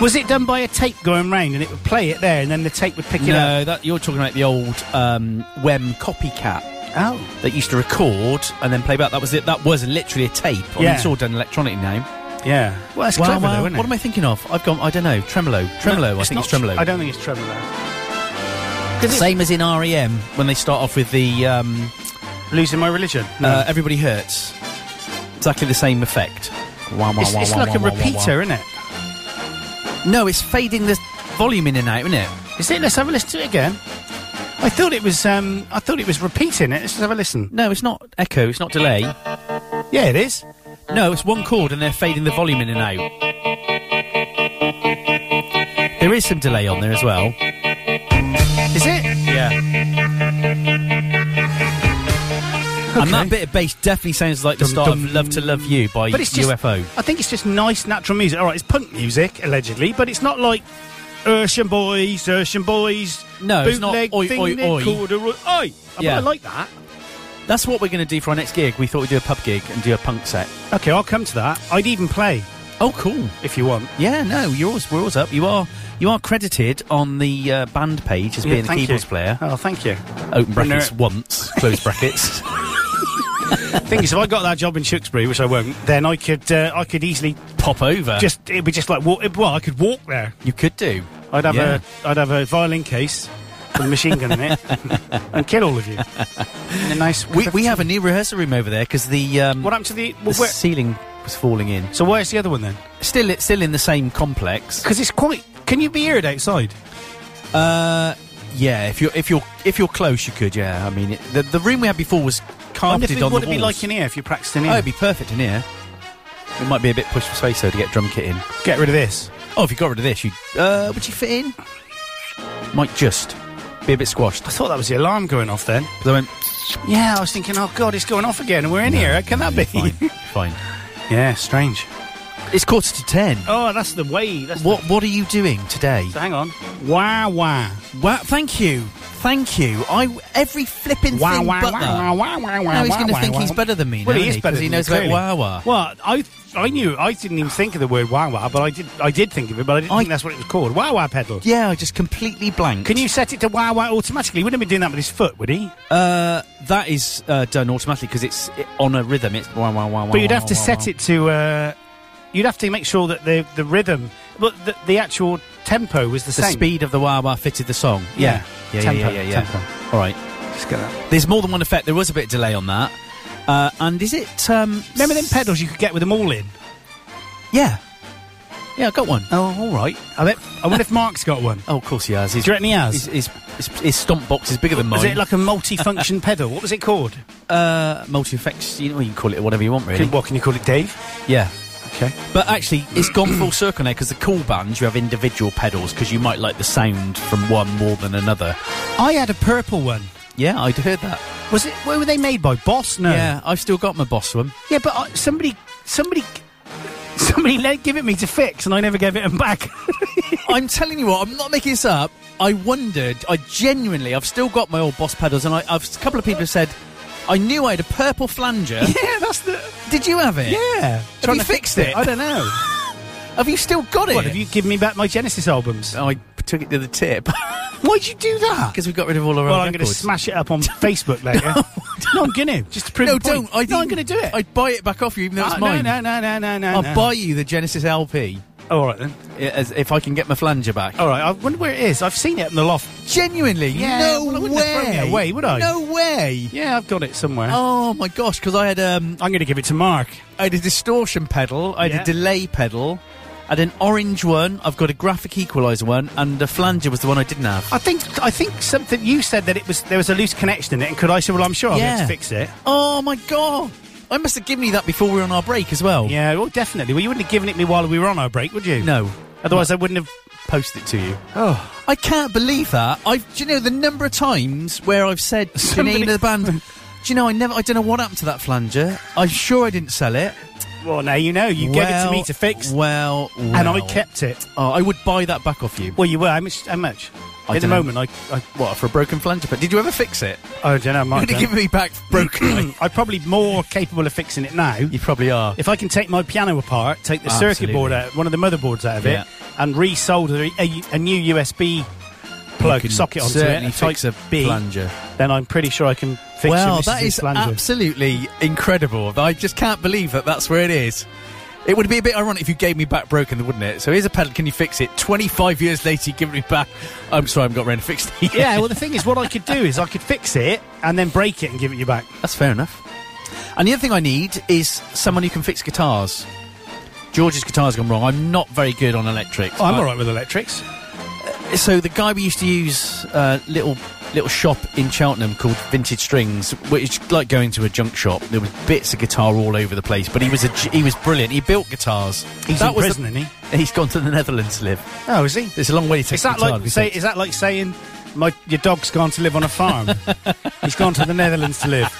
Speaker 3: Was it done by a tape going round and it would play it there and then the tape would pick it up?
Speaker 4: No, that you're talking about the old um, Wem copycat.
Speaker 3: Oh.
Speaker 4: that used to record and then play back. That was it. That was literally a tape. I mean,
Speaker 3: Yeah.
Speaker 4: it's all done electronically now.
Speaker 3: Yeah. Well, that's clever, though, isn't it?
Speaker 4: what am I thinking of? I've gone. I don't know. Tremolo. Tremolo. I think
Speaker 3: not
Speaker 4: it's tremolo.
Speaker 3: tr- I don't think it's tremolo.
Speaker 4: Same as in REM when they start off with the um,
Speaker 3: Losing my religion. No.
Speaker 4: uh, "Everybody Hurts." Exactly the same effect. Wah, wah,
Speaker 3: it's
Speaker 4: wah,
Speaker 3: it's
Speaker 4: wah,
Speaker 3: like
Speaker 4: wah,
Speaker 3: a
Speaker 4: wah, wah, wah.
Speaker 3: repeater, isn't it?
Speaker 4: No, it's fading the volume in and out, isn't it?
Speaker 3: Is it? Let's have a listen to it again. I thought it was. Um, I thought it was repeating it. Let's have a listen.
Speaker 4: No, it's not echo. It's not delay.
Speaker 3: Yeah, it is.
Speaker 4: No, it's one chord and they're fading the volume in and out. There is some delay on there as well.
Speaker 3: Is it?
Speaker 4: Yeah. And that bit of bass definitely sounds like the
Speaker 3: Dum,
Speaker 4: start
Speaker 3: dum.
Speaker 4: of Love to Love You by
Speaker 3: But it's just.
Speaker 4: UFO.
Speaker 3: I think it's just nice natural music. All right, it's punk music allegedly, but it's not like Urshan Boys, Urshan Boys.
Speaker 4: No, it's not
Speaker 3: bootleg
Speaker 4: oi,
Speaker 3: thing
Speaker 4: oi,
Speaker 3: they
Speaker 4: oi.
Speaker 3: called a ro- oi. I mean,
Speaker 4: Yeah.
Speaker 3: I like that.
Speaker 4: That's what we're going to do for our next gig. We thought we'd do a pub gig and do a punk set.
Speaker 3: Okay, I'll come to that. I'd even play
Speaker 4: Oh, cool.
Speaker 3: if you want.
Speaker 4: Yeah, no, you're always, we're always up. You are you are credited on the uh, band page as
Speaker 3: Yeah,
Speaker 4: being a
Speaker 3: thank
Speaker 4: keyboards
Speaker 3: you.
Speaker 4: player.
Speaker 3: Oh, thank you.
Speaker 4: Open
Speaker 3: When
Speaker 4: brackets
Speaker 3: they're-
Speaker 4: once, close brackets.
Speaker 3: thing is, if I got that job in Tewkesbury, which I won't, then I could uh, I could easily
Speaker 4: Pop over.
Speaker 3: just it'd be just like walk, it- well I could walk there.
Speaker 4: you could do.
Speaker 3: I'd have
Speaker 4: Yeah.
Speaker 3: a I'd have a violin case with a machine gun in it and kill all of you. In a nice
Speaker 4: We, we have a new rehearsal room over there because the um,
Speaker 3: what happened to the,
Speaker 4: the
Speaker 3: well, where,
Speaker 4: ceiling was falling in.
Speaker 3: so where's the other one then?
Speaker 4: Still, it's still in the same complex.
Speaker 3: Because it's quite. Can you be heard outside?
Speaker 4: Uh, yeah. If you're if you're if you're close, you could. Yeah. I mean, it, the the room we had before was
Speaker 3: wonder if
Speaker 4: carpeted
Speaker 3: it-
Speaker 4: on the
Speaker 3: what
Speaker 4: walls.
Speaker 3: it'd be like in here if you practiced in
Speaker 4: oh,
Speaker 3: here.
Speaker 4: it'd be perfect in here. It might be a bit push for space though to get drum kit in.
Speaker 3: Get rid of this.
Speaker 4: Oh, if you got rid of this, you uh, would you fit in? Might just be a bit squashed.
Speaker 3: I thought that was the alarm going off then.
Speaker 4: They went.
Speaker 3: Yeah, I was thinking, oh god, it's going off again, and we're in here. How can that be?
Speaker 4: Fine, fine.
Speaker 3: yeah, strange.
Speaker 4: It's quarter to ten.
Speaker 3: Oh, that's the way. That's
Speaker 4: What what are you doing today?
Speaker 3: The, hang on. Wah wah
Speaker 4: Wow, thank you, thank you. I every flipping
Speaker 3: wah
Speaker 4: thing
Speaker 3: wah
Speaker 4: but
Speaker 3: wah
Speaker 4: that.
Speaker 3: wah wah wah wah.
Speaker 4: Now he's going to
Speaker 3: wah,
Speaker 4: think
Speaker 3: wah.
Speaker 4: he's better than me.
Speaker 3: Well,
Speaker 4: now,
Speaker 3: he is better.
Speaker 4: because he
Speaker 3: than
Speaker 4: knows
Speaker 3: you,
Speaker 4: about
Speaker 3: clearly.
Speaker 4: Wawa.
Speaker 3: Well, I I knew I didn't even think of the word wah wah, but I did I did think of it, but I didn't
Speaker 4: I-
Speaker 3: think that's what it was called. Wah wah pedal.
Speaker 4: Yeah, I just completely blank.
Speaker 3: Can you set it to wah wah automatically? He wouldn't have been doing that with his foot, would he?
Speaker 4: Uh, that is uh, done automatically because it's i on a rhythm. It's wow, wow, wow,
Speaker 3: But you'd have to set it to. Uh, you'd have to make sure that the the rhythm, but the, the actual tempo was the,
Speaker 4: The
Speaker 3: same.
Speaker 4: speed of the wah wah fitted the song.
Speaker 3: Yeah.
Speaker 4: Yeah, yeah, yeah,
Speaker 3: Tempo,
Speaker 4: yeah, yeah, yeah.
Speaker 3: tempo.
Speaker 4: All right.
Speaker 3: Just get that.
Speaker 4: There's more than one effect. There was a bit of delay on that. Uh, and is it? Um,
Speaker 3: Remember them pedals you could get with them all in?
Speaker 4: Yeah. Yeah, I got one.
Speaker 3: Oh, all right. I, bet, I wonder if Mark's got one.
Speaker 4: Oh, of course he has. He's,
Speaker 3: Do you reckon he has?
Speaker 4: His, his, his, his stomp box is bigger than mine.
Speaker 3: Was it like a multifunction pedal? What was it called?
Speaker 4: uh, multi-effects? You know, you can call it whatever you want, really.
Speaker 3: What can you call it, Dave?
Speaker 4: Yeah.
Speaker 3: Okay.
Speaker 4: But actually, it's gone full circle now because the cool bands you have individual pedals because you might like the sound from one more than another.
Speaker 3: I had a purple one.
Speaker 4: Yeah, I'd heard that.
Speaker 3: Was it? Where were they made by? Boss? No.
Speaker 4: Yeah, I've still got my Boss one.
Speaker 3: Yeah, but I, somebody, somebody, somebody let, give it me to fix, and I never gave it 'em back.
Speaker 4: I'm telling you what, I'm not making this up. I wondered, I genuinely, I've still got my old Boss pedals, and I, I've a couple of people have said, I knew I had a purple flanger.
Speaker 3: yeah, that's the.
Speaker 4: Did you have it?
Speaker 3: Yeah. Trying
Speaker 4: you
Speaker 3: to fix
Speaker 4: fixed it?
Speaker 3: I don't know.
Speaker 4: Have you still got it?
Speaker 3: What have you Oh, given me back my Genesis albums?
Speaker 4: I took it to the tip
Speaker 3: Why'd you do that?
Speaker 4: because we got rid of all our
Speaker 3: Well,
Speaker 4: old
Speaker 3: I'm going to
Speaker 4: records.
Speaker 3: smash it up on Facebook later. no, I'm going to just to prove.
Speaker 4: no,
Speaker 3: a point.
Speaker 4: don't. I
Speaker 3: no, I'm
Speaker 4: didn't-
Speaker 3: going to do it.
Speaker 4: I'd buy it back off you, even though it's
Speaker 3: Ah,
Speaker 4: mine.
Speaker 3: No, no, no, no, no, no.
Speaker 4: I'll
Speaker 3: no.
Speaker 4: buy you the Genesis LP
Speaker 3: Oh, all right then.
Speaker 4: i- as, if I can get my flanger back.
Speaker 3: All right. I wonder where it is. I've seen it in the loft.
Speaker 4: Genuinely,
Speaker 3: Oh. Yeah,
Speaker 4: no
Speaker 3: well, I wouldn't have
Speaker 4: way.
Speaker 3: thrown it away, would I?
Speaker 4: No way.
Speaker 3: Yeah, I've got it somewhere.
Speaker 4: Oh my gosh, because I had um,
Speaker 3: I'm going to give it to Mark.
Speaker 4: I had a distortion pedal, I had
Speaker 3: Yeah.
Speaker 4: a delay pedal, I had an orange one. I've got a graphic equalizer one, and the flanger was the one I didn't have.
Speaker 3: I think I think something you said that it was there was a loose connection in it, and could I say, well, I'm sure I'll be able
Speaker 4: Yeah.
Speaker 3: to fix it.
Speaker 4: Oh my god! I must have given you that before we were on our break as well.
Speaker 3: Yeah, well, definitely. Well, you wouldn't have given it me while we were on our break, would you?
Speaker 4: No,
Speaker 3: Otherwise, I wouldn't have.
Speaker 4: post it to you.
Speaker 3: Oh,
Speaker 4: I can't believe that. I've, do you know the number of times where I've said to the name of the band? Do you know I never? I don't know what happened to that flanger. I'm sure I didn't sell it.
Speaker 3: well, now you know. You gave it to
Speaker 4: Well,
Speaker 3: me to fix,
Speaker 4: Well,
Speaker 3: and I
Speaker 4: well.
Speaker 3: kept it.
Speaker 4: Oh, I would buy that back off you.
Speaker 3: Well, you were. How much? How much?
Speaker 4: I
Speaker 3: At the
Speaker 4: dunno.
Speaker 3: moment, I, I,
Speaker 4: What for a broken flanger? But did you ever fix it?
Speaker 3: I don't know. I
Speaker 4: You're
Speaker 3: might
Speaker 4: going to give
Speaker 3: have
Speaker 4: me back broken.
Speaker 3: done. I'm probably more capable of fixing it now.
Speaker 4: you probably are.
Speaker 3: If I can take my piano apart, take the circuit
Speaker 4: Absolutely.
Speaker 3: board out, one of the motherboards out of
Speaker 4: Yeah.
Speaker 3: it, and resolder a, a, a new USB plug
Speaker 4: You can
Speaker 3: socket onto it,
Speaker 4: certainly
Speaker 3: and
Speaker 4: fix a
Speaker 3: type B,
Speaker 4: flanger.
Speaker 3: then I'm pretty sure I can fix
Speaker 4: Well,
Speaker 3: your
Speaker 4: that
Speaker 3: Mrs.
Speaker 4: is
Speaker 3: flanger.
Speaker 4: absolutely incredible. I just can't believe that that's where it is. It would be a bit ironic if you gave me back broken, wouldn't it? So here's a pedal. Can you fix it? 25 years later, you give me back. I'm sorry, I haven't got around to fixed it. yet.
Speaker 3: yeah, well, the thing is, what I could do is I could fix it and then break it and give it you back.
Speaker 4: That's fair enough. And the other thing I need is someone who can fix guitars. George's guitar's gone wrong. I'm not very good on electric.
Speaker 3: Oh, I'm all right with electrics.
Speaker 4: So the guy we used to use uh, little little shop in Cheltenham called Vintage Strings, which is like going to a junk shop. There was bits of guitar all over the place, but he was a, g- he was brilliant. He built guitars.
Speaker 3: He's
Speaker 4: That
Speaker 3: in
Speaker 4: was
Speaker 3: prison,
Speaker 4: the-
Speaker 3: isn't
Speaker 4: He's gone to the Netherlands to live.
Speaker 3: he? Oh, is he?
Speaker 4: It's a long way to take
Speaker 3: Is that
Speaker 4: guitar,
Speaker 3: like
Speaker 4: to be
Speaker 3: say,
Speaker 4: fair.
Speaker 3: is that like saying my your dog's gone to live on a farm? He's gone to the Netherlands to live.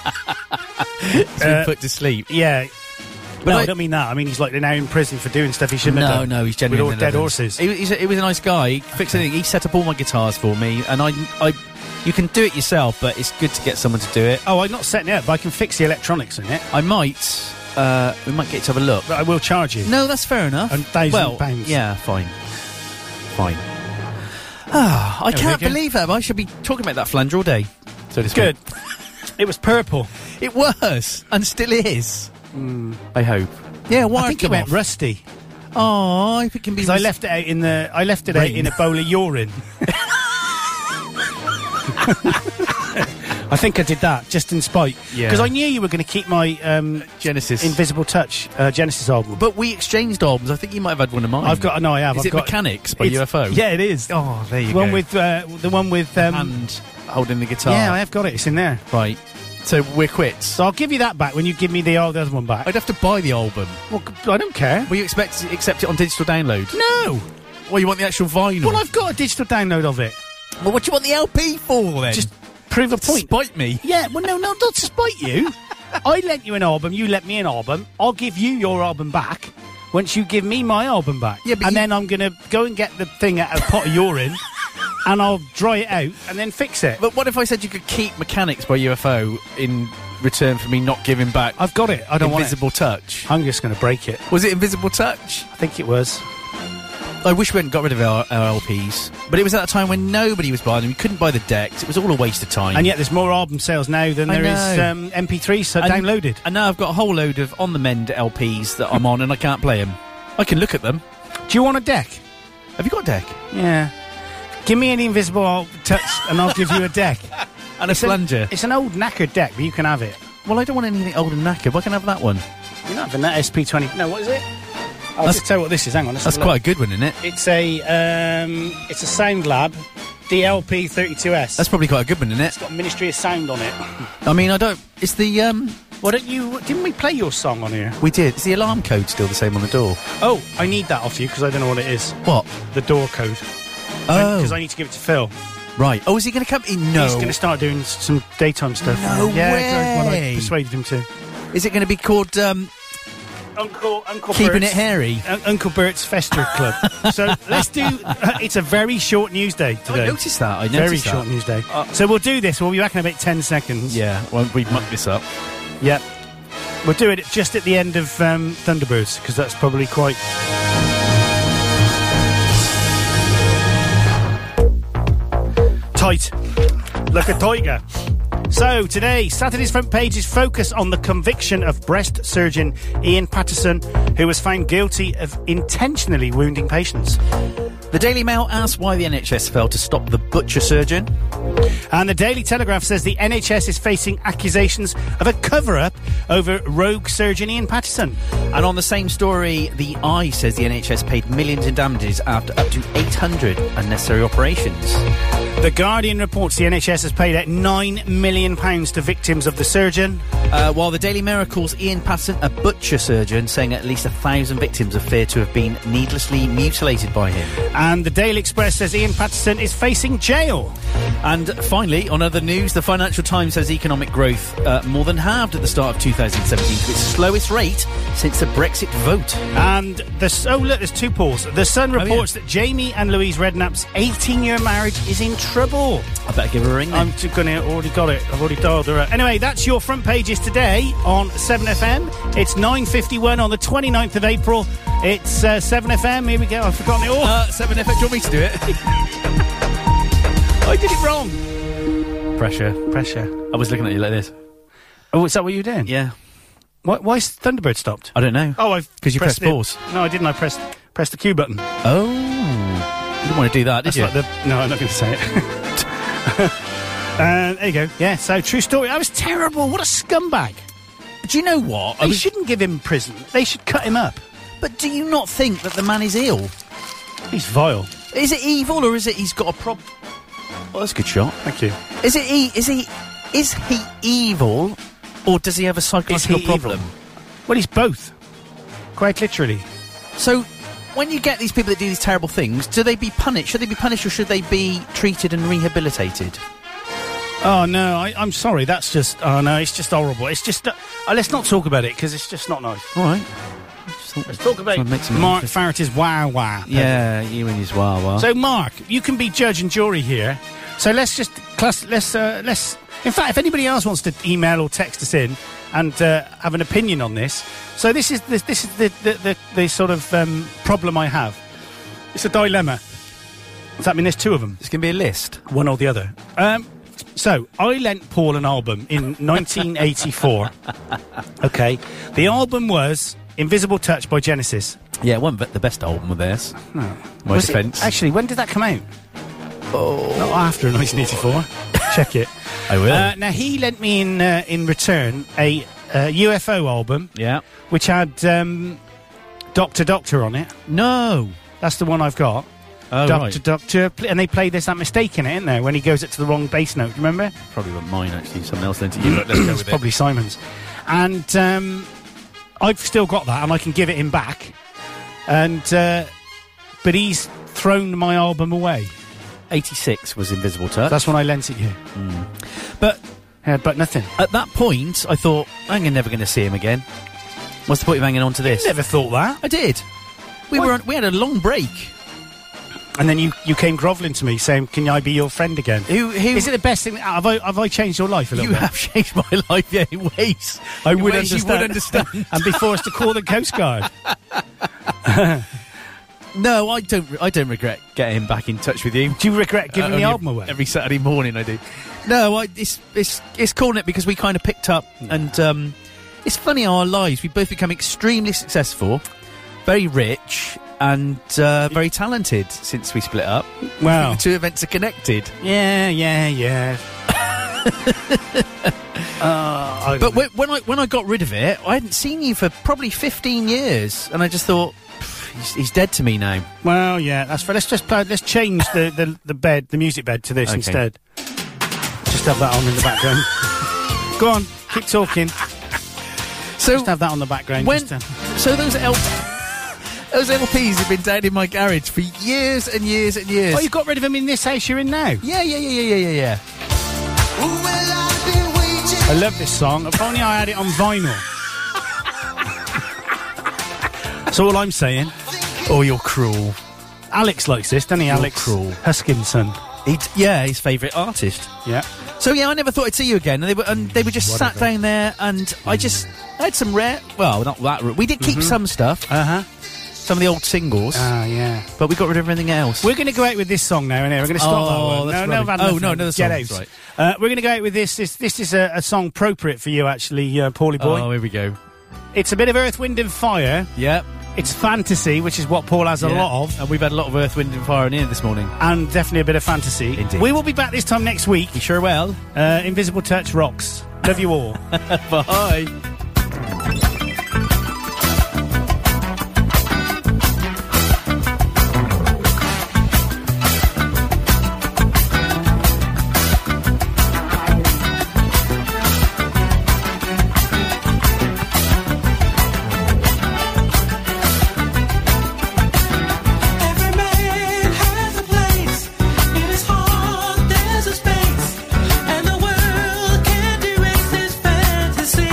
Speaker 4: He's
Speaker 3: uh,
Speaker 4: been put to sleep?
Speaker 3: Yeah.
Speaker 4: But
Speaker 3: no, I,
Speaker 4: I-
Speaker 3: don't mean that. I mean he's like now in prison for doing stuff he shouldn't have
Speaker 4: No,
Speaker 3: done.
Speaker 4: no, he's
Speaker 3: with
Speaker 4: genuinely
Speaker 3: all
Speaker 4: in the
Speaker 3: dead
Speaker 4: Netherlands.
Speaker 3: horses.
Speaker 4: He, he's, a, he was a nice guy. He fixed everything. He set up all my guitars for me, and I, I, you can do it yourself, but it's good to get someone to do it.
Speaker 3: Oh, I'm not setting it up, but I can fix the electronics in it.
Speaker 4: I might, uh, we might get to have a look.
Speaker 3: But I will charge you.
Speaker 4: No, that's fair enough.
Speaker 3: And thousand
Speaker 4: well,
Speaker 3: pounds.
Speaker 4: Yeah, fine, fine. Ah, I
Speaker 3: There we
Speaker 4: can't
Speaker 3: go.
Speaker 4: believe that. but I should be talking about that flanger all day. So this
Speaker 3: Good. it was purple.
Speaker 4: It was and still is. I hope. Yeah, why
Speaker 3: Hmm. I think it went rusty.
Speaker 4: Oh, if it can be.
Speaker 3: Because I
Speaker 4: res-
Speaker 3: left it out in the I left it out
Speaker 4: Rain.
Speaker 3: in a bowl of urine. I think I did that just in spite.
Speaker 4: Yeah.
Speaker 3: Because I knew you were going to keep my um,
Speaker 4: Genesis.
Speaker 3: Invisible Touch uh, Genesis album.
Speaker 4: but we exchanged albums. I think you might have had one of mine.
Speaker 3: I've got no, I have.
Speaker 4: Is
Speaker 3: I've
Speaker 4: it
Speaker 3: got
Speaker 4: Mechanics by
Speaker 3: It's-
Speaker 4: UFO?
Speaker 3: Yeah, it is.
Speaker 4: Oh, there you
Speaker 3: the one
Speaker 4: go.
Speaker 3: with uh, the one with um,
Speaker 4: and holding the guitar.
Speaker 3: yeah, I have got it. It's in there.
Speaker 4: Right. So we're quits.
Speaker 3: So I'll give you that back when you give me the old other one back.
Speaker 4: I'd have to buy the album.
Speaker 3: well, c- I don't care.
Speaker 4: Will you expect accept it on digital download?
Speaker 3: No.
Speaker 4: Well, you want the actual vinyl?
Speaker 3: Well, I've got a digital download of it.
Speaker 4: Well, what do you want the LP for then?
Speaker 3: Just prove a point.
Speaker 4: spite me.
Speaker 3: Yeah, well, no, no, not to spite you. I lent you an album, you lent me an album. I'll give you your album back once you give me my album back.
Speaker 4: Yeah, but
Speaker 3: and
Speaker 4: you-
Speaker 3: then I'm going to go and get the thing out of a pot of urine and I'll dry it out and then fix it.
Speaker 4: But what if I said you could keep Mechanics by UFO in return for me not giving back
Speaker 3: I've got it. I don't
Speaker 4: Invisible
Speaker 3: want
Speaker 4: Touch?
Speaker 3: it. I'm just going to break it.
Speaker 4: Was it Invisible Touch?
Speaker 3: I think it was.
Speaker 4: I wish we hadn't got rid of our, our LPs, but it was at a time when nobody was buying them. You couldn't buy the decks. It was all a waste of time.
Speaker 3: And yet there's more album sales now than
Speaker 4: I
Speaker 3: there is
Speaker 4: know.
Speaker 3: um, MP3s so
Speaker 4: And-
Speaker 3: downloaded.
Speaker 4: And now I've got a whole load of on the mend LPs that I'm on, and I can't play them. I can look at them.
Speaker 3: Do you want a deck?
Speaker 4: Have you got a deck?
Speaker 3: Yeah. Give me an invisible al- touch and I'll give you a deck.
Speaker 4: And a
Speaker 3: It's an-
Speaker 4: flanger.
Speaker 3: It's an old knackered deck, but you can have it.
Speaker 4: Well, I don't want anything old and knackered. but I can have that one.
Speaker 3: You're not having that SP20. No, what is it? I'll just tell you what this is. Hang on. let's
Speaker 4: That's
Speaker 3: have a look.
Speaker 4: quite a good one, isn't it?
Speaker 3: It's a um, it's a Sound Lab DLP 32S.
Speaker 4: That's probably quite a good one, isn't it?
Speaker 3: got Ministry of Sound on it.
Speaker 4: I mean, I don't. It's the um.
Speaker 3: Why don't you? Didn't we play your song on here?
Speaker 4: We did. Is the alarm code still the same on the door?
Speaker 3: Oh, I need that off you because I don't know what it is.
Speaker 4: What?
Speaker 3: The door code.
Speaker 4: Oh,
Speaker 3: Because I need to give it to Phil.
Speaker 4: right. Oh, is he going to come in? No.
Speaker 3: He's going to start doing s- some daytime stuff.
Speaker 4: No
Speaker 3: yeah, good. Well, I
Speaker 4: way.
Speaker 3: persuaded him to.
Speaker 4: Is it going to be called um,
Speaker 3: Uncle, Uncle
Speaker 4: keeping it hairy?
Speaker 3: Un- Uncle Bert's Fester Club. so let's do. uh, it's a very short news day today.
Speaker 4: I noticed that. I noticed
Speaker 3: very
Speaker 4: that. Uh,
Speaker 3: short news day. so we'll do this. We'll be back in about ten seconds.
Speaker 4: Yeah. Well, we mucked this up.
Speaker 3: Yep. We'll do it just at the end of um, Thunderbirds because that's probably quite. Tight. Like a tiger. So, today, Saturday's front pages focus on the conviction of breast surgeon Ian Patterson, who was found guilty of intentionally wounding patients.
Speaker 4: The Daily Mail asked why the NHS failed to stop the butcher surgeon.
Speaker 3: And the Daily Telegraph says the NHS is facing accusations of a cover up over rogue surgeon Ian Patterson.
Speaker 4: And on the same story, the Eye says the NHS paid millions in damages after up to 800 unnecessary operations.
Speaker 3: The Guardian reports the NHS has paid out £9 million pounds to victims of the surgeon.
Speaker 4: Uh, while the Daily Mirror calls Ian Patterson a butcher surgeon, saying at least a thousand victims are feared to have been needlessly mutilated by him.
Speaker 3: And the Daily Express says Ian Patterson is facing jail.
Speaker 4: And finally, on other news, the Financial Times says economic growth uh, more than halved at the start of 2017 to its slowest rate since the Brexit vote.
Speaker 3: And the. S- Oh, look, there's two Pauls. The Sun
Speaker 4: yeah.
Speaker 3: reports that Jamie and Louise Redknapp's 18 year marriage is in trouble.
Speaker 4: I better give her a ring. Then.
Speaker 3: I'm just going to already got it. I've already dialed her up. Anyway, that's your front pages today on 7FM. It's 9.51 on the 29th of April. It's uh, 7FM. Here we go. I've forgotten it all.
Speaker 4: Uh, 7F, do you want me to do it?
Speaker 3: I did it wrong.
Speaker 4: Pressure.
Speaker 3: Pressure.
Speaker 4: I was looking at you like this.
Speaker 3: Oh, is that what you were doing?
Speaker 4: Yeah.
Speaker 3: Why, why is Thunderbird stopped?
Speaker 4: I don't know.
Speaker 3: Oh, I've
Speaker 4: 'Cause you
Speaker 3: pressed
Speaker 4: pressed
Speaker 3: the-
Speaker 4: pause.
Speaker 3: No, I didn't. I pressed pressed the Q button.
Speaker 4: Oh. You didn't want to do that, did
Speaker 3: That's
Speaker 4: you?
Speaker 3: like the. No, I'm not going to say it. Uh, there you go. Yeah, so true story. I was terrible. What a scumbag.
Speaker 4: do you know what? I
Speaker 3: They
Speaker 4: was-
Speaker 3: shouldn't give him prison. They should cut him up.
Speaker 4: but do you not think that the man is ill?
Speaker 3: He's vile.
Speaker 4: Is it evil or is it he's got a problem? Well, that's a good shot.
Speaker 3: Thank you.
Speaker 4: Is it? E- is he? Is he evil, or does he have a psychological
Speaker 3: evil?
Speaker 4: problem?
Speaker 3: Well, he's both. Quite literally.
Speaker 4: So, when you get these people that do these terrible things, do they be punished? Should they be punished, or should they be treated and rehabilitated?
Speaker 3: Oh no, I, I'm sorry. That's just. Oh no, it's just horrible. It's just. Uh, uh, let's not talk about it because it's just not nice.
Speaker 4: All right.
Speaker 3: Let's talk about Mark Farrat's wow wow.
Speaker 4: Yeah, you and his wawa.
Speaker 3: So, Mark, you can be judge and jury here. So let's just class. Let's uh, let's. In fact, if anybody else wants to email or text us in and uh, have an opinion on this, so this is this, this is the the, the, the sort of um, problem I have. It's a dilemma. Does that mean there's two of them,
Speaker 4: it's going to be a list.
Speaker 3: one or the other? Um, so I lent Paul an album in 1984. okay, the album was Invisible Touch by Genesis.
Speaker 4: Yeah, one but the best album of theirs. My
Speaker 3: Was it-
Speaker 4: defence.
Speaker 3: actually, when did that come out? Oh. Not after 1984. Check it.
Speaker 4: I will.
Speaker 3: Uh, now, he lent me in uh, in return a uh, UFO album,
Speaker 4: yeah.
Speaker 3: which had um, Doctor Doctor on it.
Speaker 4: No.
Speaker 3: That's the one I've got.
Speaker 4: Oh,
Speaker 3: Doctor
Speaker 4: right.
Speaker 3: Doctor. pl- And they played There's That Mistake in it, isn't there? When he goes it to the wrong bass note, remember?
Speaker 4: Probably not mine, actually. Someone else sent it. You. Let's go with
Speaker 3: It's probably Simon's. And um, I've still got that, and I can give it him back. And uh, But he's thrown my album away.
Speaker 4: 86 was Invisible Touch.
Speaker 3: That's when I lent it you.
Speaker 4: but
Speaker 3: Yeah, but nothing.
Speaker 4: at that point, I thought, I'm never going to see him again. What's the point of hanging on to this?
Speaker 3: Never thought that.
Speaker 4: I did. We
Speaker 3: Why-
Speaker 4: were on, we had a long break.
Speaker 3: And then you, you came grovelling to me saying, "Can I be your friend again?"
Speaker 4: Who who
Speaker 3: Is it the best thing? Have I have I changed your life a little
Speaker 4: you
Speaker 3: bit?
Speaker 4: have changed my life yeah, in ways
Speaker 3: I
Speaker 4: in
Speaker 3: would
Speaker 4: ways
Speaker 3: understand.
Speaker 4: You would understand.
Speaker 3: and before us to call the coast guard.
Speaker 4: no, I don't. re- I don't regret getting back in touch with you.
Speaker 3: Do you regret giving
Speaker 4: Uh,
Speaker 3: the
Speaker 4: only
Speaker 3: album away?
Speaker 4: every Saturday morning. I do. No, I, it's it's it's calling it because we kind of picked up and um, it's funny how our lives. We both become extremely successful, very rich, and uh, very talented since we split up.
Speaker 3: wow.
Speaker 4: The two events are connected.
Speaker 3: Yeah, yeah, yeah. uh, I don't
Speaker 4: But
Speaker 3: know.
Speaker 4: when, when I when I got rid of it, I hadn't seen you for probably fifteen years, and I just thought, "Pff, he's, he's dead to me now.
Speaker 3: Well, yeah, that's fair. Let's just play. Let's change the, the, the bed, the music bed, to this
Speaker 4: Okay.
Speaker 3: instead. Just have that on in the background. Go on, keep talking.
Speaker 4: So
Speaker 3: Just have that on the background.
Speaker 4: when
Speaker 3: just to-
Speaker 4: so those L- those LPs have been down in my garage for years and years and years.
Speaker 3: Oh, you got rid of him in this house you're in now.
Speaker 4: yeah, yeah, yeah, yeah, yeah, yeah, yeah.
Speaker 3: I love this song. If only I had it on vinyl. That's all I'm saying.
Speaker 4: Oh, you're cruel.
Speaker 3: Alex likes this, doesn't he? Alex
Speaker 4: cruel.
Speaker 3: Huskinson.
Speaker 4: He d- yeah, his favourite artist.
Speaker 3: Yeah.
Speaker 4: So yeah, I never thought I'd see you again. And they were, and they were
Speaker 3: Mm,
Speaker 4: just sat
Speaker 3: Whatever.
Speaker 4: down there, and
Speaker 3: Mm.
Speaker 4: I just I had some rare. Well, not that rare. We did
Speaker 3: Mm-hmm.
Speaker 4: keep some stuff,
Speaker 3: Uh huh.
Speaker 4: some of the old singles,
Speaker 3: Ah, yeah.
Speaker 4: but we got rid of everything else.
Speaker 3: We're going to go out with this song now, and we're going to stop
Speaker 4: Oh,
Speaker 3: that one.
Speaker 4: that's
Speaker 3: no, no, I've had
Speaker 4: rubbish. Oh,
Speaker 3: enough
Speaker 4: no,
Speaker 3: of
Speaker 4: another
Speaker 3: it.
Speaker 4: song,
Speaker 3: Get
Speaker 4: that's
Speaker 3: out.
Speaker 4: right.
Speaker 3: Uh, we're going to go out with this. This, this is a, a song appropriate for you, actually, uh, Paulie boy.
Speaker 4: Oh, here we go.
Speaker 3: It's a bit of Earth, Wind, and Fire.
Speaker 4: Yeah,
Speaker 3: It's fantasy, which is what Paul has a
Speaker 4: yeah.
Speaker 3: lot of,
Speaker 4: and we've had a lot of Earth, Wind, and Fire in here this morning.
Speaker 3: and definitely a bit of fantasy.
Speaker 4: Indeed.
Speaker 3: We will be back this time next week.
Speaker 4: You sure will.
Speaker 3: Uh, Invisible Touch rocks. Love you all.
Speaker 4: Bye.
Speaker 11: Every man has a place. It is hard, there's a space. And the world can't erase this fantasy.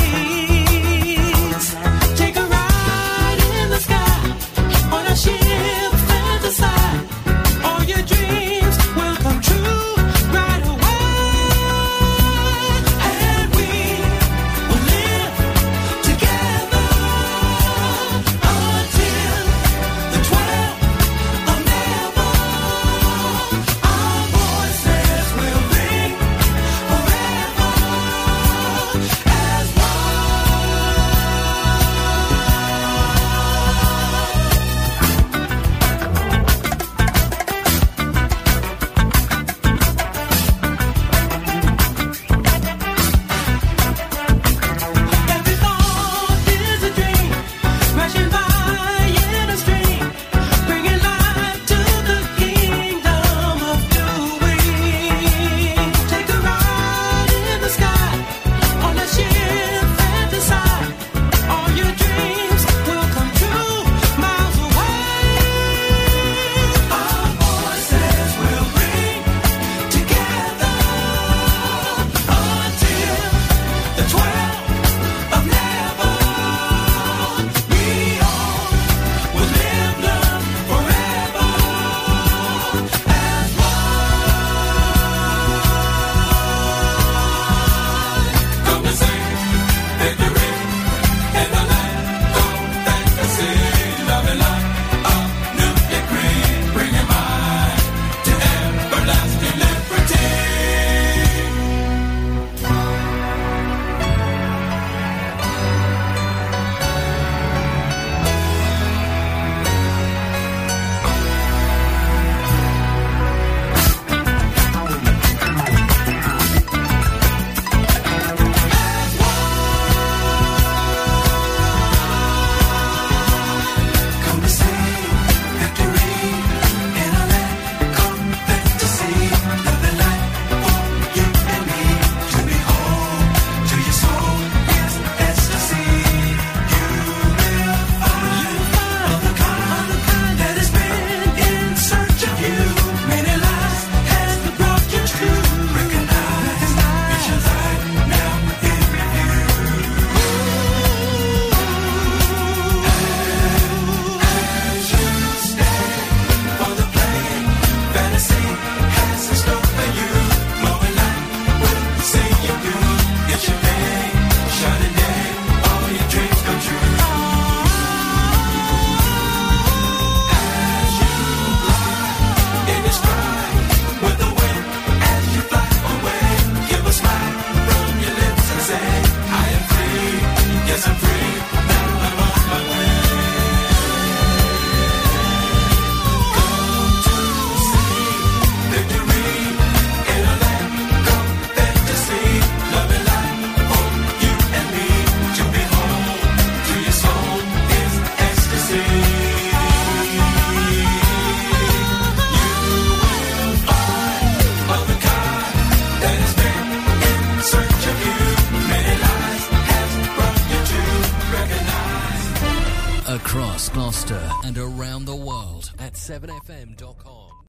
Speaker 1: across Gloucester and around the world at 7fm.com.